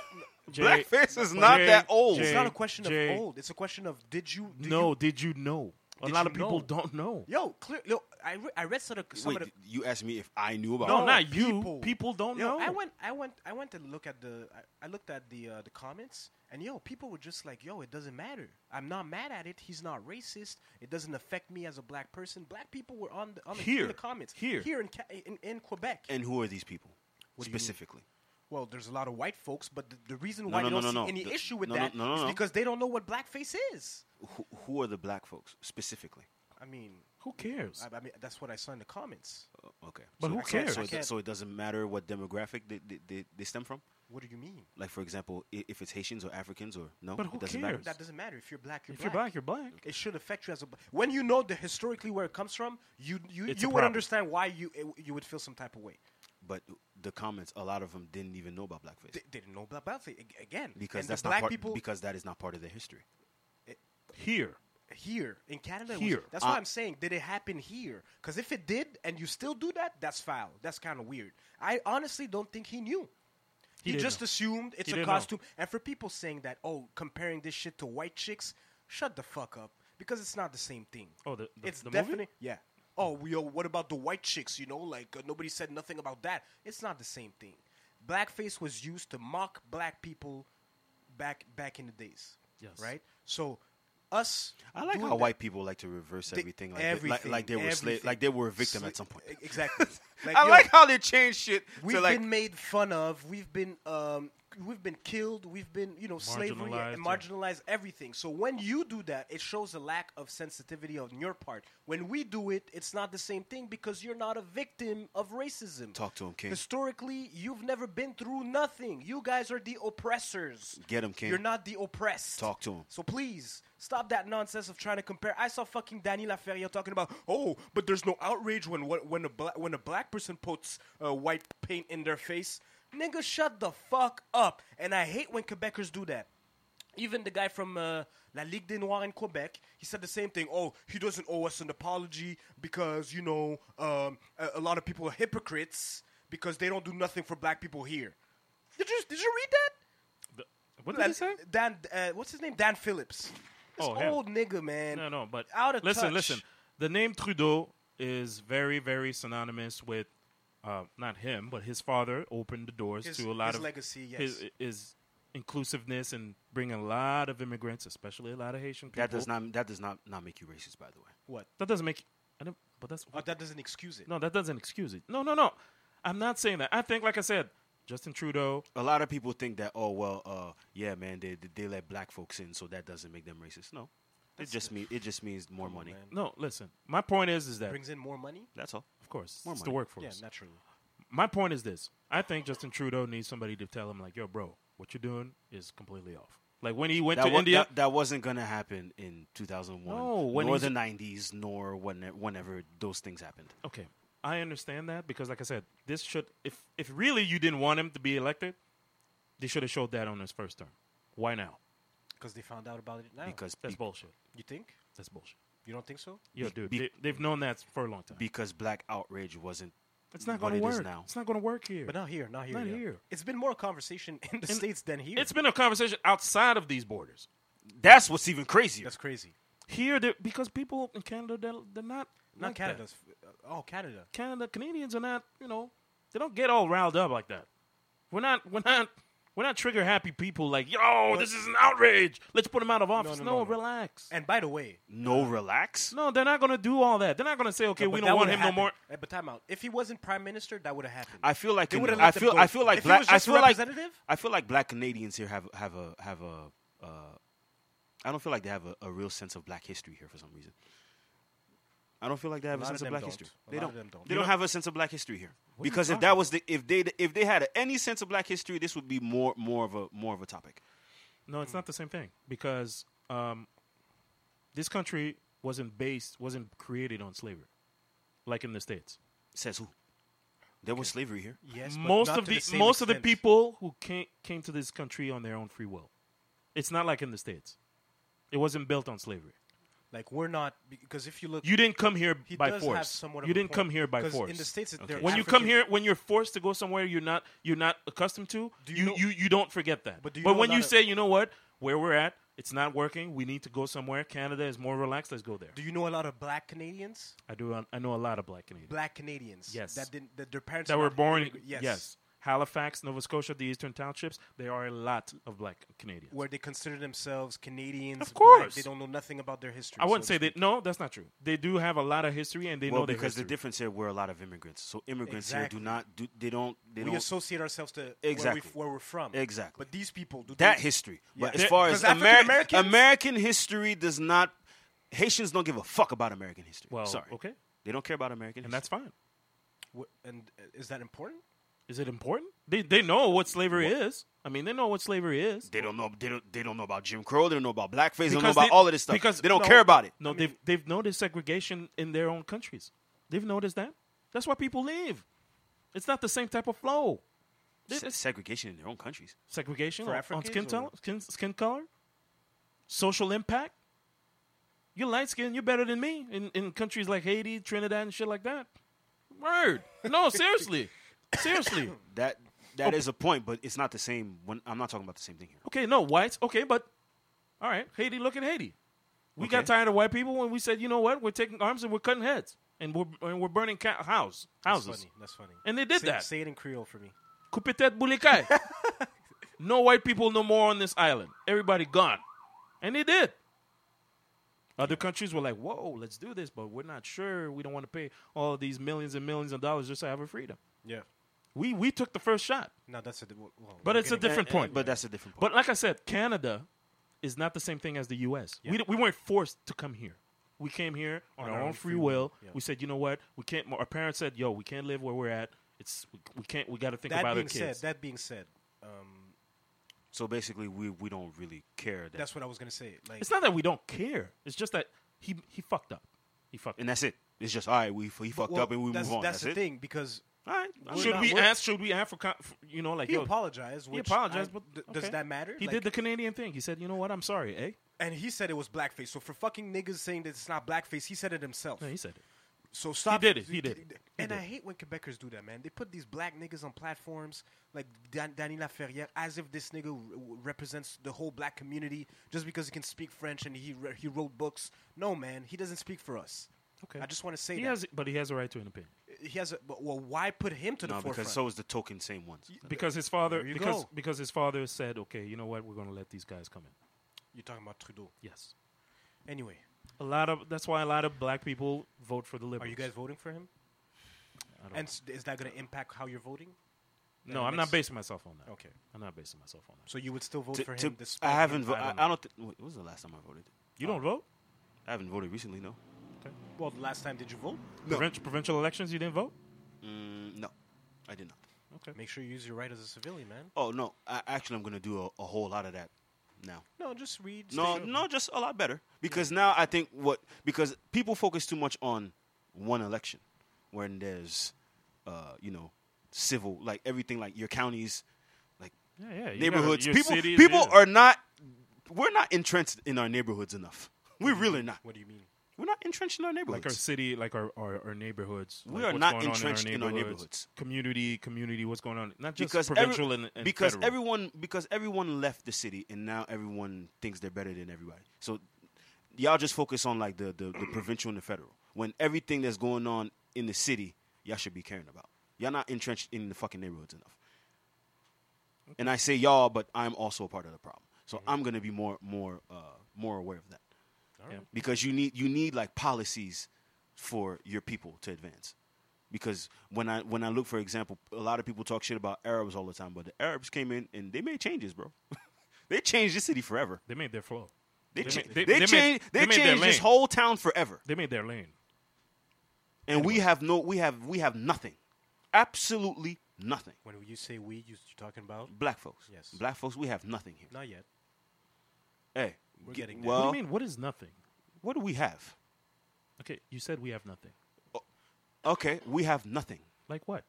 Speaker 3: Jay-
Speaker 1: blackface is not that old.
Speaker 2: It's
Speaker 3: Jay-
Speaker 2: not a question
Speaker 3: Jay-
Speaker 2: of old. It's a question of did you? Do
Speaker 3: no,
Speaker 2: You,
Speaker 3: did you know? A
Speaker 2: Did
Speaker 3: lot
Speaker 2: you
Speaker 3: of people
Speaker 2: know?
Speaker 3: don't know.
Speaker 2: yo, clear. Yo, I, re- I read some of some
Speaker 1: Wait,
Speaker 2: of the.
Speaker 1: you asked me if I knew about
Speaker 3: No,
Speaker 1: it.
Speaker 3: not you. People don't
Speaker 2: Yo,
Speaker 3: know.
Speaker 2: I went, I went, I went to look at the, I, I looked at the uh, the comments, and yo, people were just like, yo, it doesn't matter. I'm not mad at it. He's not racist. It doesn't affect me as a black person. Black people were on the on the, in
Speaker 3: Here.
Speaker 2: the comments
Speaker 3: Here.
Speaker 2: here in, Ca- in in Quebec.
Speaker 1: And who are these people
Speaker 2: do you mean?
Speaker 1: specifically?
Speaker 2: well, there's a lot of white folks, but the, the reason
Speaker 1: No,
Speaker 2: why
Speaker 1: no,
Speaker 2: they don't
Speaker 1: no, no,
Speaker 2: see
Speaker 1: no.
Speaker 2: any
Speaker 1: The-
Speaker 2: issue with
Speaker 1: no, no,
Speaker 2: that
Speaker 1: no, no,
Speaker 2: is
Speaker 1: no.
Speaker 2: because they don't know what blackface is.
Speaker 1: Who, who are the black folks specifically?
Speaker 2: I mean,
Speaker 3: Who cares?
Speaker 2: I, I mean that's what I saw in the comments.
Speaker 1: Uh, okay,
Speaker 3: But
Speaker 1: so,
Speaker 3: who
Speaker 1: so-
Speaker 3: cares?
Speaker 1: So,
Speaker 2: I
Speaker 1: it-
Speaker 2: can't-
Speaker 1: so it doesn't matter what demographic they, they, they, they stem from.
Speaker 2: What do you mean?
Speaker 1: Like for example, i- if it's Haitians or Africans or no,
Speaker 3: But who
Speaker 1: it doesn't
Speaker 3: cares?
Speaker 1: matter.
Speaker 2: That doesn't matter. If you're black, you're
Speaker 3: if
Speaker 2: black.
Speaker 3: you're black, you're black.
Speaker 2: It should affect you as a. bl- When you know the historically where it comes from, you you,
Speaker 3: It's
Speaker 2: you
Speaker 3: a
Speaker 2: would
Speaker 3: problem.
Speaker 2: understand why you it, you would feel some type of way.
Speaker 1: But the comments, a lot of them didn't even know about blackface
Speaker 2: They, they didn't know black black thing ag- again
Speaker 1: because
Speaker 2: And the
Speaker 1: that's
Speaker 2: black
Speaker 1: not part,
Speaker 2: people
Speaker 1: because that is not part of their history.
Speaker 3: Here.
Speaker 2: here in Canada. it was-
Speaker 3: Here.
Speaker 2: that's why
Speaker 1: Uh,
Speaker 2: I'm saying did it happen here? Because if it did and you still do that, that's foul. That's kind of weird. I honestly don't think he knew. He,
Speaker 3: didn't
Speaker 2: just
Speaker 3: know.
Speaker 2: assumed it's
Speaker 3: He
Speaker 2: a
Speaker 3: didn't know.
Speaker 2: costume. And for people saying that, oh, comparing this shit to white chicks, shut the fuck up because it's not the same thing.
Speaker 3: Oh, the- the-
Speaker 2: it's
Speaker 3: the movie?
Speaker 2: definitely yeah. oh, yo, what about the white chicks? You know, like uh, nobody said nothing about that. It's not the same thing. Blackface was used to mock black people back back in the days.
Speaker 3: Yes.
Speaker 2: Right. So us.
Speaker 1: I like
Speaker 2: doing
Speaker 1: how
Speaker 2: that-
Speaker 1: white people like to reverse
Speaker 2: they-
Speaker 1: everything, like, they- like, like they were sla-
Speaker 2: everything.
Speaker 1: like they were a victim
Speaker 2: Sla-
Speaker 1: at some point.
Speaker 2: e- Exactly.
Speaker 7: I
Speaker 2: yo,
Speaker 7: like how they changed shit
Speaker 2: We've
Speaker 7: to like
Speaker 2: been made fun of. We've been um, we've been killed. We've been you know slavery
Speaker 3: Marginalized,
Speaker 2: and
Speaker 3: yeah.
Speaker 2: marginalized everything. So when you do that, it shows a lack of sensitivity on your part. When we do it, it's not the same thing because you're not a victim of racism.
Speaker 1: Talk to 'em, King.
Speaker 2: Historically, you've never been through nothing. You guys are the oppressors.
Speaker 1: Get 'em, King.
Speaker 2: You're not the oppressed.
Speaker 1: Talk to 'em.
Speaker 2: So please stop that nonsense of trying to compare. I saw fucking Danny Laferriere talking about, oh, but there's no outrage when wh- when a bla- when a black person puts uh, white paint in their face. Nigga, shut the fuck up. And I hate when Quebecers do that. Even the guy from uh, La Ligue des Noirs in Quebec, he said the same thing. Oh, he doesn't owe us an apology because you know um, a, a lot of people are hypocrites because they don't do nothing for black people here. Did you did you read that?
Speaker 3: What did
Speaker 2: Dan,
Speaker 3: he say?
Speaker 2: Dan uh, what's his name? Dan Phillips. This
Speaker 3: Oh, him.
Speaker 2: old nigga, man.
Speaker 3: No, no, but
Speaker 2: out of
Speaker 3: listen,
Speaker 2: touch.
Speaker 3: listen. The name Trudeau is very, very synonymous with uh, not him, but his father opened the doors
Speaker 2: His-
Speaker 3: to a lot
Speaker 2: his
Speaker 3: of
Speaker 2: legacy, yes.
Speaker 3: his, his inclusiveness and bringing a lot of immigrants, especially a lot of Haitian people.
Speaker 1: That does not that does not not make you racist, by the way.
Speaker 2: What?
Speaker 3: That doesn't make. I don't, but that's
Speaker 2: Oh, that doesn't excuse it.
Speaker 3: no. That doesn't excuse it. No, no, no. I'm not saying that. I think, like I said, Justin Trudeau.
Speaker 1: A lot of people think that oh well, uh, yeah, man, they they- they let black folks in, so that doesn't make them racist. No, it just mean it just means more money.
Speaker 3: No, listen. My point is, is that
Speaker 2: Brings in more money?
Speaker 1: That's all.
Speaker 3: of course
Speaker 1: more
Speaker 3: it's the
Speaker 1: money.
Speaker 3: workforce.
Speaker 2: Yeah, naturally.
Speaker 3: my point is this: I think Justin Trudeau needs somebody to tell him, like, "Yo, bro, what you're doing is completely off." Like when he went
Speaker 1: That,
Speaker 3: to
Speaker 1: wa-
Speaker 3: India,
Speaker 1: that that wasn't gonna happen in 2001,
Speaker 3: No, when
Speaker 1: nor
Speaker 3: he's-
Speaker 1: the 90s, nor when, whenever those things happened.
Speaker 3: okay, I understand that because, like I said, this should if if really you didn't want him to be elected, they should have showed that on his first term. Why now?
Speaker 2: Because they found out about it now.
Speaker 1: Because
Speaker 3: That's
Speaker 1: be-
Speaker 3: bullshit.
Speaker 2: you think?
Speaker 3: That's bullshit.
Speaker 2: You don't think so?
Speaker 3: Yo,
Speaker 1: Be-
Speaker 3: dude,
Speaker 1: be-
Speaker 3: they, they've known that for a long time.
Speaker 1: because black outrage wasn't.
Speaker 3: it's not
Speaker 1: what
Speaker 3: going to
Speaker 1: it is
Speaker 3: work
Speaker 1: now.
Speaker 3: It's not going to work here.
Speaker 2: But not here, not here.
Speaker 3: Not
Speaker 2: yeah.
Speaker 3: here.
Speaker 2: It's been more conversation in the States than here.
Speaker 3: it's been a conversation outside of these borders.
Speaker 1: That's what's even crazier.
Speaker 2: That's crazy.
Speaker 3: Here, they're- because people in Canada, they're, they're not
Speaker 2: Not
Speaker 3: like that.
Speaker 2: Canada's. f- uh, Oh, Canada.
Speaker 3: Canada Canadians are not, you know, they don't get all riled up like that. We're not we're not we're not trigger happy people like, yo, this is an outrage. Let's put him out of office. No,
Speaker 2: no, no, no.
Speaker 3: relax.
Speaker 2: And by the way,
Speaker 1: no, relax.
Speaker 3: no, they're not gonna do all that. They're not gonna say, okay,
Speaker 2: but
Speaker 3: we
Speaker 2: that
Speaker 3: don't want
Speaker 2: would've
Speaker 3: him no more.
Speaker 2: happened. Uh, But time out. If he wasn't prime minister, that would have happened.
Speaker 1: I feel like
Speaker 2: They
Speaker 1: Can-
Speaker 2: would've
Speaker 1: I
Speaker 2: let them
Speaker 1: feel
Speaker 2: go.
Speaker 1: I feel like
Speaker 2: If he
Speaker 1: black
Speaker 2: was
Speaker 1: I
Speaker 2: just a
Speaker 1: feel like
Speaker 2: representative?
Speaker 1: I feel like black Canadians here have have a have a uh, I don't feel like they have a, a real sense of black history here for some reason. I don't feel like they have a,
Speaker 2: lot
Speaker 1: sense
Speaker 2: of
Speaker 1: of black
Speaker 2: them don't.
Speaker 1: history.
Speaker 2: A
Speaker 1: They
Speaker 2: lot
Speaker 1: don't.
Speaker 2: of them don't.
Speaker 1: They
Speaker 2: You
Speaker 1: don't have a sense of black history here.
Speaker 3: What are you
Speaker 1: Because if
Speaker 3: talking
Speaker 1: that was the if they if they had any sense of black history, this would be more more of a more of a topic.
Speaker 3: No, it's not the same thing. Because um, this country wasn't based wasn't created on slavery. Like in the States.
Speaker 1: Says who? There was slavery here.
Speaker 2: yes, but
Speaker 3: most
Speaker 2: not
Speaker 3: of
Speaker 2: to
Speaker 3: the,
Speaker 2: same
Speaker 3: most of the
Speaker 2: extent.
Speaker 3: people who came came to this country on their own free will. It's not like in the States. It wasn't built on slavery.
Speaker 2: Like, we're not. Because if you look.
Speaker 3: You didn't come here
Speaker 2: he
Speaker 3: by
Speaker 2: does
Speaker 3: force.
Speaker 2: have somewhat of
Speaker 3: you
Speaker 2: a
Speaker 3: didn't
Speaker 2: point.
Speaker 3: come here by
Speaker 2: 'Cause
Speaker 3: force.
Speaker 2: In the States, they're
Speaker 3: when you come
Speaker 2: African-
Speaker 3: here, when you're forced to go somewhere, you're not you're not accustomed to.
Speaker 2: Do you
Speaker 3: you,
Speaker 2: know-
Speaker 3: you, you don't forget that.
Speaker 2: But do you know a
Speaker 3: when
Speaker 2: lot
Speaker 3: you
Speaker 2: of-
Speaker 3: say, you know what, where we're at, it's not working. We need to go somewhere. Canada is more relaxed. Let's go there.
Speaker 2: Do you know a lot of black Canadians?
Speaker 3: I do. uh, I know a lot of black Canadians
Speaker 2: Black Canadians.
Speaker 3: Yes.
Speaker 2: That didn't. That their parents
Speaker 3: that
Speaker 2: were
Speaker 3: were born.
Speaker 2: not- Yes.
Speaker 3: Halifax, Nova Scotia, the eastern townships. There are a lot of black Canadians.
Speaker 2: Where they consider themselves Canadians.
Speaker 3: Of
Speaker 2: black,
Speaker 3: course.
Speaker 2: they don't know nothing about their history.
Speaker 3: I wouldn't
Speaker 2: so
Speaker 3: say
Speaker 2: to
Speaker 3: that.
Speaker 2: speak.
Speaker 3: No, that's not true. They do have a lot of history, and they
Speaker 1: Well,
Speaker 3: know their
Speaker 1: because the
Speaker 3: history.
Speaker 1: difference here, we're a lot of immigrants. So immigrants
Speaker 2: Exactly.
Speaker 1: here do not do they don't they
Speaker 2: We
Speaker 1: don't
Speaker 2: associate ourselves to
Speaker 1: Exactly.
Speaker 2: where, we, where we're from.
Speaker 1: Exactly.
Speaker 2: But these people do
Speaker 1: that
Speaker 2: they-
Speaker 1: history.
Speaker 2: Yeah.
Speaker 1: But as
Speaker 2: They're-
Speaker 1: far as
Speaker 2: 'cause African
Speaker 1: Ameri-
Speaker 2: Americans-
Speaker 1: American history does not Haitians don't give a fuck about American history.
Speaker 3: Well,
Speaker 1: Sorry.
Speaker 3: okay.
Speaker 1: They don't care about American
Speaker 3: and
Speaker 1: history.
Speaker 3: that's fine.
Speaker 2: Wh- And uh, is that important?
Speaker 3: Is it important? They they know what slavery is. I mean, they know what slavery is.
Speaker 1: they don't know they don't they don't know about Jim Crow, they don't know about blackface, they don't know
Speaker 3: Because
Speaker 1: about
Speaker 3: they-
Speaker 1: all of this stuff.
Speaker 3: because-
Speaker 1: they don't
Speaker 3: no,
Speaker 1: care about it.
Speaker 3: No, they've they've noticed segregation in their own countries. They've noticed that. That's why people leave. It's not the same type of flow.
Speaker 1: Se- segregation in their own countries.
Speaker 3: Segregation
Speaker 2: For
Speaker 3: on- on
Speaker 2: Africans
Speaker 3: skin,
Speaker 2: or-
Speaker 3: tone, skin skin color, social impact. You're light skinned, you're better than me in, in countries like Haiti, Trinidad, and shit like that. Word. No, seriously. seriously.
Speaker 1: That that is a point, but it's not the same when I'm not talking about the same thing here.
Speaker 3: Okay, no, whites. Okay, but all right, Haiti, look at Haiti. We got
Speaker 1: Okay.
Speaker 3: tired of white people when we said, you know what, we're taking arms and we're cutting heads. and we're and we're burning ca- house
Speaker 2: That's
Speaker 3: houses.
Speaker 2: funny. That's funny.
Speaker 3: And they did
Speaker 2: say,
Speaker 3: that.
Speaker 2: Say it in Creole for me.
Speaker 3: Kupitet bulikai. no white people no more on this island. Everybody gone. And they did. Other countries were like, whoa, let's do this, but we're not sure. We don't want to pay all these millions and millions of dollars just to have our freedom.
Speaker 2: Yeah.
Speaker 3: We we took the first shot.
Speaker 2: No, that's a. di- Well, well,
Speaker 3: But
Speaker 2: we're
Speaker 3: it's a
Speaker 2: getting-
Speaker 3: different point.
Speaker 1: But that's a different point.
Speaker 3: But like I said, Canada is not the same thing as the U.S. We, we weren't forced to come here. We came here on, our, own free will.
Speaker 2: yeah.
Speaker 3: We said, you know what? We can't. Our parents said, yo, we can't live where we're at. It's we, we can't. We got to think
Speaker 2: That
Speaker 3: about
Speaker 2: being
Speaker 3: our kids.
Speaker 2: said, that being said, um,
Speaker 1: so basically, we we don't really care that,
Speaker 2: that's what I was gonna say. Like,
Speaker 3: It's not that we don't care. It's just that he he fucked up. He fucked.
Speaker 1: and
Speaker 3: Up.
Speaker 1: that's it. It's just all right. We he fucked
Speaker 2: well,
Speaker 1: up and we
Speaker 2: that's,
Speaker 1: move on.
Speaker 2: That's,
Speaker 1: That's,
Speaker 2: the
Speaker 1: it.
Speaker 2: thing because
Speaker 1: All right. I mean,
Speaker 3: Should
Speaker 1: not-
Speaker 3: we
Speaker 1: what-
Speaker 3: ask? Should we ask for, con- for you know like
Speaker 2: he
Speaker 3: yo,
Speaker 2: apologized. Which
Speaker 3: He apologized,
Speaker 2: I-
Speaker 3: but
Speaker 2: d-
Speaker 3: okay.
Speaker 2: does that matter?
Speaker 3: He
Speaker 2: Like,
Speaker 3: did the Canadian thing. He said, you know what? I'm sorry, eh?
Speaker 2: and he said it was blackface. So for fucking niggas saying that it's not blackface, he said it himself.
Speaker 3: No, he said it.
Speaker 2: So stop.
Speaker 3: did it. He did it. He
Speaker 2: and
Speaker 3: did
Speaker 2: I
Speaker 3: it.
Speaker 2: hate when Quebecers do that, man. They put these black niggas on platforms like Dan- Danny Laferrière as if this nigga re- represents the whole black community just because he can speak French and he re- he wrote books. No, man, he doesn't speak for us.
Speaker 3: Okay.
Speaker 2: I just want to say
Speaker 3: He
Speaker 2: that
Speaker 3: has, but he has a right to an opinion
Speaker 2: he has. A, but, well, why put him to the
Speaker 1: No,
Speaker 2: forefront?
Speaker 1: because so is the token same ones.
Speaker 3: because his father
Speaker 2: There you
Speaker 3: because
Speaker 2: go.
Speaker 3: because his father said, okay, you know what? We're going to let these guys come in.
Speaker 2: You're talking about Trudeau.
Speaker 3: Yes.
Speaker 2: Anyway,
Speaker 3: A lot of that's why a lot of black people vote for the
Speaker 2: are
Speaker 3: liberals.
Speaker 2: you guys voting for him?
Speaker 3: I don't
Speaker 2: And s- is that going to impact how you're voting?
Speaker 3: no, I'm not basing myself on that.
Speaker 2: Okay.
Speaker 3: I'm not basing myself on that.
Speaker 2: So you would still vote
Speaker 1: To-
Speaker 2: for
Speaker 1: to-
Speaker 2: him? despite
Speaker 1: I haven't.
Speaker 2: him-
Speaker 1: Vo-
Speaker 3: I
Speaker 1: I,
Speaker 3: don't
Speaker 1: I don't. Th- wait, when was the last time I voted?
Speaker 3: You don't vote?
Speaker 1: I haven't voted recently. No.
Speaker 2: Well, the last time did you vote?
Speaker 3: Provincial, provincial elections, you didn't vote?
Speaker 1: Mm, no, I did not.
Speaker 3: Okay.
Speaker 2: Make sure you use your right as a civilian, man.
Speaker 1: Oh no. I, actually, I'm gonna do a, a whole lot of that now.
Speaker 2: No, just read.
Speaker 1: No,
Speaker 2: stay-
Speaker 1: no, just a lot better because now I think what because people focus too much on one election when there's, uh, you know, civil like everything like your counties, like
Speaker 3: Yeah, yeah. you gotta-
Speaker 1: neighborhoods.
Speaker 3: your
Speaker 1: people,
Speaker 3: cities,
Speaker 1: people
Speaker 3: yeah.
Speaker 1: are not. We're not entrenched in our neighborhoods enough. We're really not.
Speaker 2: What do you mean?
Speaker 1: We're not entrenched in our neighborhoods.
Speaker 3: like our city, like our our, our neighborhoods.
Speaker 1: We
Speaker 3: like
Speaker 1: are
Speaker 3: what's
Speaker 1: not
Speaker 3: going on
Speaker 1: entrenched in our neighborhoods.
Speaker 3: Community, community, what's going on? Not just
Speaker 1: because every-
Speaker 3: provincial and, and
Speaker 1: because
Speaker 3: federal.
Speaker 1: everyone because everyone left the city and now everyone thinks they're better than everybody. So y'all just focus on like the, the, the provincial and the federal. When everything that's going on in the city, y'all should be caring about. Y'all not entrenched in the fucking neighborhoods enough. And I say y'all, but I'm also a part of the problem. So I'm gonna be more more uh, more aware of that
Speaker 3: Yeah.
Speaker 1: because you need you need like policies for your people to advance. Because when I when I look for example, a lot of people talk shit about Arabs all the time, but the Arabs came in and they made changes, bro. they changed the city forever.
Speaker 3: They made their flow.
Speaker 1: They
Speaker 3: They
Speaker 1: cha- they,
Speaker 3: made- they- they made-
Speaker 1: changed
Speaker 3: they
Speaker 1: they,
Speaker 3: made their
Speaker 1: changed this
Speaker 3: lane.
Speaker 1: whole town forever,
Speaker 3: They made their lane.
Speaker 1: and we have no we have we have nothing, absolutely nothing.
Speaker 2: When you say we, you, you're talking about?
Speaker 1: Black folks,
Speaker 2: Yes.
Speaker 1: black folks, we have nothing here.
Speaker 2: Not yet.
Speaker 1: Hey,
Speaker 2: We're
Speaker 1: get-
Speaker 2: getting there.
Speaker 1: well,
Speaker 3: what do you mean? What is nothing?
Speaker 1: what do we have?
Speaker 3: Okay, you said we have nothing.
Speaker 1: Okay, we have nothing.
Speaker 3: Like what?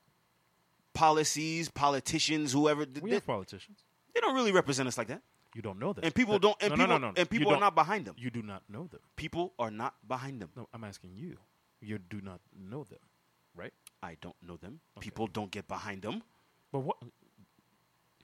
Speaker 1: Policies, politicians, whoever
Speaker 3: We
Speaker 1: they,
Speaker 3: have politicians.
Speaker 1: they don't really represent us like that.
Speaker 3: You don't know them.
Speaker 1: And people
Speaker 3: That-
Speaker 1: don't- and
Speaker 3: no, no,
Speaker 1: people-
Speaker 3: no, no,
Speaker 1: and
Speaker 3: You
Speaker 1: people are
Speaker 3: don't-
Speaker 1: not behind them.
Speaker 3: You do not know them.
Speaker 1: people are not behind them.
Speaker 3: No, I'm asking you. You do not know them, right?
Speaker 1: I don't know them. People don't get behind them.
Speaker 3: But what?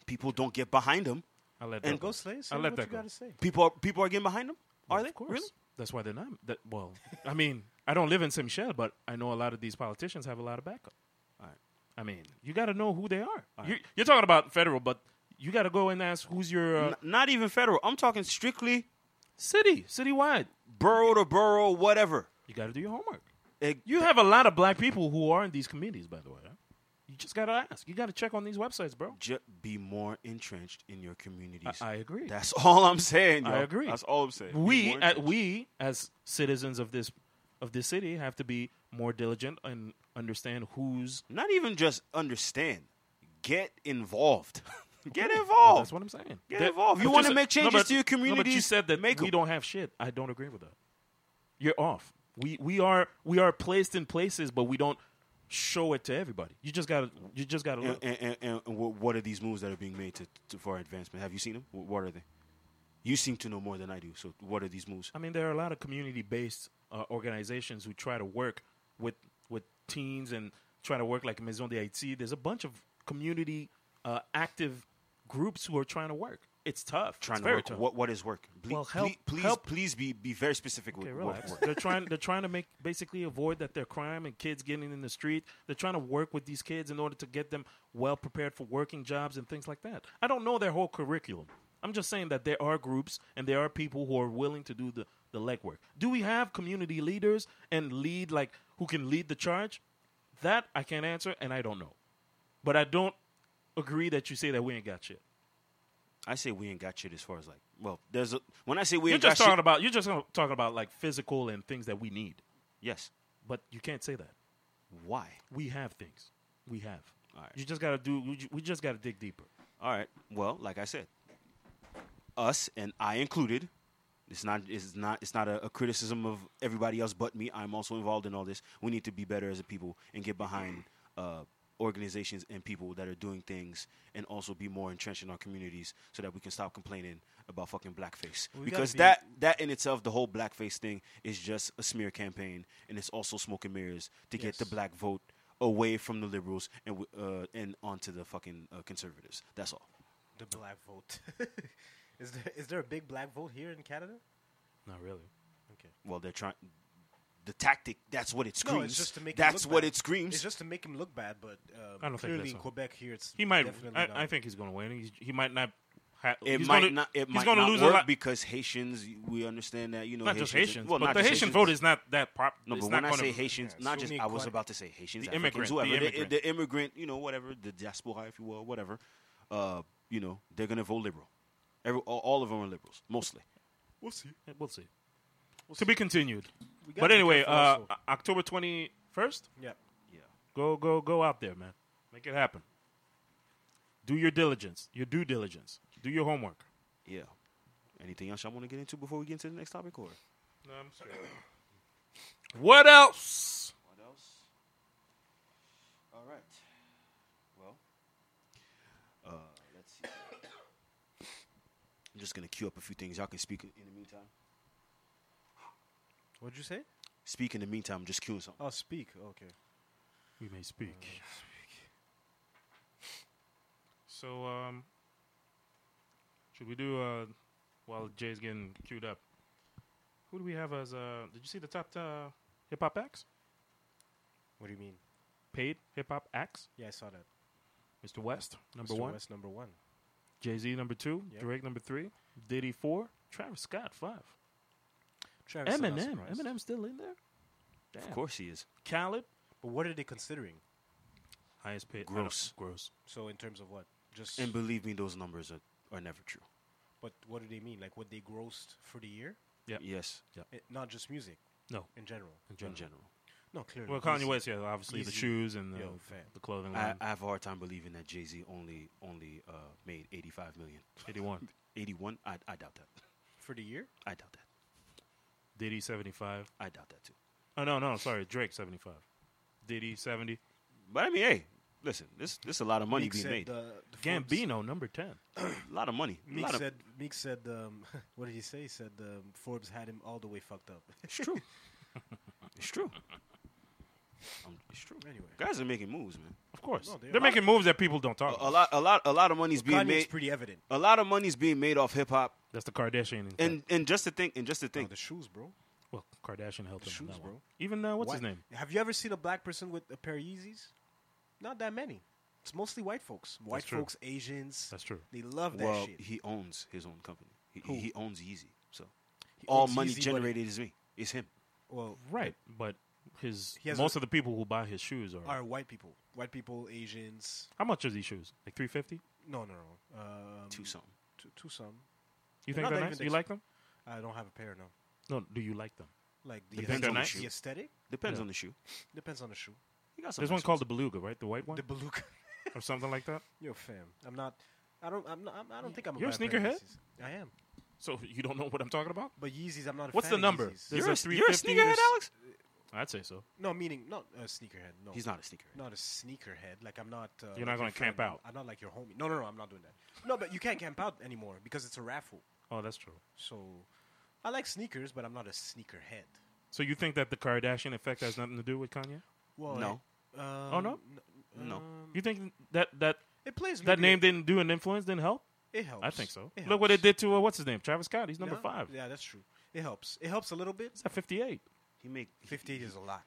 Speaker 1: People don't get behind them.
Speaker 3: I let
Speaker 1: And
Speaker 3: that
Speaker 2: Go,
Speaker 3: go.
Speaker 2: Slay. Say
Speaker 3: I let
Speaker 2: what
Speaker 3: that
Speaker 2: you
Speaker 3: go.
Speaker 2: gotta say.
Speaker 1: People are people are getting behind them. Are they
Speaker 3: Of course.
Speaker 1: really?
Speaker 3: That's why they're not. That, well, I mean, I don't live in Saint Michel, but I know a lot of these politicians have a lot of backup.
Speaker 1: All right.
Speaker 3: I mean, you got to know who they are. You're, you're talking about federal, but you got to go and ask who's your uh,
Speaker 1: N- not even federal. I'm talking strictly
Speaker 3: city, citywide.
Speaker 1: borough to borough, whatever.
Speaker 3: You got to do your homework.
Speaker 1: It-
Speaker 3: You have a lot of black people who are in these communities, by the way. huh? You just got to ask. You got to check on these websites, bro.
Speaker 1: ju- be more entrenched in your communities.
Speaker 3: I agree.
Speaker 1: That's all I'm saying.
Speaker 3: I
Speaker 1: y'all.
Speaker 3: agree.
Speaker 1: That's all I'm saying. Be
Speaker 3: we
Speaker 1: more
Speaker 3: at
Speaker 1: entrenched.
Speaker 3: we as citizens of this of this city have to be more diligent and understand who's
Speaker 1: not even just understand. Get involved. get
Speaker 3: Well,
Speaker 1: involved.
Speaker 3: that's what I'm saying.
Speaker 1: Get
Speaker 3: That-
Speaker 1: involved. You
Speaker 3: but
Speaker 1: wanna
Speaker 3: said-
Speaker 1: make changes
Speaker 3: but-
Speaker 1: to your
Speaker 3: No, but you
Speaker 1: communities,
Speaker 3: said that
Speaker 1: make
Speaker 3: we
Speaker 1: 'em.
Speaker 3: don't have shit. I don't agree with that. You're off. We we are we are placed in places, but we don't show it to everybody. You just gotta you just gotta
Speaker 1: and,
Speaker 3: look.
Speaker 1: and, and, and wh- what are these moves that are being made to, to, for our advancement? Have you seen them? Wh- What are they? You seem to know more than I do. So what are these moves?
Speaker 3: I mean, there are a lot of community-based uh, organizations who try to work with with teens and try to work like Maison de Haiti. There's a bunch of community uh, active groups who are trying to work. It's tough.
Speaker 1: trying
Speaker 3: it's
Speaker 1: to
Speaker 3: very
Speaker 1: work.
Speaker 3: tough.
Speaker 1: What what is work? Ble-
Speaker 3: Well, help-
Speaker 1: ple- please,
Speaker 3: help-
Speaker 1: please be be very specific
Speaker 3: Okay,
Speaker 1: with
Speaker 3: relax.
Speaker 1: what
Speaker 3: they're
Speaker 1: work.
Speaker 3: trying. They're trying to make basically avoid that their crime and kids getting in the street. They're trying to work with these kids in order to get them well prepared for working jobs and things like that. I don't know their whole curriculum. I'm just saying that there are groups and there are people who are willing to do the the legwork. Do we have community leaders and lead like who can lead the charge? That I can't answer and I don't know. But I don't agree that you say that we ain't got shit.
Speaker 1: I say we ain't got shit as far as like. Well, there's a when I say we
Speaker 3: You're
Speaker 1: ain't
Speaker 3: just
Speaker 1: got
Speaker 3: talking
Speaker 1: shit.
Speaker 3: about you're just talking about like physical and things that we need.
Speaker 1: yes.
Speaker 3: But you can't say that.
Speaker 1: Why?
Speaker 3: We have things. We have.
Speaker 1: All right.
Speaker 3: You just gotta do. we ju- We just gotta dig deeper.
Speaker 1: All right. Well, like I said, us and I included. It's not. It's not. It's not a, a criticism of everybody else but me. I'm also involved in all this. We need to be better as a people and get behind uh, organizations and people that are doing things, and also be more entrenched in our communities so that we can stop complaining about fucking blackface.
Speaker 3: We gotta
Speaker 1: because
Speaker 3: be-
Speaker 1: that that in itself, the whole blackface thing is just a smear campaign, and it's also smoke and mirrors to get the
Speaker 3: Yes.
Speaker 1: black vote away from the liberals and w- uh, and onto the fucking uh, conservatives. That's all.
Speaker 2: The black vote. is there is there a big black vote here in Canada?
Speaker 3: Not really.
Speaker 2: Okay.
Speaker 1: Well, they're trying. The tactic. That's what it screams.
Speaker 2: No, it's just to make. him
Speaker 1: that's
Speaker 2: look
Speaker 1: what
Speaker 2: bad.
Speaker 1: it screams.
Speaker 2: It's just to make him look bad, but um,
Speaker 3: I don't think
Speaker 2: clearly
Speaker 3: that's
Speaker 2: in
Speaker 3: all.
Speaker 2: Quebec here, it's
Speaker 3: He might.
Speaker 2: Definitely not.
Speaker 3: I, I think he's gonna win. He's, he might not. Ha-
Speaker 1: it
Speaker 3: he's
Speaker 1: might
Speaker 3: gonna,
Speaker 1: not. It
Speaker 3: he's
Speaker 1: might
Speaker 3: gonna
Speaker 1: not
Speaker 3: lose
Speaker 1: work
Speaker 3: a lot.
Speaker 1: because Haitians. We understand that. You know,
Speaker 3: not just Haitians,
Speaker 1: well,
Speaker 3: but
Speaker 1: not
Speaker 3: the
Speaker 1: just
Speaker 3: Haitian
Speaker 1: Haitians.
Speaker 3: vote is not that pop.
Speaker 1: No,
Speaker 3: it's
Speaker 1: but
Speaker 3: not
Speaker 1: when I
Speaker 3: gonna-
Speaker 1: say Haitians,
Speaker 2: Yeah,
Speaker 1: not just
Speaker 2: Sunni
Speaker 1: I was
Speaker 2: Quad-
Speaker 1: about to say Haitians,
Speaker 3: The
Speaker 1: Africans,
Speaker 3: immigrant, the
Speaker 1: whoever, the
Speaker 3: immigrant.
Speaker 1: the immigrant, you know, whatever, the diaspora, if you will, whatever. Uh, you know, they're gonna vote liberal. Every, all, all of them are liberals, mostly.
Speaker 2: We'll see.
Speaker 3: Eh, we'll see. to be continued.
Speaker 2: gotta
Speaker 3: But
Speaker 2: be
Speaker 3: anyway,
Speaker 2: careful
Speaker 3: uh,
Speaker 2: also.
Speaker 3: O- October twenty first.
Speaker 2: Yeah.
Speaker 1: Yeah.
Speaker 3: Go go go out there, man. Make it happen. Do your diligence. Your due diligence. Do your homework.
Speaker 1: Yeah. Anything else y'all want to get into before we get into the next topic, or
Speaker 3: What else?
Speaker 1: What else? All right. Well, uh, let's see. I'm just gonna queue up a few things. Y'all can speak in in the meantime.
Speaker 2: What'd you say?
Speaker 1: Speak in the meantime. I'm just queuing something.
Speaker 2: Oh, speak. Okay.
Speaker 3: We may Uh, speak. So, um, should we do, uh, while Jay's getting queued up, who do we have as, uh, did you see the top uh, hip hop acts?
Speaker 2: What do you mean?
Speaker 3: Paid hip hop acts?
Speaker 2: Yeah, I saw that.
Speaker 3: Mr. West, number
Speaker 2: Mr.
Speaker 3: one.
Speaker 2: West, number one.
Speaker 3: Jay Z, number two.
Speaker 2: Yep.
Speaker 3: Drake, number three. Diddy, four. Travis Scott, five.
Speaker 2: Travis, I'm not
Speaker 3: Eminem.
Speaker 2: surprised.
Speaker 3: Eminem still in there? Damn.
Speaker 1: Of course he is.
Speaker 3: Khaled,
Speaker 2: But what are they considering?
Speaker 3: highest paid. I don't-
Speaker 1: Gross.
Speaker 3: Gross.
Speaker 2: So in terms of what? Just.
Speaker 1: And believe me, those numbers are, are never true.
Speaker 2: but what do they mean? Like what they grossed for the year?
Speaker 3: Yep.
Speaker 1: Yes,
Speaker 2: It, not just music
Speaker 3: No,
Speaker 2: in general.
Speaker 3: in
Speaker 1: in
Speaker 3: general.
Speaker 1: general.
Speaker 2: No, clearly.
Speaker 3: Well, Kanye
Speaker 2: Easy.
Speaker 3: West, yeah, obviously the
Speaker 2: Easy.
Speaker 3: shoes and the,
Speaker 2: Yo, fam.
Speaker 3: the clothing
Speaker 1: I,
Speaker 3: line.
Speaker 1: I have a hard time believing that Jay Z only only uh, made 85 million.
Speaker 3: 81.
Speaker 1: 81? I, I doubt that.
Speaker 2: for the year.
Speaker 1: I doubt that.
Speaker 3: Diddy 75.
Speaker 1: I doubt that too.
Speaker 3: Oh, no, no, sorry. Drake 75. Diddy 70.
Speaker 1: But I mean, hey, listen, this this a lot of money
Speaker 2: Meek
Speaker 1: being
Speaker 2: said
Speaker 1: made.
Speaker 2: the- the Forbes-
Speaker 3: Gambino number 10.
Speaker 1: a lot of money. A
Speaker 2: Meek
Speaker 1: lot of-
Speaker 2: said. Meek said. Um, what did he say? He said um, Forbes had him all the way fucked up.
Speaker 1: It's true. it's true. Um, it's true.
Speaker 2: Anyway.
Speaker 1: guys are making moves, man.
Speaker 3: Of course.
Speaker 2: No, they
Speaker 3: they are
Speaker 2: are.
Speaker 3: making moves that people don't talk
Speaker 1: A, a
Speaker 3: about.
Speaker 1: lot, a lot, a lot of money's being
Speaker 2: Kanye's
Speaker 1: made.
Speaker 2: pretty evident.
Speaker 1: A lot of money's being made off hip hop,
Speaker 3: That's the Kardashian. effect.
Speaker 1: and and just to think, and just to
Speaker 2: Oh,
Speaker 1: think,
Speaker 2: the shoes, bro.
Speaker 3: well, Kardashian helped him. on
Speaker 2: shoes,
Speaker 3: that one.
Speaker 2: bro.
Speaker 3: Even, uh, what's his
Speaker 2: Why-
Speaker 3: name?
Speaker 2: Have you ever seen a black person with a pair of Yeezys? Not that many. It's mostly white folks. White
Speaker 3: true.
Speaker 2: folks, Asians.
Speaker 3: That's true.
Speaker 2: They love that
Speaker 1: well,
Speaker 2: shit.
Speaker 1: he owns his own company. He,
Speaker 2: Who?
Speaker 1: he he owns Yeezy, so all
Speaker 2: owns
Speaker 1: money
Speaker 2: Yeezy, but-
Speaker 1: generated is me. It's him.
Speaker 3: Mm.
Speaker 2: well,
Speaker 3: Right. But his
Speaker 2: He has
Speaker 3: most
Speaker 2: a-
Speaker 3: of the people who buy his shoes are.
Speaker 2: are white people. White people, Asians.
Speaker 3: How much are these shoes? Like 350
Speaker 2: No, no, no. Um,
Speaker 1: Two something.
Speaker 2: Two, two some.
Speaker 3: You
Speaker 2: They're
Speaker 3: think
Speaker 2: not
Speaker 3: they're
Speaker 2: even
Speaker 3: nice? You
Speaker 2: ex-
Speaker 3: like them?
Speaker 2: I don't have a pair, no.
Speaker 3: No, do you like them?
Speaker 2: Like the,
Speaker 1: Depends
Speaker 2: aesthetic,
Speaker 3: on the
Speaker 2: the
Speaker 1: shoe.
Speaker 2: aesthetic
Speaker 1: Depends
Speaker 3: Yeah.
Speaker 1: on the shoe.
Speaker 2: depends on the shoe.
Speaker 1: He got some
Speaker 3: There's
Speaker 1: nice
Speaker 3: one called the
Speaker 1: ones.
Speaker 3: Beluga, right? The white one?
Speaker 2: The beluga.
Speaker 3: or something like that?
Speaker 2: Yo, fam, I'm not. I don't. I'm not. I'm, I don't think I'm.
Speaker 3: You're a
Speaker 2: bad pair of
Speaker 3: sneakerhead?
Speaker 2: Yeezys. I am.
Speaker 3: So you don't know what I'm talking about?
Speaker 2: But Yeezys, I'm not. A
Speaker 3: What's
Speaker 2: fan
Speaker 3: the
Speaker 2: of
Speaker 3: number?
Speaker 2: Yeezys.
Speaker 3: There's
Speaker 1: You're a,
Speaker 3: a
Speaker 1: you're a
Speaker 3: 350,
Speaker 1: sneakerhead,
Speaker 3: there's-
Speaker 1: Alex.
Speaker 3: I'd say so.
Speaker 2: No, meaning not a sneakerhead. No,
Speaker 1: He's not a sneakerhead.
Speaker 2: Not a sneakerhead. Like I'm not. Uh,
Speaker 3: You're not gonna
Speaker 2: like your friend.
Speaker 3: camp out.
Speaker 2: I'm not like your homie. No, no, no. I'm not doing that. No, but you can't camp out anymore because it's a raffle.
Speaker 3: Oh, that's true.
Speaker 2: So, I like sneakers, but I'm not a sneakerhead.
Speaker 3: So you think that the Kardashian effect has nothing to do with Kanye?
Speaker 2: Well,
Speaker 1: No.
Speaker 2: I- um,
Speaker 3: Oh, no?
Speaker 1: No.
Speaker 2: um,
Speaker 3: You think that that
Speaker 2: It plays
Speaker 3: that
Speaker 2: maybe a-
Speaker 3: name didn't do an influence, didn't help?
Speaker 2: It helps.
Speaker 3: I think so.
Speaker 2: It
Speaker 3: Look what it
Speaker 2: helps.
Speaker 3: did to uh, what's his name, Travis Scott. He's number
Speaker 2: Yeah,
Speaker 3: five.
Speaker 2: Yeah, that's true. It helps. It helps a little bit.
Speaker 3: He's at fifty-eight.
Speaker 1: He make.
Speaker 2: Fifty-eight is a lot,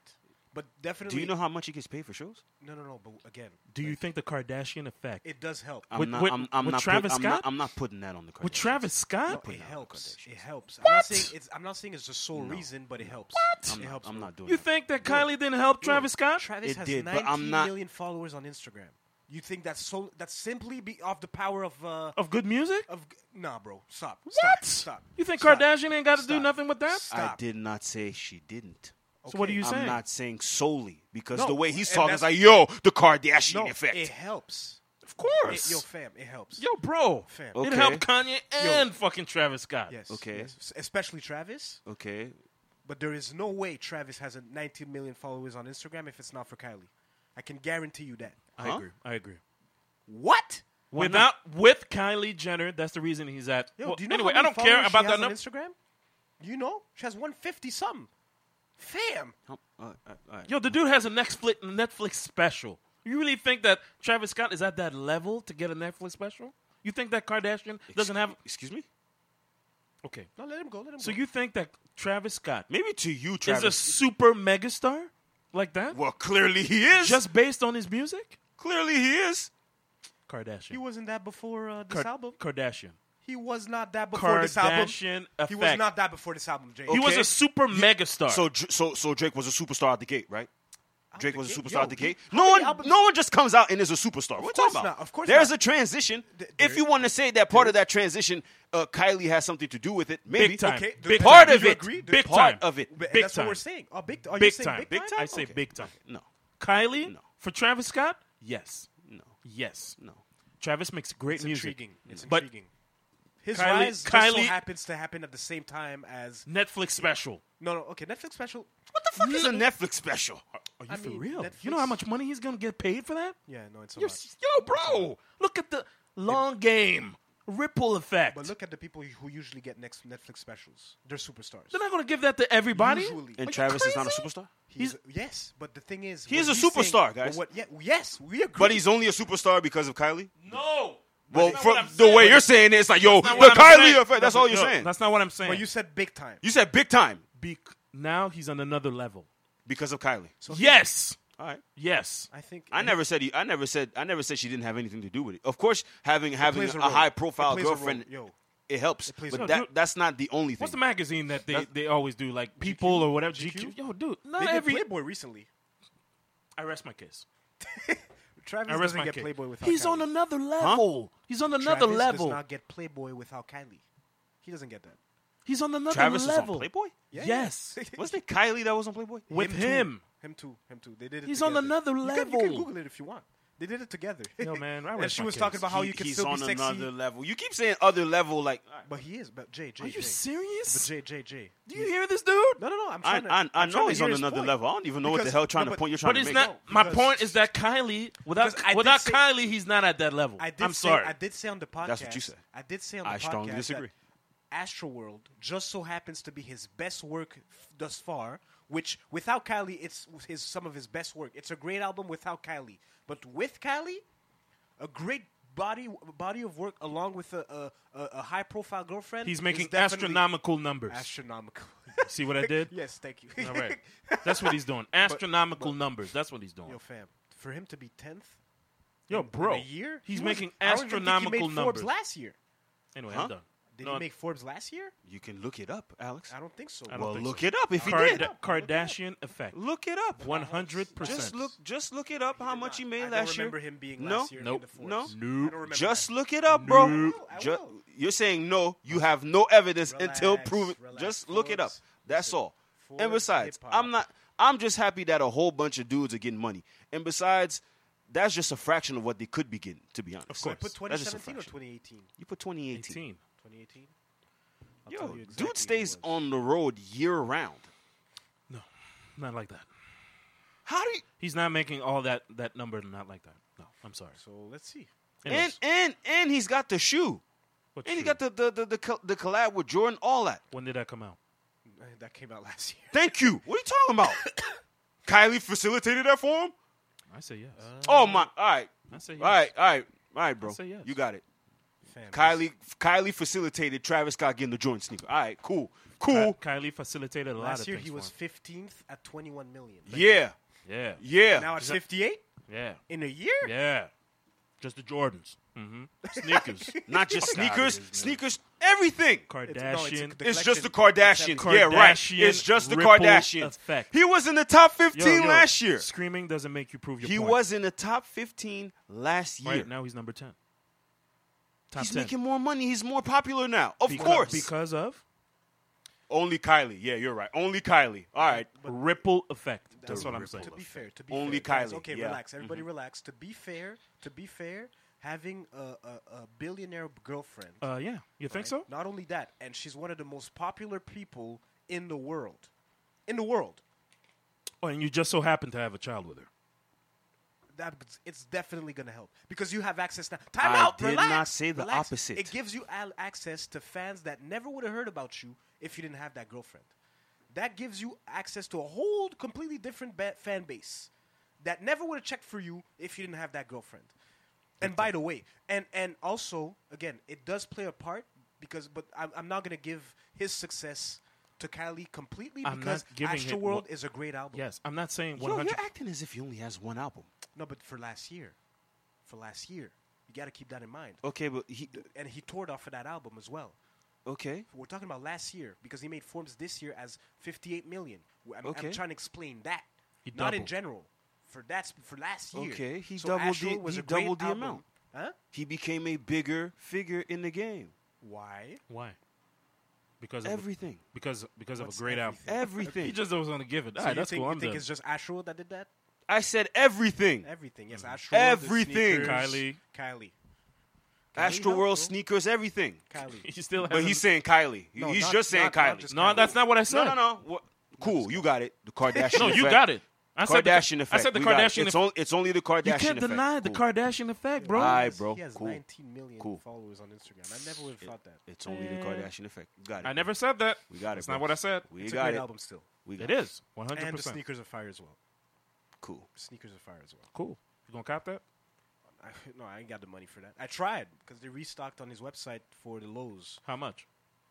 Speaker 2: but definitely.
Speaker 1: Do you know how much he gets paid for shows?
Speaker 2: No, no, no. But again,
Speaker 3: Do you think the Kardashian effect
Speaker 2: it does help.
Speaker 1: I'm
Speaker 3: With-
Speaker 1: not.
Speaker 3: with-
Speaker 1: I'm, I'm
Speaker 3: with
Speaker 1: not
Speaker 3: Travis
Speaker 1: put, I'm not,
Speaker 3: Scott?
Speaker 1: I'm not putting that on the.
Speaker 3: with
Speaker 1: Kardashians.
Speaker 3: Travis Scott?
Speaker 2: No, it
Speaker 1: out the
Speaker 2: helps.
Speaker 1: Kardashians.
Speaker 2: It helps. I'm not saying it's. I'm not saying it's the sole reason, but it helps.
Speaker 1: I'm
Speaker 2: It
Speaker 1: not,
Speaker 2: helps.
Speaker 1: I'm
Speaker 2: a
Speaker 1: not
Speaker 2: lot.
Speaker 1: doing.
Speaker 3: you
Speaker 1: that.
Speaker 3: think that Kylie didn't help Travis Scott?
Speaker 2: Travis
Speaker 1: It
Speaker 2: has
Speaker 1: did,
Speaker 2: 19
Speaker 1: but
Speaker 2: million
Speaker 1: I'm not-
Speaker 2: followers on Instagram. You think that's so? That's simply be off the power of uh
Speaker 3: of good music?
Speaker 2: of nah, bro. Stop.
Speaker 3: What?
Speaker 2: Stop. Stop.
Speaker 3: You think
Speaker 2: Stop.
Speaker 3: Kardashian ain't got to do
Speaker 2: Stop.
Speaker 3: nothing with that?
Speaker 2: Stop.
Speaker 1: I did not say she didn't.
Speaker 3: So what are
Speaker 2: Okay.
Speaker 3: you
Speaker 1: I'm
Speaker 3: saying?
Speaker 1: not saying solely because
Speaker 2: No,
Speaker 1: the way he's
Speaker 2: and
Speaker 1: talking is
Speaker 2: that's-
Speaker 1: like, yo, the Kardashian
Speaker 2: No,
Speaker 1: effect.
Speaker 2: it helps.
Speaker 3: of
Speaker 2: It,
Speaker 3: course.
Speaker 2: yo, fam, it helps.
Speaker 3: yo, bro.
Speaker 2: Fam.
Speaker 3: It
Speaker 1: Okay.
Speaker 3: helped Kanye and fucking Travis Scott.
Speaker 2: Yes.
Speaker 1: Okay.
Speaker 2: yes. S- Especially Travis,
Speaker 1: okay,
Speaker 2: but there is no way Travis has a 19 million followers on Instagram if it's not for Kylie. I can guarantee you that.
Speaker 3: I agree. I agree.
Speaker 2: What?
Speaker 3: Without with Kylie Jenner, that's the reason he's at.
Speaker 2: Yo,
Speaker 3: well,
Speaker 2: do you know
Speaker 3: anyway,
Speaker 2: how many
Speaker 3: I don't care
Speaker 2: followers
Speaker 3: about
Speaker 2: she
Speaker 3: that.
Speaker 2: has
Speaker 3: number.
Speaker 2: on Instagram. Do you know she has 150 something. Fam,
Speaker 1: Huh? All right, all right, uh, all right.
Speaker 3: Yo, the dude has a Netflix Netflix special. You really think that Travis Scott is at that level to get a Netflix special? You think that Kardashian doesn't have?
Speaker 1: Excuse me.
Speaker 3: Okay,
Speaker 2: no, let him go. Let him
Speaker 3: so
Speaker 2: go.
Speaker 3: you think that Travis Scott
Speaker 1: Maybe to you,
Speaker 3: is
Speaker 1: Travis.
Speaker 3: a super megastar like that,
Speaker 1: well, clearly he is.
Speaker 3: just based on his music?
Speaker 1: clearly he is.
Speaker 3: Kardashian.
Speaker 2: he wasn't that before uh, this
Speaker 3: Kar-
Speaker 2: album.
Speaker 3: Kardashian.
Speaker 2: He was not that before this album.
Speaker 3: Kardashian
Speaker 2: He
Speaker 3: effect.
Speaker 2: was not that before this album, Jay.
Speaker 3: He was
Speaker 1: Okay.
Speaker 3: a super megastar.
Speaker 1: So, Dr- so, so Drake was a superstar at the gate, right? Drake
Speaker 2: the
Speaker 1: was a
Speaker 2: gate?
Speaker 1: superstar
Speaker 2: Yo,
Speaker 1: at the
Speaker 2: he-
Speaker 1: gate.
Speaker 2: how
Speaker 1: No
Speaker 2: many
Speaker 1: one,
Speaker 2: albums-
Speaker 1: no one just comes out and is a superstar. What are
Speaker 2: course
Speaker 1: talking about?
Speaker 2: not, of course
Speaker 1: there's
Speaker 2: not.
Speaker 1: a transition.
Speaker 2: Th- there-
Speaker 1: if you want to say that part of that transition, uh, Kylie has something to do with it. Maybe
Speaker 3: time.
Speaker 2: Okay, do-
Speaker 3: Big
Speaker 1: part
Speaker 3: time.
Speaker 1: of
Speaker 2: Do you
Speaker 1: it.
Speaker 2: agree? Do-
Speaker 3: Big
Speaker 1: part
Speaker 3: time.
Speaker 1: of it.
Speaker 2: But
Speaker 3: Big
Speaker 2: that's
Speaker 3: time.
Speaker 2: what we're saying. Oh, big. Are you
Speaker 3: big
Speaker 2: saying
Speaker 3: time.
Speaker 2: big, time?
Speaker 3: I say
Speaker 1: Okay.
Speaker 3: big time.
Speaker 1: No,
Speaker 3: Kylie
Speaker 1: No.
Speaker 3: for Travis Scott? Yes.
Speaker 1: no,
Speaker 3: Yes.
Speaker 1: no.
Speaker 3: Travis makes great
Speaker 2: It's
Speaker 3: music.
Speaker 2: intriguing. It's
Speaker 3: But-
Speaker 2: intriguing. His
Speaker 3: Kylie-
Speaker 2: rise just so
Speaker 3: Kylie-
Speaker 2: happens to happen at the same time as
Speaker 3: Netflix special.
Speaker 2: no, no. Okay, Netflix special.
Speaker 1: What the fuck is a Netflix special?
Speaker 3: Are you
Speaker 2: I
Speaker 3: for
Speaker 2: mean,
Speaker 3: real?
Speaker 2: Netflix-
Speaker 3: You know how much money he's gonna get paid for that?
Speaker 2: Yeah, no, it's a
Speaker 3: You're,
Speaker 2: lot.
Speaker 3: s- yo, bro, look at the long game ripple effect.
Speaker 2: But look at the people who usually get next Netflix specials. They're superstars.
Speaker 3: they're not gonna give that to everybody.
Speaker 2: Usually.
Speaker 1: And
Speaker 3: Are you
Speaker 1: Travis is not a
Speaker 3: crazy?
Speaker 1: superstar,
Speaker 2: He's,
Speaker 3: He's-
Speaker 2: yes, but the thing is,
Speaker 1: He's
Speaker 2: what
Speaker 1: a
Speaker 2: saying-
Speaker 1: superstar,
Speaker 2: but
Speaker 1: guys.
Speaker 2: What, yeah, yes, we agree.
Speaker 1: but he's only a superstar because of Kylie.
Speaker 3: No.
Speaker 1: Well,
Speaker 3: That's not
Speaker 1: from
Speaker 3: what I'm
Speaker 1: the
Speaker 3: saying.
Speaker 1: way you're saying it, it's like, yo, the
Speaker 3: That's not what I'm saying.
Speaker 1: Kylie effect. That's all you're
Speaker 3: No,
Speaker 1: saying.
Speaker 3: That's not what I'm saying.
Speaker 2: But you said big time.
Speaker 1: You said big time
Speaker 3: Be- now he's on another level.
Speaker 1: because of Kylie.
Speaker 3: yes.
Speaker 1: All right.
Speaker 3: Yes.
Speaker 2: I think
Speaker 1: I never said he, I never said I never said she didn't have anything to do with it. Of course, having having
Speaker 2: plays
Speaker 1: a,
Speaker 2: a role.
Speaker 1: high profile
Speaker 2: It plays a role.
Speaker 1: girlfriend
Speaker 2: Yo.
Speaker 1: it helps.
Speaker 2: plays a
Speaker 1: but
Speaker 2: role.
Speaker 1: that that's not the only thing.
Speaker 3: What's the magazine that they, they always do? Like People or whatever? GQ?
Speaker 2: GQ?
Speaker 3: Yo, dude,
Speaker 2: They
Speaker 3: not
Speaker 2: did
Speaker 3: every.
Speaker 2: Playboy recently.
Speaker 3: I rest my case.
Speaker 2: Travis
Speaker 3: I rest
Speaker 2: doesn't
Speaker 3: my
Speaker 2: get
Speaker 3: case.
Speaker 2: Playboy without
Speaker 3: He's
Speaker 2: Kylie.
Speaker 3: on another level. He's on another
Speaker 2: Travis
Speaker 3: level.
Speaker 2: does not get Playboy without Kylie. He doesn't get that.
Speaker 3: He's on another
Speaker 1: Travis is on
Speaker 3: level.
Speaker 1: Playboy?
Speaker 2: Yeah,
Speaker 3: yes.
Speaker 2: yeah.
Speaker 1: Wasn't it Kylie that was on Playboy?
Speaker 3: With
Speaker 2: too.
Speaker 3: him.
Speaker 2: Him too. Him too. They did it.
Speaker 3: He's on
Speaker 2: together.
Speaker 3: another
Speaker 2: You can- You can,
Speaker 3: level.
Speaker 2: Google it if you want. They did it together.
Speaker 3: Yo, man, I
Speaker 2: and
Speaker 3: rest
Speaker 2: she
Speaker 3: my
Speaker 2: was
Speaker 3: case.
Speaker 2: talking about how
Speaker 1: He-
Speaker 2: you can
Speaker 1: he's
Speaker 2: still
Speaker 1: on
Speaker 2: be sexy.
Speaker 1: another level. You keep saying other level like
Speaker 2: But he is. But Jay, Jay,
Speaker 3: Are you
Speaker 2: Jay. But
Speaker 3: serious?
Speaker 2: Jay, Jay, Jay.
Speaker 3: Do you hear this dude?
Speaker 2: No, no, no. I'm
Speaker 1: I
Speaker 2: trying
Speaker 1: I,
Speaker 2: to.
Speaker 1: I
Speaker 2: I'm trying
Speaker 1: know
Speaker 2: to
Speaker 1: he's
Speaker 2: hear
Speaker 1: on
Speaker 2: his
Speaker 1: another
Speaker 2: point.
Speaker 1: level. I don't even know what the
Speaker 2: Because-
Speaker 1: hell trying to
Speaker 2: no, but-
Speaker 1: point you're trying to
Speaker 3: But it's
Speaker 1: make.
Speaker 3: not.
Speaker 2: No,
Speaker 3: my
Speaker 2: because-
Speaker 3: point is that Kylie, without
Speaker 2: Because I did
Speaker 3: without
Speaker 2: say-
Speaker 3: Kylie, he's not at that level.
Speaker 2: I did
Speaker 3: I'm
Speaker 2: say,
Speaker 3: sorry.
Speaker 2: I did say on the podcast.
Speaker 1: That's what you said.
Speaker 2: I did say on the
Speaker 1: I
Speaker 2: podcast.
Speaker 1: strongly disagree.
Speaker 2: That Astroworld just so happens to be his best work f- thus far. Which without Kylie, it's his some of his best work. It's a great album without Kylie, but with Kylie, a great body body of work along with a a, a, a high profile girlfriend.
Speaker 3: He's
Speaker 2: is
Speaker 3: making
Speaker 2: definitely
Speaker 3: astronomical numbers.
Speaker 2: Astronomical.
Speaker 3: See what I did?
Speaker 2: yes, thank you.
Speaker 3: All right. That's what he's doing. Astronomical numbers. That's what he's doing.
Speaker 2: Yo, fam, for him to be tenth.
Speaker 3: Yo, bro.
Speaker 2: in a year
Speaker 3: He's
Speaker 2: He wasn't-
Speaker 3: making
Speaker 2: I don't even think he made
Speaker 3: astronomical numbers.
Speaker 2: Forbes last year.
Speaker 3: Anyway,
Speaker 1: Huh?
Speaker 3: I'm done.
Speaker 2: Did
Speaker 3: No,
Speaker 2: he make Forbes last year?
Speaker 1: You can look it up, Alex.
Speaker 2: I don't think so.
Speaker 3: I don't
Speaker 1: Well,
Speaker 3: think
Speaker 1: look
Speaker 3: so.
Speaker 1: it up if you
Speaker 3: Kard-
Speaker 1: did.
Speaker 3: Kardashian effect.
Speaker 1: Look it up.
Speaker 3: One hundred
Speaker 1: Just
Speaker 3: percent.
Speaker 1: look just look it up how much he
Speaker 2: I
Speaker 1: made
Speaker 2: don't
Speaker 1: last year.
Speaker 2: remember him being
Speaker 1: No,
Speaker 2: last year. in
Speaker 3: nope,
Speaker 2: the Forbes.
Speaker 1: no.
Speaker 2: I don't
Speaker 3: Nope.
Speaker 2: remember
Speaker 1: Just
Speaker 2: that.
Speaker 1: look it up, bro.
Speaker 3: Nope.
Speaker 2: I will, I
Speaker 1: Ju-
Speaker 2: will.
Speaker 1: you're saying no. You have no evidence
Speaker 2: Relax,
Speaker 1: until proven.
Speaker 2: relax,
Speaker 1: Just look it up.
Speaker 2: folks.
Speaker 1: That's
Speaker 2: Listen,
Speaker 1: all.
Speaker 2: Ford
Speaker 1: And besides,
Speaker 2: hip-hop.
Speaker 1: I'm not. I'm just happy that a whole bunch of dudes are getting money. And besides, that's just a fraction of what they could be getting. To be honest,
Speaker 2: So I put
Speaker 1: That's just a
Speaker 2: 2017 or
Speaker 1: fraction.
Speaker 2: 2018?
Speaker 1: You put 2018.
Speaker 3: 18.
Speaker 2: 2018.
Speaker 1: Yo,
Speaker 2: tell you exactly
Speaker 1: dude stays
Speaker 2: who it was.
Speaker 1: on the road year round.
Speaker 3: Not like that.
Speaker 1: How do you?
Speaker 3: He's not making all that that number. Not like that. No, I'm sorry.
Speaker 2: So let's see.
Speaker 1: And
Speaker 3: Anyways,
Speaker 1: and and he's got the shoe.
Speaker 3: what
Speaker 1: And he
Speaker 3: shoe?
Speaker 1: got the the the, the, col- the collab with Jordan. All that.
Speaker 3: When did that come out?
Speaker 2: Uh, That came out last year.
Speaker 1: Thank you. What are you talking about? Kylie facilitated that for him.
Speaker 3: I say yes.
Speaker 2: Uh,
Speaker 1: Oh my! All right.
Speaker 3: I say Mm-hmm. yes.
Speaker 1: All right, all right, all right, bro.
Speaker 3: say yes.
Speaker 1: You got it.
Speaker 2: fam.
Speaker 1: Kylie Kylie facilitated Travis Scott getting the Jordan sneaker. All right, cool, cool.
Speaker 3: Kylie facilitated a lot
Speaker 2: Last
Speaker 3: of
Speaker 2: year
Speaker 3: things
Speaker 2: he
Speaker 3: for
Speaker 2: was
Speaker 3: him.
Speaker 2: 15th at 21 million.
Speaker 1: yeah,
Speaker 3: Yeah,
Speaker 1: yeah.
Speaker 2: Now at 58
Speaker 3: yeah,
Speaker 2: in a year?
Speaker 3: yeah. Just the Jordans, mm-hmm. sneakers,
Speaker 1: Not just
Speaker 3: Fuck outta
Speaker 1: sneakers,
Speaker 3: here, man.
Speaker 1: sneakers, everything.
Speaker 2: It's- no, it's a-
Speaker 3: Kardashian.
Speaker 2: the
Speaker 1: it's just the
Speaker 2: collection-
Speaker 1: Kardashians.
Speaker 2: it's
Speaker 1: yeah, right.
Speaker 3: Kardashian
Speaker 1: It's just the
Speaker 3: ripple
Speaker 1: Kardashians.
Speaker 3: effect.
Speaker 1: He was in the top 15
Speaker 3: Yo, yo,
Speaker 1: last year.
Speaker 3: Screaming doesn't make you prove your
Speaker 1: He
Speaker 3: point.
Speaker 1: was in the top 15 last year.
Speaker 3: right now. He's number ten. Top
Speaker 1: He's
Speaker 3: ten.
Speaker 1: making more money. He's more popular now. Of
Speaker 3: Because-
Speaker 1: course.
Speaker 3: because of
Speaker 1: Only Kylie. Yeah, you're right. Only Kylie. All right.
Speaker 3: ripple effect. That's
Speaker 1: The
Speaker 3: what I'm
Speaker 1: ripple
Speaker 3: saying.
Speaker 2: To be fair, to be
Speaker 1: Only
Speaker 2: fair, guys,
Speaker 1: Kylie,
Speaker 2: okay,
Speaker 1: yeah.
Speaker 2: relax. Everybody relax. To be fair, to be fair, having a, a, a billionaire girlfriend.
Speaker 3: Uh, yeah, you think so?
Speaker 2: right? Not only that, and she's one of the most popular people in the world. In the world.
Speaker 3: Oh, and you just so happen to have a child with her.
Speaker 2: That it's definitely gonna help because you have access now. Time
Speaker 1: I
Speaker 2: out.
Speaker 1: did
Speaker 2: relax,
Speaker 1: not say the
Speaker 2: relax.
Speaker 1: opposite.
Speaker 2: It gives you al- access to fans that never would have heard about you if you didn't have that girlfriend. That gives you access to a whole completely different ba- fan base that never would have checked for you if you didn't have that girlfriend. And by the way, and and also again, it does play a part because, but I'm, I'm not gonna give his success to Kylie completely
Speaker 3: I'm
Speaker 2: because
Speaker 3: not giving him-
Speaker 2: World
Speaker 3: well,
Speaker 2: is a great album.
Speaker 3: Yes, I'm not saying
Speaker 1: Yo,
Speaker 3: 100.
Speaker 1: you're acting as if he only has one album.
Speaker 2: No, but for last year, for last year, you got to keep that in mind.
Speaker 1: Okay, but he.
Speaker 2: And he toured off of that album as well.
Speaker 1: Okay.
Speaker 2: We're talking about last year because he made forms this year as 58 million. W- I'm, I'm
Speaker 1: Okay.
Speaker 2: trying to explain that,
Speaker 3: He
Speaker 2: not in
Speaker 3: doubled.
Speaker 2: general. For that's for last year.
Speaker 1: Okay, he
Speaker 2: so
Speaker 1: doubled
Speaker 2: Actual
Speaker 1: the-
Speaker 2: was
Speaker 1: he
Speaker 2: a great
Speaker 1: doubled the
Speaker 2: album.
Speaker 1: amount.
Speaker 2: Huh?
Speaker 1: He became a bigger figure in the game.
Speaker 2: Why?
Speaker 3: Why? Because of the-
Speaker 1: Everything.
Speaker 3: because because
Speaker 2: What's
Speaker 3: of a great album.
Speaker 2: everything?
Speaker 3: He
Speaker 1: Everything.
Speaker 3: just was going to give it.
Speaker 2: So
Speaker 3: All right,
Speaker 2: you
Speaker 3: Ah, that's
Speaker 2: think,
Speaker 3: cool.
Speaker 2: you
Speaker 3: I'm
Speaker 2: think
Speaker 3: done.
Speaker 2: it's just Ashro that did that?
Speaker 1: I said everything.
Speaker 2: Everything. Yes, Ashro.
Speaker 1: Mm-hmm. Everything.
Speaker 3: Kylie.
Speaker 2: Kylie.
Speaker 1: Astro
Speaker 2: help, bro.
Speaker 1: World sneakers, everything.
Speaker 2: Kylie.
Speaker 3: He still
Speaker 1: But
Speaker 3: hasn't-
Speaker 1: he's saying Kylie. He-
Speaker 2: No,
Speaker 1: he's
Speaker 2: not-
Speaker 1: just saying
Speaker 2: not-
Speaker 1: Kylie.
Speaker 2: not just
Speaker 3: no, that's not what I
Speaker 1: no,
Speaker 3: said.
Speaker 1: no, no. What? Cool, you got it. The Kardashian.
Speaker 3: No, you
Speaker 1: effect.
Speaker 3: got it. I said the-
Speaker 1: Kardashian effect.
Speaker 3: I said the
Speaker 1: We got it.
Speaker 3: Kardashian
Speaker 1: It's
Speaker 3: eff-
Speaker 1: only, it's only the Kardashian
Speaker 3: You can't
Speaker 1: effect.
Speaker 3: deny the
Speaker 1: Cool.
Speaker 3: Kardashian effect, bro.
Speaker 1: Aye,
Speaker 2: He has-
Speaker 1: bro.
Speaker 2: He has
Speaker 1: Cool.
Speaker 2: 19 million
Speaker 1: Cool.
Speaker 2: followers on Instagram. I never would have thought that.
Speaker 1: It's only the Kardashian effect. You got it.
Speaker 3: Eh.
Speaker 1: bro.
Speaker 3: I never said that.
Speaker 1: We got it.
Speaker 3: That's not
Speaker 1: bro.
Speaker 3: what I said.
Speaker 1: We
Speaker 2: It's a
Speaker 1: got
Speaker 2: great
Speaker 1: it.
Speaker 2: album still.
Speaker 1: We got
Speaker 3: It is 100.
Speaker 2: And the
Speaker 3: percent
Speaker 2: sneakers are fire as well.
Speaker 1: Cool.
Speaker 2: Sneakers are fire as well.
Speaker 3: Cool. You gonna cop that?
Speaker 2: I, no, I ain't got the money for that. I tried because they restocked on his website for the lows.
Speaker 3: How much?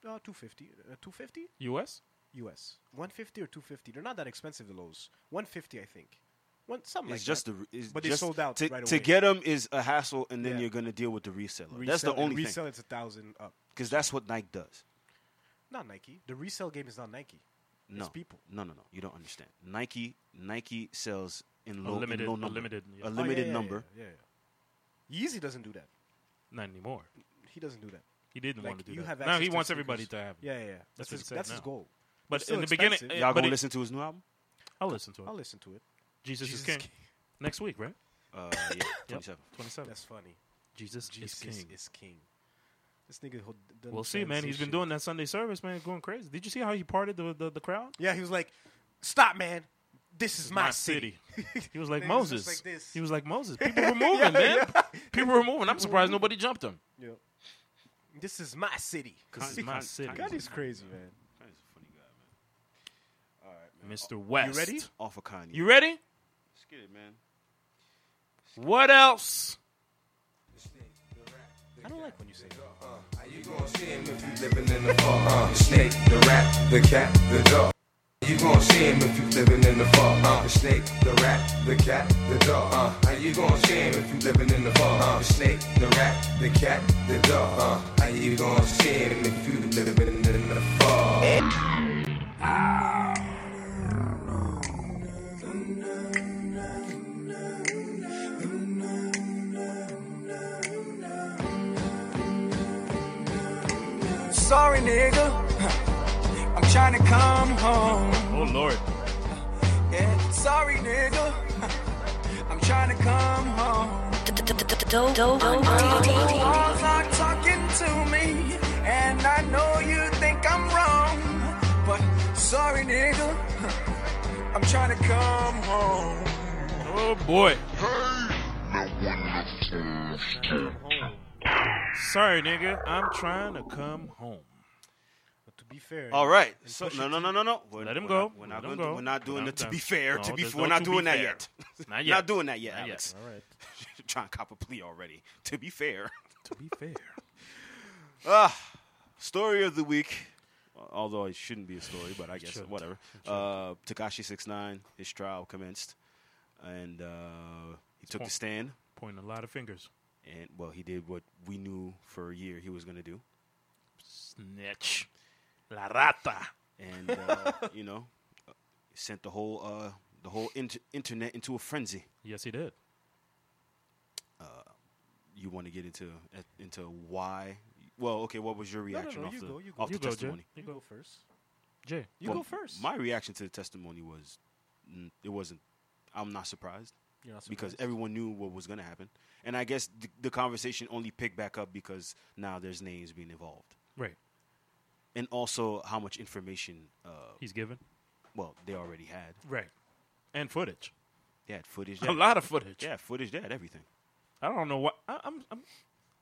Speaker 2: Uh, 250 uh, 250
Speaker 3: U.S.
Speaker 2: US. 150 or 250. They're not that expensive the lows. 150 I think. One something
Speaker 1: It's
Speaker 2: like
Speaker 1: just
Speaker 2: that.
Speaker 1: the. re- It's
Speaker 2: But they
Speaker 1: just
Speaker 2: sold out
Speaker 1: to,
Speaker 2: right
Speaker 1: To
Speaker 2: away.
Speaker 1: get them is a hassle, and then
Speaker 2: Yeah.
Speaker 1: you're gonna deal with the reseller.
Speaker 2: resell,
Speaker 1: That's the
Speaker 2: and
Speaker 1: only
Speaker 2: resell
Speaker 1: thing.
Speaker 2: it's a 1000 up.
Speaker 1: Because that's what Nike does.
Speaker 2: Not Nike. The resale game is not Nike.
Speaker 1: No.
Speaker 2: It's people.
Speaker 1: No, no, no. You don't understand. Nike. Nike sells in low, in
Speaker 3: limited-
Speaker 1: low
Speaker 3: a
Speaker 1: number.
Speaker 3: limited, yeah.
Speaker 1: a
Speaker 3: Oh,
Speaker 2: Oh, yeah,
Speaker 1: limited
Speaker 2: yeah, yeah,
Speaker 1: number.
Speaker 2: Yeah, yeah. Yeezy doesn't do that.
Speaker 3: Not anymore.
Speaker 2: He doesn't do that.
Speaker 3: He didn't
Speaker 2: Like,
Speaker 3: want to do
Speaker 2: you
Speaker 3: that.
Speaker 2: have
Speaker 3: now
Speaker 2: access
Speaker 3: he
Speaker 2: to
Speaker 3: wants
Speaker 2: sneakers.
Speaker 3: everybody to have. it.
Speaker 2: Yeah, yeah. yeah. That's,
Speaker 3: That's what
Speaker 2: his,
Speaker 3: he said
Speaker 2: that's his
Speaker 3: now.
Speaker 2: goal.
Speaker 3: But
Speaker 2: It's still
Speaker 3: in the
Speaker 2: expensive.
Speaker 3: beginning,
Speaker 1: Y'all
Speaker 3: but
Speaker 1: gonna
Speaker 3: it-
Speaker 1: listen to his new album?
Speaker 3: I'll listen to it.
Speaker 2: I'll listen to it.
Speaker 3: Jesus,
Speaker 2: Jesus
Speaker 3: is king.
Speaker 2: King.
Speaker 3: Next week, right?
Speaker 1: Uh, yeah,
Speaker 3: Yep.
Speaker 1: 27.
Speaker 3: 27.
Speaker 2: That's funny.
Speaker 3: Jesus,
Speaker 2: Jesus
Speaker 3: is king.
Speaker 2: is king. This nigga. Who done
Speaker 3: We'll see, man. He's been
Speaker 2: transition.
Speaker 3: doing that Sunday service, man. Going crazy. Did you see how he parted the the, the crowd?
Speaker 2: Yeah, he was like, "Stop, man. This is my,
Speaker 3: My
Speaker 2: city."
Speaker 3: city. He was like
Speaker 2: Man, he was
Speaker 3: Moses.
Speaker 2: just like this.
Speaker 3: he was like Moses. People were moving, man. People were moving. I'm surprised nobody jumped him.
Speaker 2: Yeah. This is my city.
Speaker 3: This is my city.
Speaker 2: God is crazy, man.
Speaker 1: Kanye's a funny guy,
Speaker 3: Mr. West.
Speaker 2: You ready?
Speaker 1: man. Off of Kanye.
Speaker 3: You ready?
Speaker 1: Let's get it, man.
Speaker 3: What else?
Speaker 2: I don't like when you say that.
Speaker 7: How you gonna see him if you living in the fog? Uh, the snake, the rat, the cat, the dog. How you gonna see him if you living in the fog? Uh, the snake, the rat, the cat, the dog. Uh, how you gonna see him if you living in the fog? Uh, the snake, the rat, the cat, the dog. Uh, how you gonna see him if you living in the fog?
Speaker 8: Sorry, nigga. I'm trying to come home.
Speaker 3: Oh Lord.
Speaker 8: Yeah. Sorry, nigga. I'm trying to come home. All's not talking to me, and I know you think I'm wrong. But sorry, nigga. I'm trying to come home.
Speaker 3: Oh boy. Sorry, nigga. I'm trying to come home.
Speaker 2: But to be fair,
Speaker 1: All right.
Speaker 2: and
Speaker 1: So
Speaker 2: Pusha
Speaker 1: no, no,
Speaker 2: T-
Speaker 1: no, no, no. We're,
Speaker 3: Let him
Speaker 1: we're
Speaker 3: go.
Speaker 1: Not, we're not
Speaker 3: Let him
Speaker 1: gonna do-
Speaker 3: go.
Speaker 1: We're not doing
Speaker 3: No,
Speaker 1: the. To
Speaker 3: no.
Speaker 1: be fair,
Speaker 3: No,
Speaker 1: to be
Speaker 3: there's
Speaker 1: fair, we're
Speaker 3: no
Speaker 1: not
Speaker 3: to be
Speaker 1: doing that
Speaker 3: fair.
Speaker 1: yet.
Speaker 3: Not
Speaker 1: We're not
Speaker 3: yet.
Speaker 1: doing that yet,
Speaker 3: Not yet.
Speaker 1: Alex.
Speaker 2: All right.
Speaker 1: Trying to cop a plea already. To be fair, Ah,
Speaker 3: To be fair.
Speaker 1: Story of the week. Although it shouldn't be a story, but I guess whatever. Uh, Takashi Six Nine, his trial commenced, and uh, he took the stand.
Speaker 3: Pointing a lot of fingers.
Speaker 1: And well, he did what we knew for a year he was going to do,
Speaker 3: Snitch. La rata.
Speaker 1: and uh, you know, sent the whole uh, the whole inter- internet into a frenzy.
Speaker 3: Yes, he did.
Speaker 1: you want to get into uh, into why? Well, okay. What was your reaction
Speaker 2: no,
Speaker 1: off
Speaker 2: you
Speaker 1: the
Speaker 2: go, you go.
Speaker 1: off
Speaker 3: You
Speaker 1: the
Speaker 3: go, Jay.
Speaker 1: testimony?
Speaker 2: You go first.
Speaker 3: Jay.
Speaker 2: You
Speaker 1: Well,
Speaker 2: go first.
Speaker 1: My reaction to the testimony was, mm, it wasn't. I'm not surprised
Speaker 2: You're not
Speaker 1: because
Speaker 2: surprised.
Speaker 1: everyone knew what was going to happen, and I guess the, the conversation only picked back up because now there's names being involved,
Speaker 3: Right.
Speaker 1: and also how much information. Uh,
Speaker 3: He's given.
Speaker 1: well, they already had.
Speaker 3: Right. And footage.
Speaker 1: They had footage.
Speaker 3: A
Speaker 1: They had,
Speaker 3: lot of footage.
Speaker 1: yeah, footage. They had everything.
Speaker 3: I don't know what I, I'm, I'm.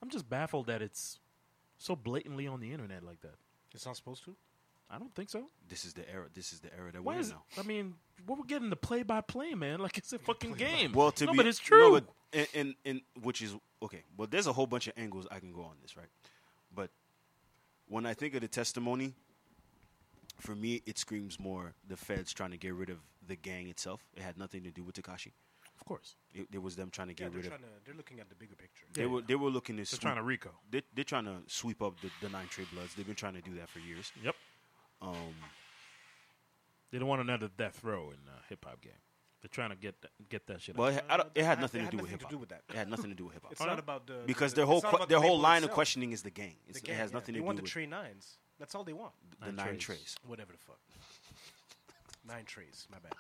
Speaker 3: I'm just baffled that it's so blatantly on the internet like that.
Speaker 2: it's not supposed to.
Speaker 3: I don't think so.
Speaker 1: This is the era. This is the era that
Speaker 3: Why
Speaker 1: we're in
Speaker 3: is?
Speaker 1: now.
Speaker 3: I mean, what we're getting the play by play, man. Like it's a fucking game.
Speaker 1: Well, to
Speaker 3: no,
Speaker 1: be,
Speaker 3: but it's true.
Speaker 1: No, but, and, and and which is okay. Well, there's a whole bunch of angles I can go on this, right? But when I think of the testimony, for me, it screams more the feds trying to get rid of the gang itself. It had nothing to do with Takashi.
Speaker 3: of course,
Speaker 1: It, it was them trying to
Speaker 2: Yeah,
Speaker 1: get
Speaker 2: they're
Speaker 1: rid of.
Speaker 2: trying to. They're looking at the bigger picture.
Speaker 1: They were they were looking to.
Speaker 3: they're
Speaker 1: Sweep,
Speaker 3: trying to Rico.
Speaker 1: They, they're trying to sweep up the, the nine trade bloods. They've been trying to do that for years.
Speaker 3: Yep.
Speaker 1: Um,
Speaker 3: They don't want another death row in uh, hip hop game. They're trying to get that, get that shit.
Speaker 1: but
Speaker 3: out.
Speaker 1: it, I don't- it had
Speaker 2: It
Speaker 1: nothing
Speaker 2: had
Speaker 1: to do with
Speaker 2: nothing
Speaker 1: hip
Speaker 2: to
Speaker 1: hop.
Speaker 2: do with that.
Speaker 1: It had nothing to do with hip
Speaker 2: It's
Speaker 1: hop.
Speaker 2: not about the
Speaker 1: Because
Speaker 2: the-
Speaker 1: their whole
Speaker 2: it's not
Speaker 1: que-
Speaker 2: about
Speaker 1: their
Speaker 2: the
Speaker 1: whole
Speaker 2: label
Speaker 1: line of
Speaker 2: itself.
Speaker 1: questioning is the gang. It's,
Speaker 2: The
Speaker 1: it
Speaker 2: gang,
Speaker 1: has
Speaker 2: yeah.
Speaker 1: nothing
Speaker 2: They
Speaker 1: to do
Speaker 2: want
Speaker 1: with
Speaker 2: the tray nines. That's all they want.
Speaker 1: the nine,
Speaker 3: trays.
Speaker 1: trays.
Speaker 2: Whatever the fuck. Nine trays. My bad.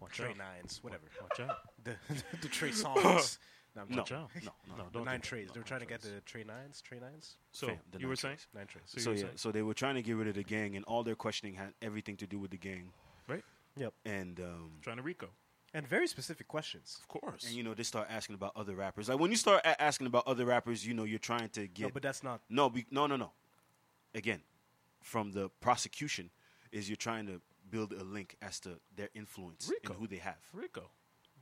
Speaker 3: Watch
Speaker 2: Tray
Speaker 3: out.
Speaker 2: nines. Whatever.
Speaker 3: Watch out.
Speaker 2: The the tray songs. No, I'm
Speaker 1: No,
Speaker 2: joking.
Speaker 3: Watch out.
Speaker 1: no, no.
Speaker 3: no
Speaker 2: The
Speaker 3: don't
Speaker 2: nine
Speaker 3: do that.
Speaker 2: trays.
Speaker 3: No,
Speaker 2: They're
Speaker 3: nine
Speaker 2: trying to get
Speaker 3: trays.
Speaker 2: the tray nines. Tray nines.
Speaker 3: So
Speaker 1: Fam, the
Speaker 3: you were
Speaker 1: nine
Speaker 3: saying,
Speaker 1: trays.
Speaker 2: Nine trays.
Speaker 3: So
Speaker 1: So
Speaker 3: you're
Speaker 1: yeah,
Speaker 3: saying-
Speaker 1: so they were trying to get rid of the gang, and all their questioning had everything to do with the gang,
Speaker 3: right?
Speaker 2: Yep.
Speaker 1: and um,
Speaker 3: Trying to Rico,
Speaker 2: And very specific questions.
Speaker 3: of course.
Speaker 1: and you know they start asking about other rappers. Like when you start a- asking about other rappers, you know you're trying to get
Speaker 2: No, but that's not.
Speaker 1: no, be, no, no, no. Again, from the prosecution, is you're trying to build a link as to their influence
Speaker 3: Rico.
Speaker 1: and who they have.
Speaker 3: Rico.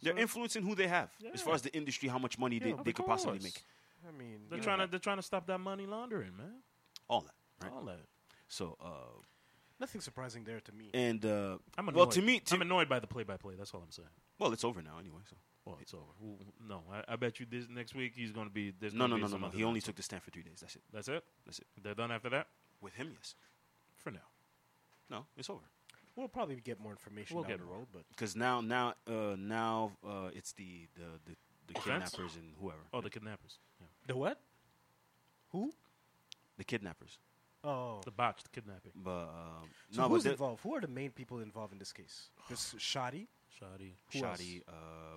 Speaker 1: Their influence and who they have, as far
Speaker 3: Yeah.
Speaker 1: as the industry, how much money
Speaker 3: Yeah,
Speaker 1: they,
Speaker 3: of
Speaker 1: they could possibly
Speaker 3: course.
Speaker 1: make,
Speaker 2: I mean,
Speaker 3: They're
Speaker 2: you
Speaker 3: trying
Speaker 2: know,
Speaker 3: to they're trying to stop that money laundering, man.
Speaker 1: all that. Right?
Speaker 3: All that.
Speaker 1: So, uh,
Speaker 2: nothing surprising there to me.
Speaker 3: Eh.
Speaker 1: and uh,
Speaker 3: I'm annoyed.
Speaker 1: well, to me, to,
Speaker 3: I'm annoyed by the play by play. That's all I'm saying.
Speaker 1: well, it's over now anyway. So.
Speaker 3: Well, it's over. Who- who- No, I, I bet you this next week he's going to be. There's
Speaker 1: No,
Speaker 3: gonna
Speaker 1: no,
Speaker 3: be
Speaker 1: no, no,
Speaker 3: some
Speaker 1: no.
Speaker 3: other
Speaker 1: He only
Speaker 3: announcement.
Speaker 1: took the stand for three days. That's it.
Speaker 3: That's it.
Speaker 1: That's it.
Speaker 3: They're done after that.
Speaker 1: With him, yes.
Speaker 3: For now,
Speaker 1: No, it's over.
Speaker 2: We'll probably get more information
Speaker 3: We'll
Speaker 2: down
Speaker 3: get
Speaker 2: the
Speaker 3: more.
Speaker 2: road, but
Speaker 1: Because now, now, uh, now, uh, it's the the the, the
Speaker 3: Offense?
Speaker 1: kidnappers and whoever.
Speaker 3: oh, the kidnappers, yeah.
Speaker 2: the what? Who?
Speaker 1: The kidnappers.
Speaker 2: Oh,
Speaker 3: the botched kidnapping.
Speaker 1: But um,
Speaker 2: so
Speaker 1: no,
Speaker 2: who's
Speaker 1: but
Speaker 2: involved? Who are the main people involved in this case? Just Shoddy.
Speaker 3: Shoddy.
Speaker 1: the-
Speaker 2: Who else?
Speaker 1: Shoddy, uh,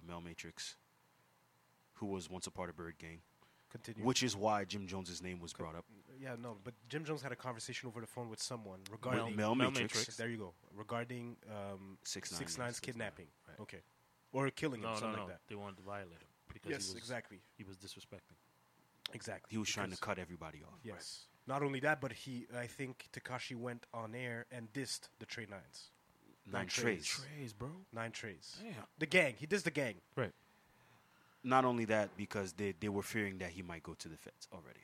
Speaker 1: Mel Matrix, who was once a part of Bird Gang,
Speaker 2: Continue.
Speaker 1: which is why Jim Jones's name was brought up.
Speaker 2: Yeah, no, but Jim Jones had a conversation over the phone with someone
Speaker 1: Mel,
Speaker 2: regarding.
Speaker 1: Mel
Speaker 3: Mel
Speaker 1: Matrix.
Speaker 3: Matrix.
Speaker 2: There you go. Regarding um,
Speaker 1: Six
Speaker 2: Six
Speaker 1: Nine,
Speaker 2: Nine's
Speaker 1: yeah, Six Nine,
Speaker 2: kidnapping. Okay, or killing him,
Speaker 3: No, no,
Speaker 2: something
Speaker 3: no.
Speaker 2: like that.
Speaker 3: They wanted to violate him because
Speaker 2: Yes,
Speaker 3: he was,
Speaker 2: exactly,
Speaker 3: He was disrespecting.
Speaker 2: exactly.
Speaker 1: He was trying to
Speaker 2: Because-
Speaker 1: cut everybody off.
Speaker 2: Yes. Not only that, but he, I think Takashi went on air and dissed the Trey Nines,
Speaker 1: Nine,
Speaker 2: Nine
Speaker 1: trays.
Speaker 2: Trays.
Speaker 3: Praise, bro.
Speaker 2: Nine Trays,
Speaker 3: Damn.
Speaker 2: the gang. He dissed the gang.
Speaker 3: Right.
Speaker 1: Not only that, because they, they were fearing that he might go to the feds already.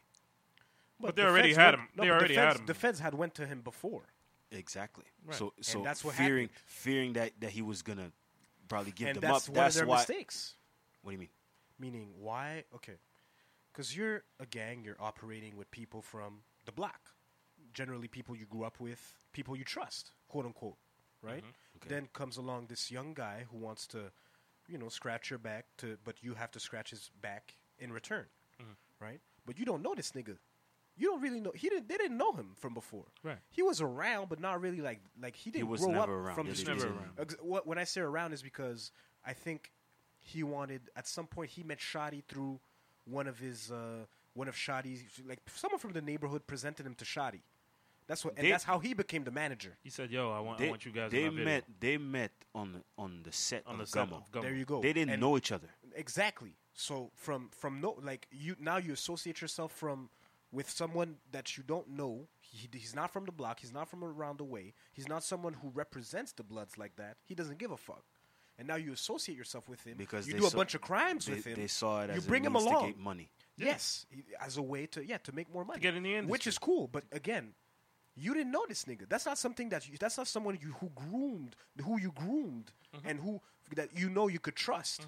Speaker 3: But they
Speaker 2: the
Speaker 3: already
Speaker 2: feds
Speaker 3: had
Speaker 2: went-
Speaker 3: him.
Speaker 2: no,
Speaker 3: They
Speaker 2: but the
Speaker 3: already
Speaker 2: feds,
Speaker 3: had him.
Speaker 2: The feds had went to him before.
Speaker 1: Exactly.
Speaker 3: Right.
Speaker 1: So so
Speaker 2: that's what
Speaker 1: fearing
Speaker 2: happened.
Speaker 1: fearing that, that he was gonna probably give
Speaker 2: and
Speaker 1: them
Speaker 2: that's
Speaker 1: up.
Speaker 2: one
Speaker 1: That's
Speaker 2: of their
Speaker 1: why.
Speaker 2: mistakes.
Speaker 1: What do you mean?
Speaker 2: Meaning, why? Okay, because you're a gang. You're operating with people from the block, generally people you grew up with, people you trust, quote unquote, right? Then comes along this young guy who wants to, you know, scratch your back to, but you have to scratch his back in return, right? But you don't know this nigga. You don't really know. He didn't. They didn't know him from before.
Speaker 3: Right.
Speaker 2: He was around, but not really like like he didn't
Speaker 1: was
Speaker 2: grow up
Speaker 1: never around.
Speaker 2: from
Speaker 1: Yeah,
Speaker 2: the
Speaker 1: he
Speaker 3: was
Speaker 2: streets.
Speaker 3: never around.
Speaker 2: Ex- what- when I say around is because I think he wanted at some point he met Shadi through one of his uh, one of Shadi's like someone from the neighborhood presented him to Shadi. That's what and
Speaker 1: They-
Speaker 2: that's how he became the manager.
Speaker 3: He said, "Yo, I want, I want you guys."
Speaker 1: they
Speaker 3: in my video.
Speaker 1: met. They met on the on the set
Speaker 3: on
Speaker 1: of
Speaker 3: the set
Speaker 1: Gummo.
Speaker 3: of Gummo.
Speaker 2: There you go.
Speaker 1: They didn't
Speaker 2: And-
Speaker 1: know each other.
Speaker 2: Exactly. So from from no like you now you associate yourself from with someone that you don't know. He, he's not from the block. He's not from around the way. He's not someone who represents the Bloods like that. He doesn't give a fuck. and now you associate yourself with him
Speaker 1: because
Speaker 2: you
Speaker 1: they
Speaker 2: do a
Speaker 1: saw-
Speaker 2: bunch of crimes
Speaker 1: they,
Speaker 2: with him.
Speaker 1: They saw it as
Speaker 2: you bring
Speaker 1: a
Speaker 2: him
Speaker 1: means
Speaker 2: along.
Speaker 1: to get money.
Speaker 2: Yes, he- as a way to yeah to make more money.
Speaker 3: get in the industry.
Speaker 2: which is cool. But again, you didn't know this nigga. That's not something that you, that's not someone you who groomed who you groomed and who that you know you could trust.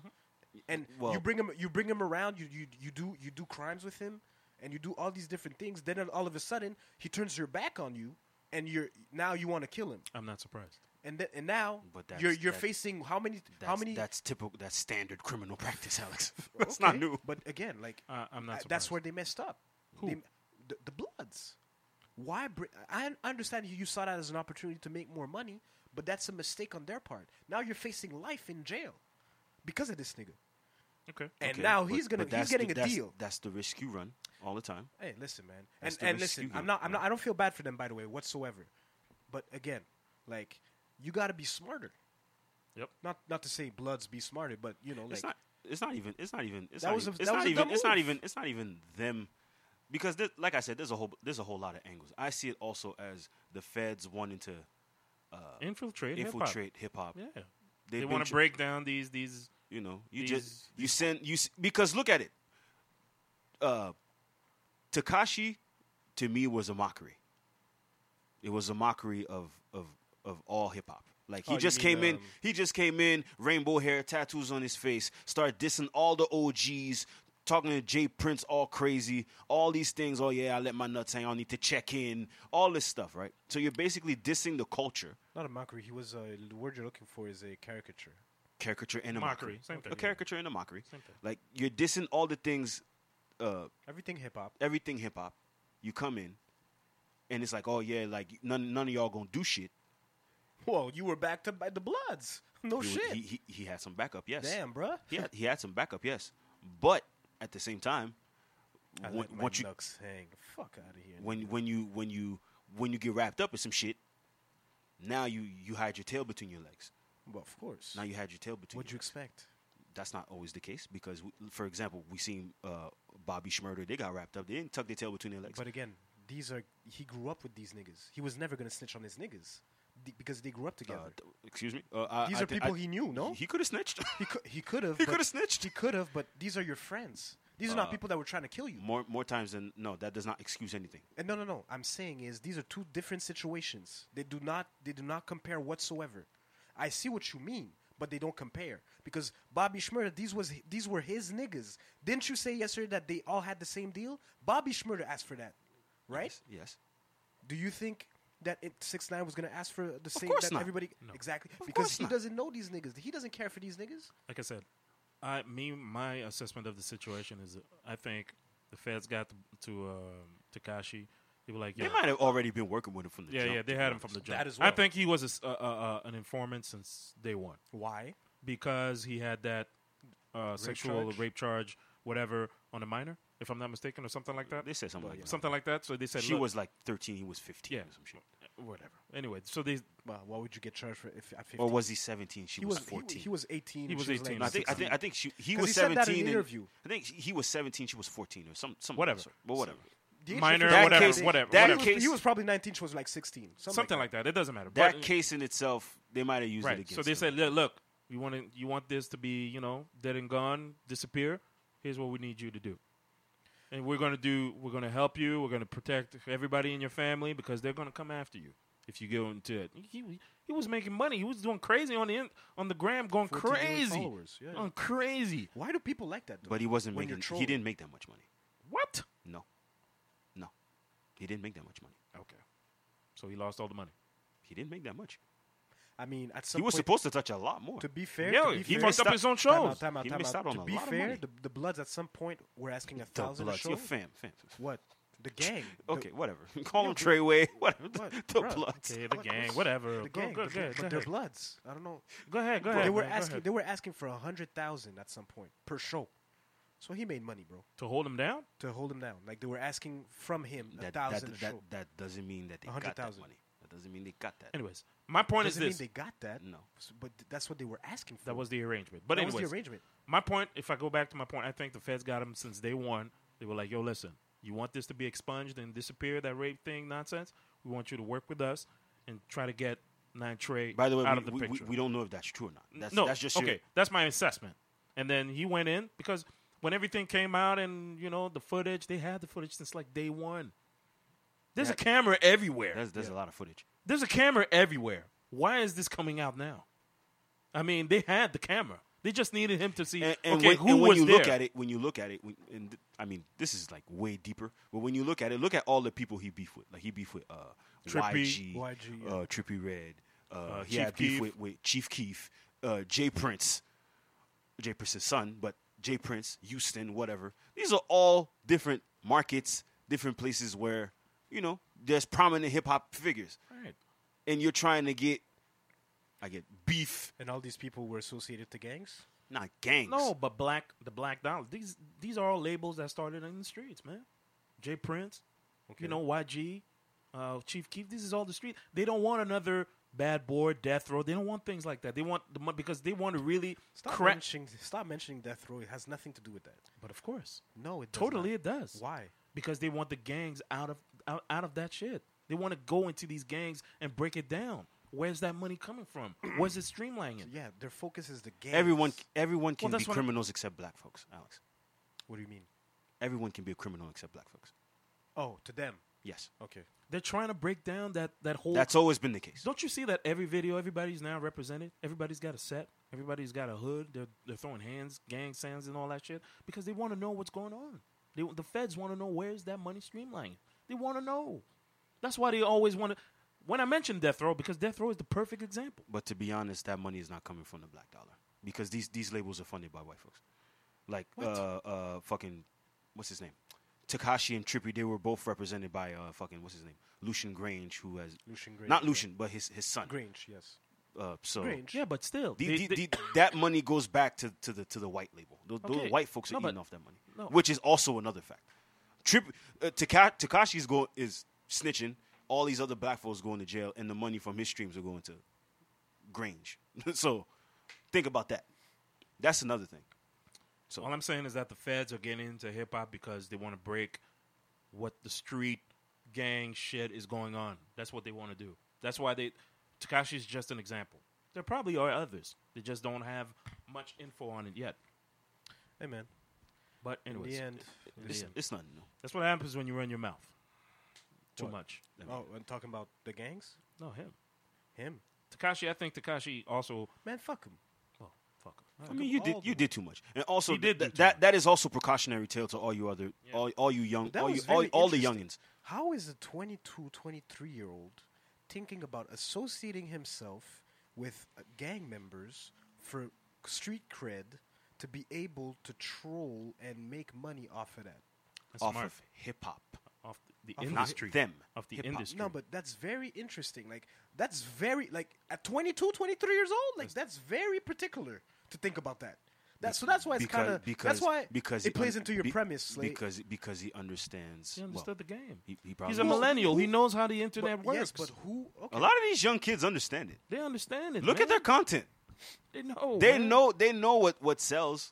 Speaker 2: And
Speaker 1: Well-
Speaker 2: you bring him you bring him around. You, you you do you do crimes with him, and you do all these different things. Then all of a sudden he turns your back on you, and you're now you want to kill him.
Speaker 3: I'm not surprised.
Speaker 2: And th- and now
Speaker 1: But that's-
Speaker 2: you're you're
Speaker 1: that-
Speaker 2: facing how many
Speaker 1: That's,
Speaker 2: how many
Speaker 1: That's typical. That's standard criminal practice, Alex. that's not
Speaker 2: Okay,
Speaker 1: new.
Speaker 2: But again, like
Speaker 3: Uh, I'm not
Speaker 2: uh, That's
Speaker 3: surprised.
Speaker 2: where they messed up. They, the, the Bloods. Why? Br- I I understand you saw that as an opportunity to make more money, but that's a mistake on their part. Now you're facing life in jail because of this nigga,
Speaker 3: Okay.
Speaker 2: and
Speaker 1: Okay,
Speaker 2: now
Speaker 1: but-
Speaker 2: he's gonna
Speaker 1: but
Speaker 2: he's
Speaker 1: that's
Speaker 2: getting
Speaker 1: the,
Speaker 2: a
Speaker 1: that's-
Speaker 2: deal.
Speaker 1: That's the risk you run all the time.
Speaker 2: Hey, listen, man,
Speaker 1: That's
Speaker 2: and
Speaker 1: the
Speaker 2: and
Speaker 1: risk you
Speaker 2: listen,
Speaker 1: get,
Speaker 2: I'm not I'm
Speaker 1: yeah.
Speaker 2: not I don't feel bad for them by the way whatsoever, but again, like you got to be smarter.
Speaker 3: Yep.
Speaker 2: Not not to say Bloods be smarter, but you know, like
Speaker 1: it's not. It's not even. It's not even. It's
Speaker 2: That
Speaker 1: not
Speaker 2: was a-
Speaker 1: even. It's
Speaker 2: that was
Speaker 1: not
Speaker 2: a
Speaker 1: even.
Speaker 2: dumb
Speaker 1: It's not
Speaker 2: move.
Speaker 1: even. It's not even them, because there, like I said, there's a whole. There's a whole lot of angles. I see it also as the feds wanting to
Speaker 3: Infiltrate. hip-hop.
Speaker 1: infiltrate hip hop.
Speaker 3: Yeah.
Speaker 1: They've
Speaker 3: they
Speaker 1: been
Speaker 3: want to
Speaker 1: tr-
Speaker 3: break down these these.
Speaker 1: You know, you
Speaker 3: These-
Speaker 1: just you send you s- because look at it. Uh, Takashi, to me, was a mockery. It was a mockery of of of all hip hop. Like he
Speaker 3: you
Speaker 1: just
Speaker 3: mean,
Speaker 1: came in,
Speaker 3: um,
Speaker 1: he just came in, rainbow hair, tattoos on his face, start dissing all the OGs, talking to Jay Prince all crazy, all these things. Oh yeah, I let my nuts hang. I need to check in. All this stuff, right? So you're basically dissing the culture,
Speaker 2: not a mockery. He was uh, the word you're looking for is a caricature.
Speaker 1: caricature and a
Speaker 3: Mockery,
Speaker 1: mockery,
Speaker 3: same thing,
Speaker 1: a
Speaker 3: yeah.
Speaker 1: caricature and a mockery.
Speaker 3: Same thing.
Speaker 1: Like you're dissing all the things uh,
Speaker 2: Everything hip hop.
Speaker 1: everything hip hop. You come in, and it's like, oh yeah, like none none of y'all gonna do shit.
Speaker 2: Well, you were backed up by the Bloods. No
Speaker 1: he,
Speaker 2: Oh, shit.
Speaker 1: was- He, he he had some backup, yes.
Speaker 2: Damn, bruh.
Speaker 1: He had, he had some backup, yes. But at the same time,
Speaker 2: I
Speaker 1: when,
Speaker 2: let my
Speaker 1: once you
Speaker 2: nucks hang the fuck out of here.
Speaker 1: when when you when you when you get wrapped up in some shit, now you you hide your tail between your legs.
Speaker 2: well, of course.
Speaker 1: Now you hide your tail between.
Speaker 2: What'd
Speaker 1: your
Speaker 2: you
Speaker 1: legs.
Speaker 2: expect?
Speaker 1: That's not always the case because, w for example, we seen uh, Bobby Schmurder. They got wrapped up. They didn't tuck their tail between their legs.
Speaker 2: But again, these are he grew up with these niggas. He was never gonna snitch on his niggas th- because they grew up
Speaker 1: Uh,
Speaker 2: together.
Speaker 1: th- excuse me. Uh, I-
Speaker 2: These
Speaker 1: I
Speaker 2: are
Speaker 1: thi-
Speaker 2: people
Speaker 1: I-
Speaker 2: he knew, no?
Speaker 1: he could have snitched.
Speaker 2: he could he could have
Speaker 1: He coulda snitched. Uh,
Speaker 2: He could have, but these are your friends. These are not people that were trying to kill you.
Speaker 1: more more times than no. That does not excuse anything.
Speaker 2: And no, no, no. I'm saying is these are two different situations. They do not they do not compare whatsoever. I see what you mean, but they don't compare because Bobby Schmurda these was these were his niggas. Didn't you say yesterday that they all had the same deal? Bobby Schmurda asked for that, right?
Speaker 1: Yes, Yes.
Speaker 2: Do you think that it, six nine was gonna ask for the same
Speaker 1: course
Speaker 2: that
Speaker 1: not.
Speaker 2: everybody exactly
Speaker 1: course
Speaker 2: because he
Speaker 1: not.
Speaker 2: doesn't know these niggas. He doesn't care for these niggas.
Speaker 3: Like I said, I me my assessment of the situation is I think the feds got to, to um, Takashi. They were like, yeah,
Speaker 1: They might have already been working with him from the
Speaker 3: yeah,
Speaker 1: jump.
Speaker 3: yeah. They
Speaker 1: to
Speaker 3: had
Speaker 1: be
Speaker 3: him from the
Speaker 1: honest.
Speaker 3: jump.
Speaker 2: That as well.
Speaker 3: I think he was a s uh, uh, uh, an informant since day one.
Speaker 2: Why?
Speaker 3: because he had that uh, sexual
Speaker 2: charge?
Speaker 3: rape charge, whatever, on a minor, if I'm not mistaken, or something like that.
Speaker 1: They said something like that.
Speaker 3: something like that. So they said
Speaker 1: She
Speaker 3: "Look,"
Speaker 1: was like 13, he was 15
Speaker 3: Yeah.
Speaker 1: or some shit.
Speaker 3: whatever. Anyway, so they
Speaker 2: Well, why would you get charged for if at 15?
Speaker 1: Or was he 17? She
Speaker 2: he
Speaker 1: was
Speaker 2: was, he,
Speaker 1: 14.
Speaker 2: he was 18. and
Speaker 3: He was
Speaker 2: she like
Speaker 3: 18.
Speaker 1: No, I think I
Speaker 2: 16.
Speaker 1: think I think she he
Speaker 2: 'Cause
Speaker 1: was
Speaker 2: he said that in
Speaker 1: 17
Speaker 2: the
Speaker 1: and-
Speaker 2: interview.
Speaker 1: I think he was 17, she was 14 or some some
Speaker 3: Whatever.
Speaker 1: sort. Well, whatever.
Speaker 2: The age
Speaker 3: minor,
Speaker 2: difference-
Speaker 3: whatever,
Speaker 1: case-
Speaker 3: whatever.
Speaker 1: that
Speaker 3: whatever.
Speaker 2: he,
Speaker 1: case-
Speaker 2: was, he was probably 19. She was like 16. Something,
Speaker 3: something like
Speaker 2: like
Speaker 3: that. It doesn't matter.
Speaker 1: That
Speaker 3: But-
Speaker 1: case in itself, they might have used it
Speaker 3: right?
Speaker 1: against
Speaker 3: So they
Speaker 1: him.
Speaker 3: said, "Look, look, you want to, you want this to be, you know, dead and gone, disappear. Here's what we need you to do." And we're gonna do. We're gonna help you. We're gonna protect everybody in your family because they're gonna come after you if you go into it. He, he was making money. He was doing crazy on the in, on the gram, going
Speaker 2: 14 million
Speaker 3: crazy,
Speaker 2: followers, yeah.
Speaker 3: on crazy.
Speaker 2: Why do people like that? Though?
Speaker 1: but he wasn't
Speaker 2: When you're
Speaker 1: making he
Speaker 2: trolling.
Speaker 1: didn't make that much money.
Speaker 3: What?
Speaker 1: No. No. He didn't make that much money.
Speaker 3: Okay. So he lost all the money.
Speaker 1: He didn't make that much.
Speaker 2: I mean, at some
Speaker 1: He was
Speaker 2: point,
Speaker 1: supposed to touch a lot more.
Speaker 2: to be fair.
Speaker 3: Yeah,
Speaker 2: to be
Speaker 3: he
Speaker 2: fair,
Speaker 3: messed up his own shows.
Speaker 2: Time out, time out,
Speaker 1: He
Speaker 2: time
Speaker 1: missed out
Speaker 2: out.
Speaker 1: on
Speaker 2: to
Speaker 1: a
Speaker 2: be
Speaker 1: lot of
Speaker 2: fair,
Speaker 1: money.
Speaker 2: the, the Bloods at some point were asking a
Speaker 1: the
Speaker 2: thousand a
Speaker 1: Bloods,
Speaker 2: show.
Speaker 1: your fam, fam.
Speaker 2: What? The gang. The-
Speaker 1: Okay, whatever. Call him Treyway, whatever.
Speaker 2: What?
Speaker 1: The
Speaker 2: Bruh.
Speaker 1: Bloods.
Speaker 3: Okay, the gang, whatever.
Speaker 2: The
Speaker 3: Go-
Speaker 2: gang,
Speaker 3: go,
Speaker 2: the-
Speaker 3: go ahead, go
Speaker 2: but they're
Speaker 3: ahead.
Speaker 2: bloods. I don't know.
Speaker 3: Go ahead, go ahead.
Speaker 2: They were
Speaker 3: man, go
Speaker 2: asking.
Speaker 3: ahead.
Speaker 2: They were asking for a hundred thousand at some point per show, so he made money, bro,
Speaker 3: to hold him down.
Speaker 2: to hold him down. Like they were asking from him a
Speaker 1: that,
Speaker 2: thousand
Speaker 1: that,
Speaker 2: a
Speaker 1: that,
Speaker 2: show.
Speaker 1: that doesn't mean that they got that
Speaker 2: 100,000.
Speaker 1: money. That doesn't mean they got that.
Speaker 3: Anyways, my point
Speaker 2: Doesn't mean
Speaker 3: is this:
Speaker 2: they got that.
Speaker 1: No.
Speaker 2: S- but th- that's what they were asking for.
Speaker 3: that was the arrangement. But
Speaker 2: That was
Speaker 3: anyways,
Speaker 2: the arrangement.
Speaker 3: My point, if I go back to my point, I think the feds got him since day one. They were like, "Yo, listen, you want this to be expunged and disappear that rape thing nonsense? We want you to work with us and try to get Nine Trey
Speaker 1: By the way,
Speaker 3: out
Speaker 1: we,
Speaker 3: of the
Speaker 1: we- we,
Speaker 3: picture.
Speaker 1: we don't know if that's true or not. That's,
Speaker 3: no,
Speaker 1: that's just your-
Speaker 3: okay. That's my assessment. And then he went in because when everything came out and you know the footage, they had the footage since like day one. There's a camera everywhere.
Speaker 1: There's, there's a lot of footage.
Speaker 3: There's a camera everywhere. Why is this coming out now? I mean, they had the camera. They just needed him to see.
Speaker 1: And, and
Speaker 3: okay,
Speaker 1: when,
Speaker 3: who
Speaker 1: and when
Speaker 3: was
Speaker 1: you
Speaker 3: there?
Speaker 1: look at it, when you look at it, when, and th- I mean, this is like way deeper. But when you look at it, look at all the people he beef with. Like he beef with uh, YG,
Speaker 3: Trippie.
Speaker 2: YG, yeah.
Speaker 1: uh, Trippie Red. Uh, he
Speaker 3: Chief
Speaker 1: had beef
Speaker 3: Keef.
Speaker 1: with, with Chief Keef, uh, Jay Prince, Jay Prince's son, but Jay Prince, Houston, whatever. These are all different markets, different places where you know there's prominent hip hop figures,
Speaker 3: Right.
Speaker 1: and you're trying to get, I get beef,
Speaker 2: And all these people were associated to gangs.
Speaker 1: not gangs.
Speaker 3: No, but black the black dollar. These these are all labels that started in the streets, man. J Prince, you know YG, uh, Chief Keef. This is all the street. They don't want another bad boy, death row. They don't want things like that. They want the money because they want to really
Speaker 2: Stop
Speaker 3: crack.
Speaker 2: mentioning. Stop mentioning death row. It has nothing to do with that.
Speaker 3: But of course,
Speaker 2: No, it does
Speaker 3: totally
Speaker 2: not.
Speaker 3: it does.
Speaker 2: Why?
Speaker 3: Because they want the gangs out of out, out of that shit. They want to go into these gangs and break it down. Where's that money coming from? Where's it streamlining?
Speaker 2: Yeah, their focus is the gangs.
Speaker 1: Everyone, everyone can be
Speaker 3: Well, that's what-
Speaker 1: criminals except black folks, Alex.
Speaker 2: What do you mean?
Speaker 1: Everyone can be a criminal except black folks.
Speaker 2: Oh, to them.
Speaker 1: Yes,
Speaker 2: Okay.
Speaker 3: They're trying to break down that that whole
Speaker 1: that's always been the case.
Speaker 3: Don't you see that every video, everybody's now represented? Everybody's got a set. Everybody's got a hood. They're, they're throwing hands, gang signs, and all that shit because they want to know what's going on. They, the feds want to know where's that money streamlining. They want to know. That's why they always want to. When I mentioned death row, because death row is the perfect example.
Speaker 1: But to be honest, that money is not coming from the black dollar because these these labels are funded by white folks. Like uh uh fucking what's his name, Takashi and Trippy. They were both represented by uh fucking what's his name, Lucian Grange, who has
Speaker 2: Lucian
Speaker 1: not
Speaker 2: Grange, yeah.
Speaker 1: Lucian, but his his son.
Speaker 2: Grange, yes.
Speaker 1: Uh, so
Speaker 2: Grange.
Speaker 3: Yeah, but still,
Speaker 1: the-
Speaker 3: they-
Speaker 1: the-
Speaker 3: they-
Speaker 1: the- that money goes back to, to the to the white label. Those,
Speaker 3: Okay.
Speaker 1: those white folks are
Speaker 3: No, but-
Speaker 1: eating off that money,
Speaker 3: no.
Speaker 1: which is also another fact. Trip uh, Taka- Takashi's go is snitching. All these other black folks going to jail, and the money from his streams are going to Grange. so think about that. That's another thing.
Speaker 3: All I'm saying is that the feds are getting into hip hop because they want to break what the street gang shit is going on. That's what they want to do. That's why they Takashi is just an example. There probably are others. They just don't have much info on it yet.
Speaker 2: Hey, man.
Speaker 3: But
Speaker 2: In
Speaker 3: anyways,
Speaker 2: the end.
Speaker 1: It's,
Speaker 3: Yeah.
Speaker 1: it's nothing new.
Speaker 3: that's what happens when you run your mouth too much.
Speaker 2: Oh, I'm talking about the gangs?
Speaker 3: No, him.
Speaker 2: Him.
Speaker 3: Takashi, I think Takashi also.
Speaker 2: Man, fuck him.
Speaker 3: Oh, fuck. him.
Speaker 1: I mean, you did you did too much, and also
Speaker 3: He did
Speaker 1: th-
Speaker 3: do too
Speaker 1: that that is also precautionary tale to all you other all, all you young
Speaker 2: That
Speaker 1: all you
Speaker 2: was
Speaker 1: all,
Speaker 2: very
Speaker 1: all the
Speaker 2: interesting.
Speaker 1: youngins.
Speaker 2: How is a 22, 23 year old thinking about associating himself with uh, gang members for street cred to be able to troll and make money off of that?
Speaker 3: That's
Speaker 1: off
Speaker 3: smart.
Speaker 1: of hip hop,
Speaker 3: off the
Speaker 2: Off of
Speaker 3: industry.
Speaker 1: not them.
Speaker 3: Of the
Speaker 1: Hip-hop.
Speaker 3: industry.
Speaker 2: No, but that's very interesting. Like, that's very, like, at 22, 23 years old, like, that's very particular to think about that. That, so that's why it's kind of that's why
Speaker 1: because
Speaker 2: it
Speaker 1: he un-
Speaker 2: plays into your
Speaker 1: be-
Speaker 2: premise. Slate.
Speaker 1: because because he understands
Speaker 3: he
Speaker 1: well,
Speaker 3: understood the game.
Speaker 1: he- he
Speaker 3: He's
Speaker 1: probably-
Speaker 3: a
Speaker 1: Well,
Speaker 3: millennial. He knows how the
Speaker 2: But-
Speaker 3: internet
Speaker 2: yes,
Speaker 3: works.
Speaker 2: but who? Okay.
Speaker 1: a lot of these young kids understand it
Speaker 3: They understand it.
Speaker 1: look at
Speaker 3: man.
Speaker 1: their content
Speaker 3: They know.
Speaker 1: they
Speaker 3: man.
Speaker 1: know they know what what sells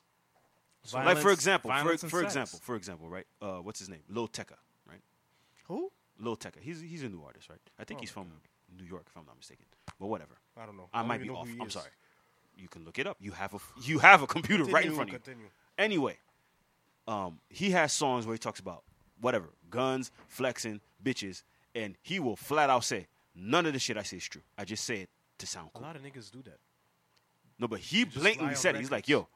Speaker 1: like for
Speaker 3: Violence-
Speaker 1: example for,
Speaker 3: violence and
Speaker 1: for
Speaker 3: sex.
Speaker 1: example for example right uh what's his name Lil Tecca right
Speaker 2: Who?
Speaker 1: Lil Tecca he's he's a new artist right I think he's from New York if I'm not mistaken but whatever
Speaker 2: Oh I don't know.
Speaker 1: I,
Speaker 2: I don't
Speaker 1: might
Speaker 2: even
Speaker 1: be
Speaker 2: know
Speaker 1: off
Speaker 2: who he
Speaker 1: I'm
Speaker 2: is.
Speaker 1: sorry you can look it up you have a f- you have a computer right in
Speaker 2: Continue,
Speaker 1: front of you
Speaker 2: continue.
Speaker 1: anyway um he has songs where he talks about whatever guns flexing bitches and he will flat out say none of the shit i say is true i just say it to sound
Speaker 2: A
Speaker 1: cool
Speaker 2: lot of niggas do that.
Speaker 1: no but he
Speaker 2: just lie
Speaker 1: blatantly
Speaker 2: on
Speaker 1: said it he's like
Speaker 2: records.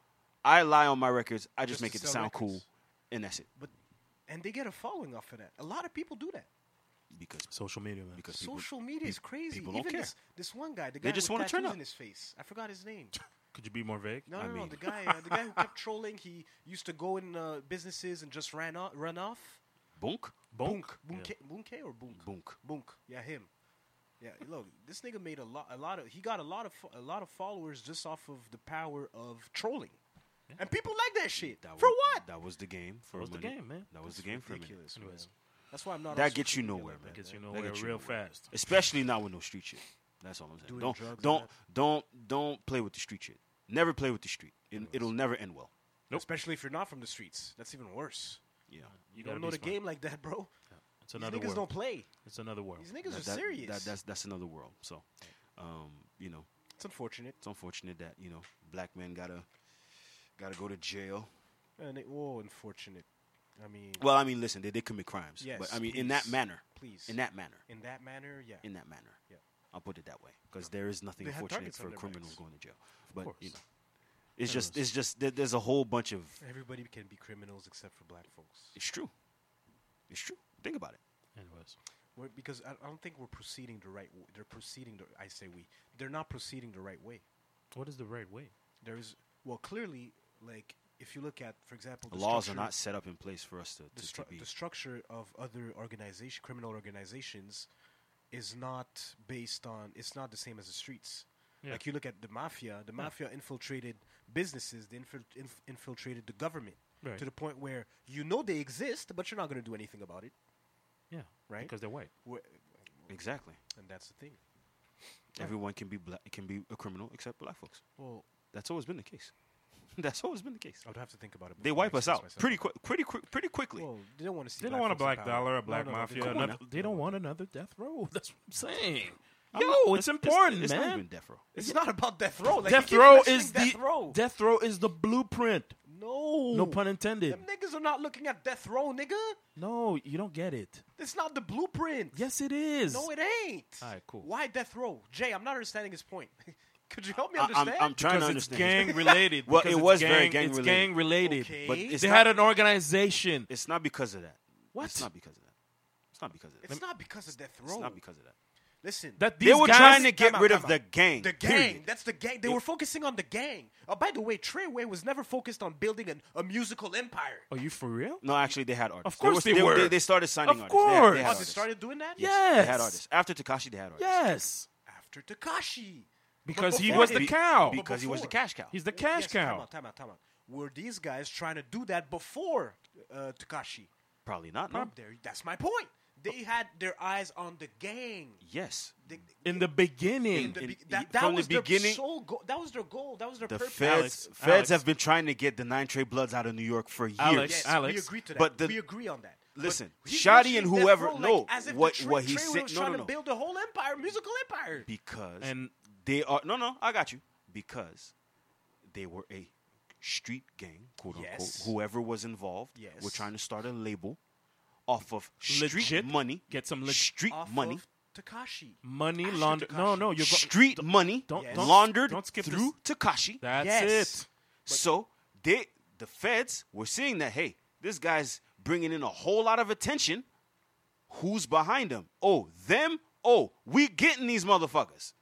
Speaker 1: yo i lie on my records i just,
Speaker 2: Just
Speaker 1: make
Speaker 2: to
Speaker 1: it to
Speaker 2: sell
Speaker 1: sound
Speaker 2: records.
Speaker 1: cool and that's it
Speaker 2: But and they get a following off of that. A lot of people do that.
Speaker 1: because
Speaker 3: social media, man.
Speaker 1: because people,
Speaker 2: Social media is crazy.
Speaker 1: people don't
Speaker 2: Even
Speaker 1: care.
Speaker 2: this this one guy, the guy
Speaker 1: just
Speaker 2: with
Speaker 1: wanna turn
Speaker 2: tattoos
Speaker 1: up.
Speaker 2: in his face. I forgot his name.
Speaker 3: Could you be more vague?
Speaker 2: No, no,
Speaker 1: I
Speaker 2: no.
Speaker 1: mean-
Speaker 2: The guy, uh, the guy who kept trolling. He used to go in uh, businesses and just ran off, run off.
Speaker 1: bunk
Speaker 3: Bonk.
Speaker 2: Bunke, Bunke or Bunk?
Speaker 1: Bunk.
Speaker 2: Bunk. Yeah, him. Yeah, look, this nigga made a lot, a lot of. He got a lot of, fo- a lot of followers just off of the power of trolling, and people like that shit.
Speaker 1: That
Speaker 2: For
Speaker 1: was-
Speaker 2: what?
Speaker 1: that was the game for
Speaker 3: was
Speaker 1: a
Speaker 3: the
Speaker 1: minute.
Speaker 3: game, man.
Speaker 1: that was the game for a minute
Speaker 2: Ridiculous,
Speaker 3: Anyways.
Speaker 2: man. That's why I'm not. on
Speaker 1: That gets
Speaker 2: social
Speaker 1: you
Speaker 2: media
Speaker 1: nowhere, man.
Speaker 3: Gets you
Speaker 1: That
Speaker 3: nowhere
Speaker 1: gets you
Speaker 3: real
Speaker 1: nowhere.
Speaker 3: fast.
Speaker 1: especially not with no street shit. That's all I'm saying.
Speaker 2: Doing
Speaker 1: Don't
Speaker 2: drugs and
Speaker 1: don't
Speaker 2: that.
Speaker 1: don't don't play with the street shit. Never play with the street. It, it'll never end well.
Speaker 2: Especially if you're not from the streets. That's even worse.
Speaker 1: Yeah.
Speaker 2: You,
Speaker 3: gotta
Speaker 2: don't know
Speaker 3: be
Speaker 2: the
Speaker 3: smart.
Speaker 2: game like that, bro.
Speaker 3: It's
Speaker 2: These
Speaker 3: another
Speaker 2: niggas
Speaker 3: world.
Speaker 2: don't play.
Speaker 3: It's another world.
Speaker 2: These niggas
Speaker 1: That-
Speaker 2: are
Speaker 1: that-
Speaker 2: serious.
Speaker 1: that- that's that's another world. So, Um, you know,
Speaker 2: It's unfortunate.
Speaker 1: it's unfortunate that you know black men gotta gotta go to jail.
Speaker 2: And it, oh, unfortunate. I mean,
Speaker 1: Well, I mean, listen, they did commit crimes,
Speaker 2: Yes,
Speaker 1: but I mean, in that
Speaker 2: please.
Speaker 1: manner,
Speaker 2: Please.
Speaker 1: in that manner,
Speaker 2: in that manner, yeah.
Speaker 1: in that manner.
Speaker 2: Yeah.
Speaker 1: I'll put it that way because there is nothing
Speaker 2: They had
Speaker 1: unfortunate
Speaker 2: targets on
Speaker 1: for
Speaker 2: their
Speaker 1: criminals
Speaker 2: backs.
Speaker 1: going to jail. But you
Speaker 2: course.
Speaker 1: know, it's just it's just there, there's a whole bunch of
Speaker 2: Everybody can be criminals except for black folks.
Speaker 1: it's true, it's true. Think about it.
Speaker 3: Anyways,
Speaker 2: We're, because I, I don't think we're proceeding the right. W- they're proceeding. The, I say we. They're not proceeding the right way.
Speaker 3: what is the right way?
Speaker 2: There is well, clearly, like if you look at, for example, the
Speaker 1: Laws are
Speaker 2: structure-
Speaker 1: not set up in place for us to,
Speaker 2: the,
Speaker 1: to, to
Speaker 2: stru-
Speaker 1: be.
Speaker 2: the structure of other organization, criminal organizations, is not based on. It's not the same as the streets.
Speaker 3: Yeah.
Speaker 2: Like you look at the mafia, the mafia infiltrated businesses, they infil- inf- infiltrated the government
Speaker 3: Right.
Speaker 2: to the point where you know they exist, but you're not going to do anything about it,
Speaker 3: Yeah,
Speaker 2: Right?
Speaker 3: Because they're white.
Speaker 2: Wh-
Speaker 1: Exactly.
Speaker 2: and that's the thing.
Speaker 1: Everyone can be black, can be a criminal except black folks.
Speaker 2: Well,
Speaker 1: That's always been the case. That's always been the case.
Speaker 2: I would have to think about it.
Speaker 1: They
Speaker 2: before I
Speaker 1: wipe us
Speaker 2: express
Speaker 1: out
Speaker 2: myself.
Speaker 1: pretty quick, pretty quick, pretty quickly.
Speaker 2: Well, they don't want to see.
Speaker 3: They don't want a
Speaker 2: folks in
Speaker 3: black
Speaker 2: power.
Speaker 3: dollar, a
Speaker 2: No,
Speaker 3: black
Speaker 2: no, they
Speaker 3: mafia.
Speaker 2: don't.
Speaker 1: come on
Speaker 3: another-
Speaker 1: now.
Speaker 3: they don't want another death row. That's what I'm saying.
Speaker 1: I'm
Speaker 3: Yo,
Speaker 1: not-
Speaker 3: it's, important,
Speaker 1: it's,
Speaker 3: man.
Speaker 1: even death row.
Speaker 2: It's not about death row. Like,
Speaker 3: death
Speaker 2: you keep
Speaker 3: row
Speaker 2: mentioning
Speaker 3: is
Speaker 2: death
Speaker 3: the
Speaker 2: row.
Speaker 3: death row is the blueprint.
Speaker 2: no,
Speaker 3: No pun intended.
Speaker 2: Them niggas are not looking at death row, nigga.
Speaker 3: No, you don't get it.
Speaker 2: It's not the blueprint.
Speaker 3: Yes, it is.
Speaker 2: No, it ain't.
Speaker 3: All right, cool.
Speaker 2: Why death row? Jay, I'm not understanding his point. Could you help me
Speaker 1: I,
Speaker 2: understand?
Speaker 1: I'm, I'm trying to
Speaker 3: because it's
Speaker 1: understand.
Speaker 3: gang related.
Speaker 1: Well,
Speaker 3: because
Speaker 1: it
Speaker 3: it's
Speaker 1: was very gang
Speaker 3: it's
Speaker 1: related.
Speaker 3: gang related.
Speaker 2: Okay.
Speaker 1: But
Speaker 2: They
Speaker 1: it's
Speaker 3: they
Speaker 1: not,
Speaker 3: had an organization.
Speaker 1: It's not because of that.
Speaker 3: What?
Speaker 1: It's not because of that. It's not because of that.
Speaker 2: it's not because of death row.
Speaker 1: It's not because of that.
Speaker 2: Listen,
Speaker 3: That
Speaker 1: they
Speaker 3: these
Speaker 1: were
Speaker 3: guys-
Speaker 1: trying to
Speaker 2: Time
Speaker 1: get
Speaker 2: out,
Speaker 1: rid
Speaker 2: time
Speaker 1: of the
Speaker 2: out.
Speaker 1: gang.
Speaker 2: the gang.
Speaker 1: period.
Speaker 2: That's the gang. They were focusing on the gang. Oh, by the way, Treyway was never focused on building an, a musical empire.
Speaker 3: Are you for real?
Speaker 1: No, actually, they had artists.
Speaker 3: Of course
Speaker 1: they,
Speaker 3: they were.
Speaker 1: They, they started signing
Speaker 3: Of
Speaker 1: artists. They had- They
Speaker 3: course.
Speaker 1: had,
Speaker 2: Oh, they
Speaker 1: artists.
Speaker 2: started doing that
Speaker 1: Yes, They
Speaker 3: Yes.
Speaker 1: had artists. After Takashi, they had artists.
Speaker 3: Yes,
Speaker 2: after Takashi.
Speaker 3: because he
Speaker 2: before
Speaker 3: was
Speaker 2: they-
Speaker 3: the cow.
Speaker 2: be-
Speaker 1: Because he was the
Speaker 2: before.
Speaker 1: cash cow.
Speaker 3: He's the cash
Speaker 2: Yes, Time
Speaker 3: cow.
Speaker 2: out, time out, time out. Were these guys trying to do that before uh, Takashi?
Speaker 1: Probably not. No.
Speaker 2: There, that's my point. They
Speaker 1: Oh.
Speaker 2: had their eyes on the gang.
Speaker 1: Yes.
Speaker 2: They-
Speaker 3: In the beginning,
Speaker 2: in the
Speaker 1: in-
Speaker 2: be- that,
Speaker 1: he-
Speaker 2: that
Speaker 1: from the
Speaker 2: was their
Speaker 1: beginning-
Speaker 2: sole goal. That was their goal. That was their
Speaker 1: The
Speaker 2: purpose.
Speaker 1: feds,
Speaker 3: Alex,
Speaker 1: feds
Speaker 3: Alex.
Speaker 1: have been trying to get the nine trade bloods out of New York for years.
Speaker 3: Alex,
Speaker 2: Yes, we
Speaker 3: Alex,
Speaker 2: agree to that.
Speaker 1: but the-
Speaker 2: we agree on that. But
Speaker 1: Listen,
Speaker 2: he's
Speaker 1: Shotty and
Speaker 2: mentioning Death
Speaker 1: whoever-
Speaker 2: Row like
Speaker 1: no,
Speaker 2: as if
Speaker 1: what-
Speaker 2: the Trey,
Speaker 1: what he
Speaker 2: Trey
Speaker 1: said-
Speaker 2: was
Speaker 1: no,
Speaker 2: trying
Speaker 1: no, no.
Speaker 2: to build a whole empire, musical empire.
Speaker 1: Because
Speaker 3: And-
Speaker 1: they are no no, I got you. Because they were a street gang, quote unquote.
Speaker 2: Yes.
Speaker 1: Whoever was involved were
Speaker 2: Yes.
Speaker 1: trying to start a label off of street
Speaker 3: Legit.
Speaker 1: money.
Speaker 3: Get some leg-
Speaker 1: street
Speaker 2: Off
Speaker 1: money.
Speaker 2: of Takashi.
Speaker 3: money
Speaker 2: After
Speaker 3: laundered. No,
Speaker 2: Tekashi.
Speaker 3: no, you're go-
Speaker 1: street money
Speaker 3: don't-
Speaker 2: Yes.
Speaker 3: don't-
Speaker 1: laundered
Speaker 3: don't skip
Speaker 1: through Takashi.
Speaker 3: That's
Speaker 2: Yes.
Speaker 3: it.
Speaker 1: So they the feds were seeing that hey, this guy's bringing in a whole lot of attention. Who's behind him? Oh, them? Oh, we getting these motherfuckers.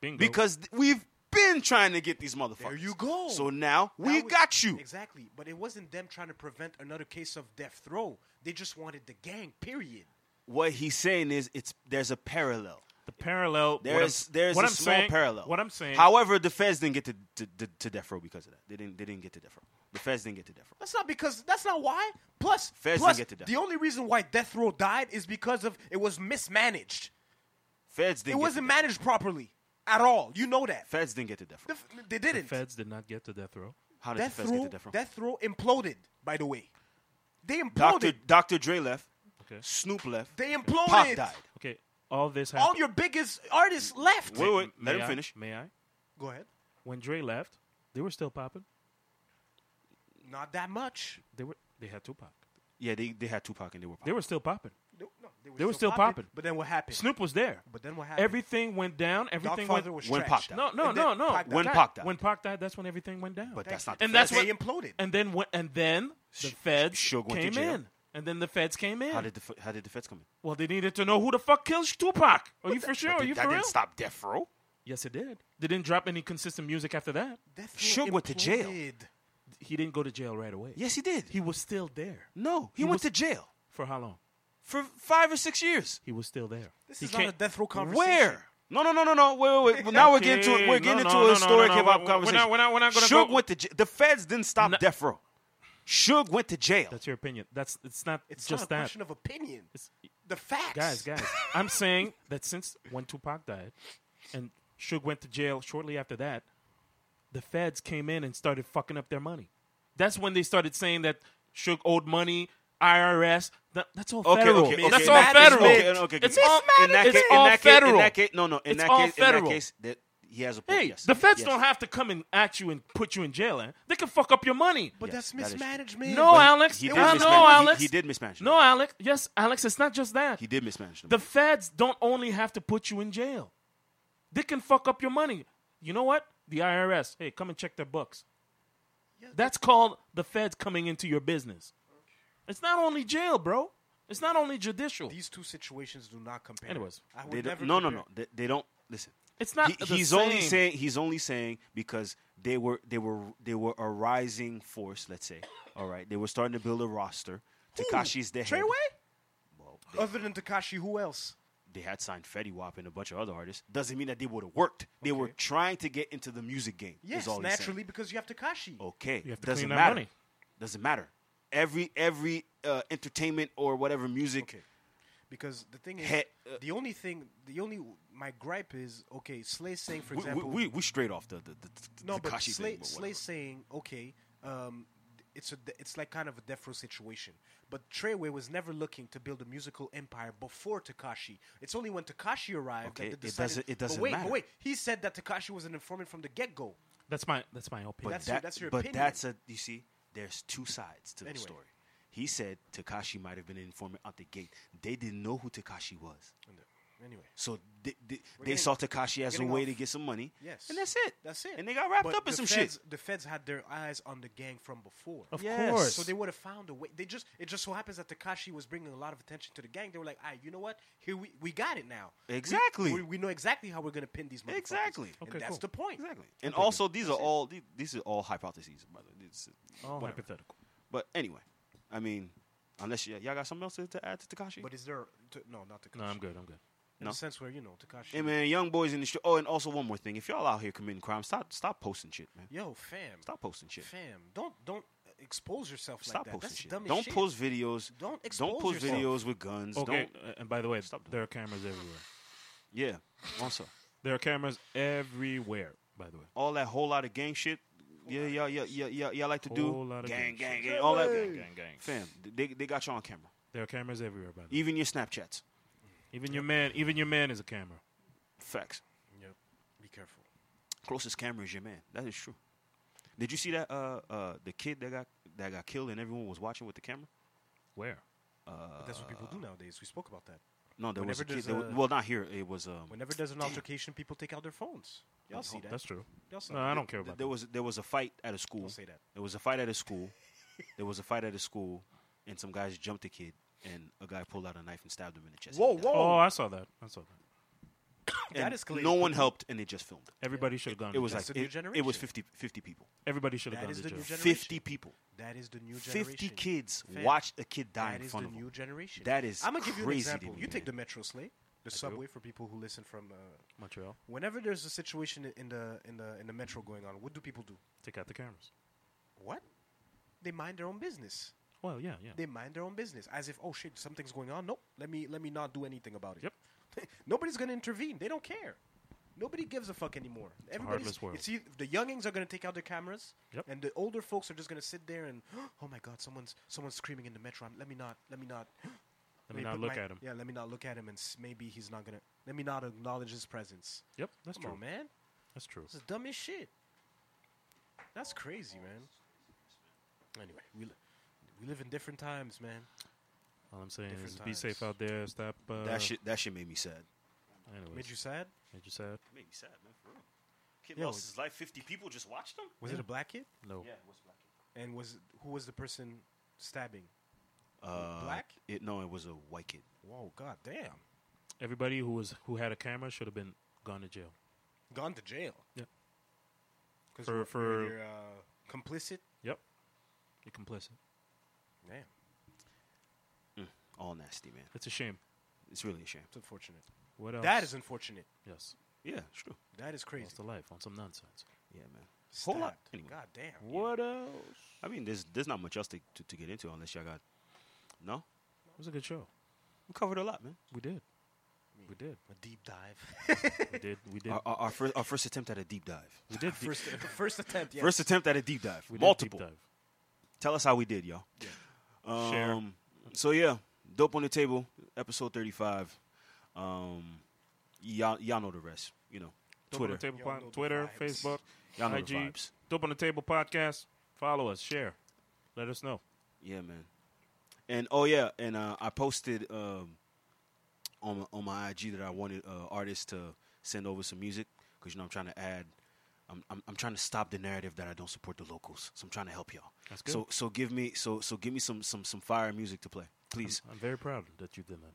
Speaker 3: Bingo.
Speaker 1: Because th- we've been trying to get these motherfuckers.
Speaker 2: There you go.
Speaker 1: So now we
Speaker 2: That was-
Speaker 1: got you.
Speaker 2: Exactly. But it wasn't them trying to prevent another case of death row. They just wanted the gang, period.
Speaker 1: What he's saying is it's there's a parallel.
Speaker 3: the parallel. what I'm-
Speaker 1: There's there's
Speaker 3: what
Speaker 1: a
Speaker 3: I'm
Speaker 1: small
Speaker 3: saying-
Speaker 1: parallel.
Speaker 3: What I'm saying.
Speaker 1: However, the feds didn't get to, to, to, to death row because of that. They didn't they didn't get to death row. The feds didn't get to death row.
Speaker 2: That's not because that's not why. Plus,
Speaker 1: Feds
Speaker 2: plus
Speaker 1: didn't get to die.
Speaker 2: the only reason why death row died is because of it was mismanaged.
Speaker 1: Feds
Speaker 2: It
Speaker 1: didn't.
Speaker 2: wasn't
Speaker 1: get to death
Speaker 2: managed properly at all. You know that.
Speaker 1: row. Feds didn't get to death
Speaker 2: The
Speaker 1: row.
Speaker 2: f- they
Speaker 3: the
Speaker 2: didn't.
Speaker 3: feds did not get to death row.
Speaker 1: How did the
Speaker 2: death
Speaker 1: feds
Speaker 2: row,
Speaker 1: get to death row?
Speaker 2: death row imploded. By the way, they
Speaker 1: Doctor
Speaker 2: imploded.
Speaker 1: Doctor Dre left.
Speaker 3: Okay.
Speaker 1: Snoop left.
Speaker 2: They
Speaker 1: Pac
Speaker 2: imploded.
Speaker 1: died.
Speaker 3: Okay. All this happened.
Speaker 2: All your biggest artists left.
Speaker 1: Wait, wait. Let
Speaker 3: May
Speaker 1: him
Speaker 3: I?
Speaker 1: finish.
Speaker 3: May I?
Speaker 2: Go ahead.
Speaker 3: When Dre left, they were still popping.
Speaker 2: Not that much.
Speaker 3: They were. They had Tupac.
Speaker 1: Yeah, they, they had Tupac and they were.
Speaker 3: They were still popping.
Speaker 2: No, no, they were,
Speaker 3: They were still
Speaker 2: popping,
Speaker 3: popping.
Speaker 2: But then what happened?
Speaker 3: Snoop was there.
Speaker 2: But then what happened?
Speaker 3: Everything went down. Everything went.
Speaker 2: Dogfather was
Speaker 1: When
Speaker 2: trash.
Speaker 1: Pac died.
Speaker 3: no, no,
Speaker 2: And then
Speaker 3: no, no.
Speaker 2: Pac died.
Speaker 1: When
Speaker 3: That-
Speaker 1: Pac died.
Speaker 3: When Pac died, that's when everything went down.
Speaker 1: But that's not. The
Speaker 3: and that's
Speaker 1: feds.
Speaker 3: what.
Speaker 2: They imploded.
Speaker 3: And then when, And then the
Speaker 1: Sh-
Speaker 3: feds
Speaker 1: Suge went to
Speaker 3: came
Speaker 1: jail.
Speaker 3: in. And then the feds came in.
Speaker 1: How did the f- how did the feds come in?
Speaker 3: well, they needed to know who the fuck killed Tupac. Are you for sure?
Speaker 1: But
Speaker 3: Are you
Speaker 1: that
Speaker 3: for
Speaker 1: didn't
Speaker 3: real?
Speaker 1: stop death row.
Speaker 3: Yes, it did. They didn't drop any consistent music after that.
Speaker 2: Death Row
Speaker 1: Suge went to jail.
Speaker 2: imploded.
Speaker 3: He didn't go to jail right away.
Speaker 1: Yes, he did.
Speaker 3: He was still there.
Speaker 1: no, he,
Speaker 3: he
Speaker 1: went
Speaker 3: was-
Speaker 1: to jail
Speaker 3: For how long?
Speaker 1: for five or six years.
Speaker 3: He was still there.
Speaker 2: This
Speaker 3: he
Speaker 2: is not a death row conversation.
Speaker 1: Where? No, no, no, no, no. Wait, wait, wait. Now we're getting to
Speaker 3: Okay,
Speaker 1: we're
Speaker 3: no,
Speaker 1: getting
Speaker 3: no,
Speaker 1: into
Speaker 3: no,
Speaker 1: a
Speaker 3: no,
Speaker 1: historic
Speaker 3: no, no.
Speaker 1: hip hop
Speaker 3: We're not-
Speaker 1: conversation.
Speaker 3: we're not- we're not gonna
Speaker 1: Suge
Speaker 3: go-
Speaker 1: went to jail. The feds didn't stop
Speaker 3: No.
Speaker 1: death row. Suge went to jail.
Speaker 3: That's your opinion. That's it's not
Speaker 2: It's
Speaker 3: just
Speaker 2: not a
Speaker 3: that.
Speaker 2: question of opinion.
Speaker 3: It's-
Speaker 2: The facts.
Speaker 3: guys, guys. I'm saying that since when Tupac died and Suge went to jail shortly after that, the feds came in and started fucking up their money. That's when they started saying that Suge owed money IRS. That, that's all
Speaker 1: Okay,
Speaker 3: federal.
Speaker 1: okay, okay.
Speaker 3: That's
Speaker 1: in
Speaker 3: all
Speaker 1: that case-
Speaker 3: federal.
Speaker 1: Okay, okay, okay.
Speaker 3: It's all,
Speaker 1: in that
Speaker 3: it's
Speaker 1: case,
Speaker 3: all
Speaker 1: in that
Speaker 3: federal.
Speaker 1: Case, in that case, no, no. In
Speaker 3: It's
Speaker 1: that
Speaker 3: all
Speaker 1: case, in
Speaker 3: federal.
Speaker 1: that case, that he has a point.
Speaker 3: hey,
Speaker 1: yes.
Speaker 3: the feds
Speaker 1: yes.
Speaker 3: don't have to come and at you and put you in jail. Eh? They can fuck up your money.
Speaker 2: But
Speaker 1: Yes,
Speaker 2: that's
Speaker 1: that is true.
Speaker 2: mismanagement.
Speaker 3: No,
Speaker 2: But-
Speaker 3: Alex.
Speaker 1: He
Speaker 3: Uh,
Speaker 1: did
Speaker 3: no,
Speaker 1: mismanage.
Speaker 3: Alex.
Speaker 1: He, he did mismanage.
Speaker 3: No,
Speaker 1: them.
Speaker 3: Alex. Yes, Alex. It's not just that.
Speaker 1: he did mismanage. them.
Speaker 3: The feds don't only have to put you in jail. They can fuck up your money. You know what? The IRS. Hey, come and check their books. That's called the feds coming into your business. It's not only jail, bro. It's not only judicial.
Speaker 2: These two situations do not compare.
Speaker 3: Anyways.
Speaker 2: I would
Speaker 1: They don't-
Speaker 2: never
Speaker 1: no, no,
Speaker 2: compare.
Speaker 1: no. They, they don't listen.
Speaker 3: It's not.
Speaker 1: He-
Speaker 3: the
Speaker 1: he's
Speaker 3: same.
Speaker 1: only saying he's only saying because they were they were they were a rising force. Let's say, all right, they were starting to build a roster. Takashi's the head.
Speaker 2: Treyway?
Speaker 1: Well,
Speaker 2: Other than Takashi, who else?
Speaker 1: they had signed Fetty Wap and a bunch of other artists. Doesn't mean that they would have worked. They were trying to get into the music game. is
Speaker 2: Yes,
Speaker 1: all he's saying.
Speaker 2: naturally, because you have Takashi.
Speaker 1: Okay,
Speaker 3: You have to
Speaker 1: doesn't
Speaker 3: clean that
Speaker 1: matter.
Speaker 3: money.
Speaker 1: Doesn't matter. Every every uh, entertainment or whatever music.
Speaker 2: Okay. Because the thing is,
Speaker 1: He- uh,
Speaker 2: the only thing, the only my gripe is okay. Slay saying, for
Speaker 1: We,
Speaker 2: example,
Speaker 1: we, we, we straight off the the, the, the
Speaker 2: no, but
Speaker 1: Tekashi
Speaker 2: Slay,
Speaker 1: thing. but
Speaker 2: Slay
Speaker 1: whatever.
Speaker 2: saying, okay, um, it's a, de- it's like kind of a death row situation. But Treyway was never looking to build a musical empire before Takashi. It's only when Takashi arrived
Speaker 1: Okay,
Speaker 2: that
Speaker 1: it
Speaker 2: they decided.
Speaker 1: doesn't- it doesn't
Speaker 2: but wait,
Speaker 1: matter.
Speaker 2: But wait, he said that Takashi was an informant from the get go.
Speaker 3: That's my. That's my
Speaker 1: But
Speaker 3: opinion.
Speaker 2: That's your-
Speaker 1: that,
Speaker 2: that's your
Speaker 1: but
Speaker 2: opinion.
Speaker 1: that's a you see. There's two sides to the
Speaker 2: Anyway.
Speaker 1: story. He said Takashi might have been an informant out the gate. They didn't know who Takashi was,
Speaker 2: Anyway,
Speaker 1: so they, they, they
Speaker 2: getting-
Speaker 1: saw Takashi as a
Speaker 2: getting
Speaker 1: way
Speaker 2: off-
Speaker 1: to get some money.
Speaker 2: Yes.
Speaker 1: and that's it.
Speaker 2: that's it.
Speaker 1: And they got wrapped
Speaker 2: But
Speaker 1: up in
Speaker 2: the
Speaker 1: some
Speaker 2: feds,
Speaker 1: shit.
Speaker 2: The feds had their eyes on the gang from before.
Speaker 3: of
Speaker 1: Yes.
Speaker 3: course.
Speaker 2: So they would have found a way. They just it just so happens that Takashi was bringing a lot of attention to the gang. They were like, "Ah, you know what? Here we, we got it now. We-
Speaker 1: Exactly.
Speaker 2: We, we know exactly how we're gonna pin these motherfuckers."
Speaker 1: Exactly.
Speaker 2: And
Speaker 3: Okay,
Speaker 2: that's
Speaker 3: cool.
Speaker 2: the point.
Speaker 1: Exactly. And also, these are all these, these are all hypotheses, by the way. It's-
Speaker 3: All
Speaker 1: whatever.
Speaker 3: hypothetical.
Speaker 1: But anyway, I mean, unless y- y'all got something else to, to add to Takashi.
Speaker 2: But is there t- no not Takashi?
Speaker 3: No, I'm good. I'm good.
Speaker 2: In
Speaker 1: No.
Speaker 2: the sense where you know Takashi.
Speaker 1: Hey man, young boys in the street. Oh, and also one more thing: if y'all out here committing crimes, stop stop posting shit, man.
Speaker 2: Yo, fam,
Speaker 1: Stop posting shit.
Speaker 2: fam, don't don't expose yourself
Speaker 1: Stop
Speaker 2: like that.
Speaker 1: posting
Speaker 2: that's
Speaker 1: shit.
Speaker 2: dumb as
Speaker 1: Don't
Speaker 2: shit.
Speaker 1: post videos.
Speaker 2: Don't
Speaker 1: don't
Speaker 2: expose
Speaker 1: post
Speaker 2: yourself.
Speaker 1: videos with guns.
Speaker 3: Okay.
Speaker 1: Don't.
Speaker 3: uh, And by the way,
Speaker 1: Stop doing
Speaker 3: there are cameras everywhere.
Speaker 1: Yeah. Also,
Speaker 3: There are cameras everywhere. By the way.
Speaker 1: all that whole lot of gang shit. Yeah, y'all, y'all, y'all, y'all, y'all like to do
Speaker 3: Whole lot of
Speaker 1: gang,
Speaker 3: gang
Speaker 1: gang,
Speaker 3: shit.
Speaker 1: gang, all that.
Speaker 3: Gang, gang, gang.
Speaker 1: Fam, they they got you on camera.
Speaker 3: There are cameras everywhere. By the way.
Speaker 1: Even your Snapchats.
Speaker 3: Even your man. Even your man is a camera.
Speaker 1: Facts.
Speaker 2: Yep. Be careful.
Speaker 1: Closest camera is your man. That is true. Did you see that? Uh, uh, the kid that got that got killed and everyone was watching with the camera.
Speaker 3: Where?
Speaker 2: But that's what people
Speaker 1: Uh,
Speaker 2: do nowadays. We spoke about that.
Speaker 1: No, there was a
Speaker 2: Whenever
Speaker 1: kid.
Speaker 2: there's
Speaker 1: there wa-
Speaker 2: a-
Speaker 1: well, not here. It was um.
Speaker 2: Whenever there's an altercation, people take out their phones. Y'all see that?
Speaker 3: Oh, That's true.
Speaker 2: Y'all see
Speaker 3: No,
Speaker 2: that.
Speaker 3: I don't care about
Speaker 1: Th- there
Speaker 3: that.
Speaker 1: was there was a fight at a school.
Speaker 2: Don't say that.
Speaker 1: There was a fight at a school. there was a fight at a school, and some guys jumped a kid, and a guy pulled out a knife and stabbed him in the chest.
Speaker 2: Whoa,
Speaker 1: He died.
Speaker 2: whoa.
Speaker 3: Oh, I saw that. I saw that.
Speaker 1: And
Speaker 2: That escalated
Speaker 1: No one
Speaker 2: quickly.
Speaker 1: helped, and they just filmed it.
Speaker 3: Everybody should have gone.
Speaker 1: It was
Speaker 2: That's
Speaker 1: like
Speaker 2: the new
Speaker 1: it, it was
Speaker 2: generation.
Speaker 1: 50, 50 people,
Speaker 3: everybody should have
Speaker 2: That
Speaker 3: gone
Speaker 2: is
Speaker 3: to
Speaker 2: the
Speaker 3: jail.
Speaker 2: new generation.
Speaker 1: fifty people,
Speaker 2: That is the new generation.
Speaker 1: fifty kids
Speaker 2: Fam,
Speaker 1: watched a kid die
Speaker 2: That
Speaker 1: in
Speaker 2: is
Speaker 1: front
Speaker 2: the
Speaker 1: of
Speaker 2: new
Speaker 1: them.
Speaker 2: generation.
Speaker 1: That is
Speaker 2: I'm gonna give you an
Speaker 1: crazy to
Speaker 2: example.
Speaker 1: me,
Speaker 2: You take the
Speaker 1: man.
Speaker 2: metro slate, the subway for people who listen from. Uh,
Speaker 3: Montreal,
Speaker 2: whenever there's a situation i- in the in the in the metro going on, what do people do?
Speaker 3: take out the cameras.
Speaker 2: What? They mind their own business.
Speaker 3: Well, yeah, yeah.
Speaker 2: They mind their own business, as if oh shit, something's going on. Nope, let me let me not do anything about it.
Speaker 3: Yep.
Speaker 2: Nobody's gonna intervene. They don't care. Nobody gives a fuck anymore. Everybody's
Speaker 3: heartless world.
Speaker 2: It's either, the youngings are gonna take out their cameras,
Speaker 3: Yep.
Speaker 2: and the older folks are just gonna sit there and oh my god, someone's someone's screaming in the metro. I'm- let me not. Let me not.
Speaker 3: Let me not
Speaker 2: put
Speaker 3: look
Speaker 2: my-
Speaker 3: at him.
Speaker 2: Yeah, let me not look at him, and s- maybe he's not gonna. Let me not acknowledge his presence.
Speaker 3: Yep, that's
Speaker 2: Come
Speaker 3: true.
Speaker 2: on, man.
Speaker 3: That's true.
Speaker 2: This is dumb as shit. That's crazy, man. Anyway, we li- we live in different times, man.
Speaker 3: All I'm saying is
Speaker 2: different
Speaker 3: be safe
Speaker 2: times.
Speaker 3: out there. Stop. Uh,
Speaker 1: That shit that shit made me sad.
Speaker 3: Anyways,
Speaker 2: Made you sad?
Speaker 3: made you sad?
Speaker 1: Made me sad, man. For real. Kid
Speaker 2: Yo.
Speaker 1: lost his life. Fifty people just watched him.
Speaker 2: Was it a black kid?
Speaker 3: No.
Speaker 1: Yeah, what's black?
Speaker 2: And was who was the person stabbing?
Speaker 1: Uh,
Speaker 2: Black?
Speaker 1: It, no, it was a white kid.
Speaker 2: Whoa, god damn.
Speaker 3: Everybody who was who had a camera should have been gone to jail.
Speaker 2: Gone to jail.
Speaker 3: Yeah.
Speaker 2: Because
Speaker 3: For-
Speaker 2: you're,
Speaker 3: for-
Speaker 2: you're, uh, complicit.
Speaker 3: Yep. You're complicit.
Speaker 2: Damn,
Speaker 1: All nasty, man.
Speaker 3: It's a shame.
Speaker 1: It's really a shame.
Speaker 2: it's unfortunate.
Speaker 3: What else?
Speaker 2: That is unfortunate.
Speaker 3: yes.
Speaker 1: Yeah, it's true.
Speaker 2: That is crazy.
Speaker 3: Lost a life on some nonsense.
Speaker 1: Yeah, man.
Speaker 2: Stabbed.
Speaker 1: lot. Anyway.
Speaker 2: God damn.
Speaker 3: What else?
Speaker 1: I mean, there's there's not much else to, to, to get into unless y'all got. No,
Speaker 3: It was a good show.
Speaker 1: we covered a lot, man.
Speaker 3: We did. We did.
Speaker 2: A deep dive.
Speaker 3: We did. We did.
Speaker 1: Our, our, our first our first attempt at a deep dive.
Speaker 3: we did.
Speaker 2: first, first attempt, yes.
Speaker 1: First attempt at a deep dive.
Speaker 3: we did deep
Speaker 1: Multiple.
Speaker 3: dive.
Speaker 1: Tell us how we did, y'all.
Speaker 3: Share.
Speaker 1: Um, So yeah, dope on the table, episode thirty-five. Um, y'all, y'all know the rest. You know,
Speaker 3: Dope on
Speaker 1: Twitter,
Speaker 3: the Table
Speaker 2: Y'all know
Speaker 3: pod-
Speaker 2: the
Speaker 3: Twitter,
Speaker 2: vibes.
Speaker 3: Facebook,
Speaker 1: Y'all know the
Speaker 3: IG,
Speaker 1: vibes.
Speaker 3: Dope on the Table podcast. Follow us, share, let us know.
Speaker 1: yeah, man. And oh yeah, and uh, I posted um, on on my IG that I wanted uh, artists to send over some music because you know I'm trying to add. I'm, I'm I'm trying to stop the narrative that I don't support the locals, so I'm trying to help y'all. That's
Speaker 3: good.
Speaker 1: So so give me so so give me some some some fire music to play, please.
Speaker 3: I'm very proud that you did that.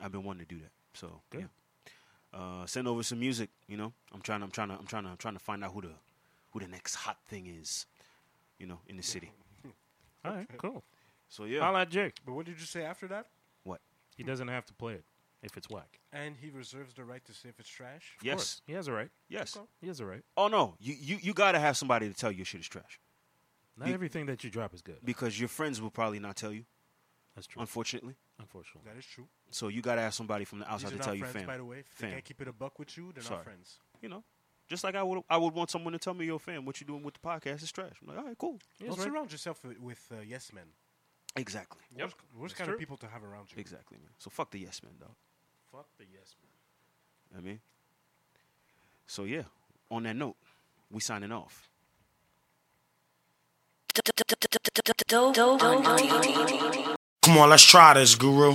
Speaker 1: I've been wanting to do that. So
Speaker 3: Good.
Speaker 1: yeah, uh, send over some music. You know, I'm trying. I'm trying to. I'm trying to. I'm trying to find out who the who the next hot thing is. You know, in the city.
Speaker 3: All right, cool.
Speaker 1: So yeah,
Speaker 3: I'll at Jake.
Speaker 2: But what did you say after that?
Speaker 1: what?
Speaker 3: He doesn't have to play it if it's whack.
Speaker 2: And he reserves the right to say if it's trash.
Speaker 3: Of
Speaker 1: Yes,
Speaker 3: course. he has a right.
Speaker 1: yes.
Speaker 3: He has a right.
Speaker 1: Oh no, you, you you gotta have somebody to tell you your shit is trash
Speaker 3: Not
Speaker 1: You-
Speaker 3: everything that you drop is good.
Speaker 1: because your friends will probably not tell you,
Speaker 3: That's true.
Speaker 1: unfortunately.
Speaker 3: Unfortunately,
Speaker 2: That is true.
Speaker 1: So you gotta have somebody from the outside
Speaker 2: These are
Speaker 1: to
Speaker 2: not
Speaker 1: tell you,
Speaker 2: friends,
Speaker 1: fam.
Speaker 2: by the way. If they
Speaker 1: fam,
Speaker 2: can't keep it a buck with you, they're
Speaker 1: Sorry.
Speaker 2: not friends.
Speaker 1: you know, just like I would I would want someone to tell me, yo, fam, what you doing with the podcast is trash. I'm like, all right, cool.
Speaker 2: Don't surround yourself with, with uh, yes men.
Speaker 1: Exactly,
Speaker 2: Worst, worst kind
Speaker 3: true.
Speaker 2: of people to have around you.
Speaker 1: exactly, man. So fuck the yes men, dog.
Speaker 3: fuck the yes man.
Speaker 1: I mean, so yeah. On that note, we signing off.
Speaker 4: Dope
Speaker 5: Come on, let's try this, guru.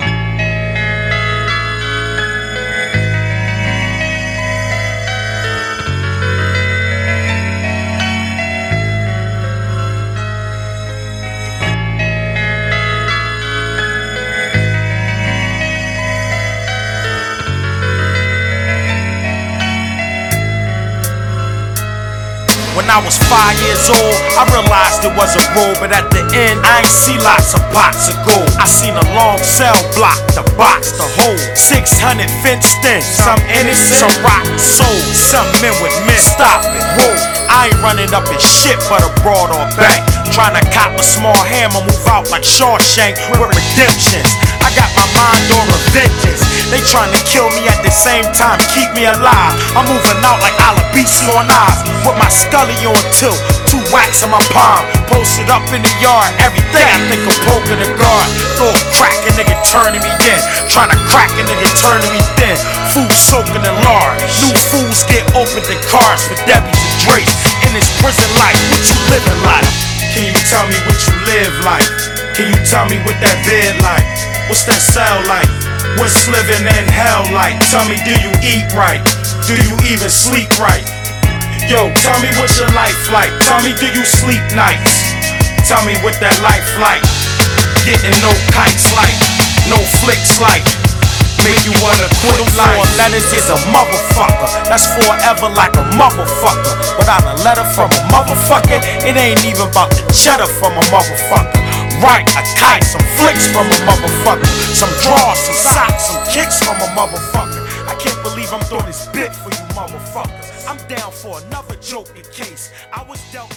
Speaker 5: When I was five years old, I realized it was a rule, but at the end, I ain't see lots of pots of gold. I seen a long cell block, the box, the hole, 600 fenced in. Some innocent, some rotten soul, some men with men. Stop it, whoa. I ain't running up in shit but a broad or a bank. Trying to cop a small hammer, move out like Shawshank with redemptions. I got my mind on revengeance. They trying to kill me at the same time, keep me alive. I'm moving out like Alabisi on eyes with my scully on tilt, two wax in my palm, posted up in the yard. Everything I think of poking the guard. Throw a crack, a nigga turning me in. Trying to crack, a nigga turning me thin. Food soaking in lard. New fools get opened in cars with Debbie's and Drake's. In this prison life, what you living like? Can you tell me what you live like? Can you tell me what that bed like? What's that cell like? What's living in hell like? Tell me, do you eat right? Do you even sleep right? Yo, tell me what your life like. Tell me, do you sleep nights? Tell me what that life like. Getting no kites like, no flicks like. Make you wanna quit life. Four letters is a motherfucker. That's forever like a motherfucker. Without a letter from a motherfucker, it ain't even about the cheddar from a motherfucker. Right, a kite, some flicks from a motherfucker. Some draws, some socks, some kicks from a motherfucker. I can't believe I'm throwing this bit for you motherfuckers. I'm down for another joke in case I was dealt.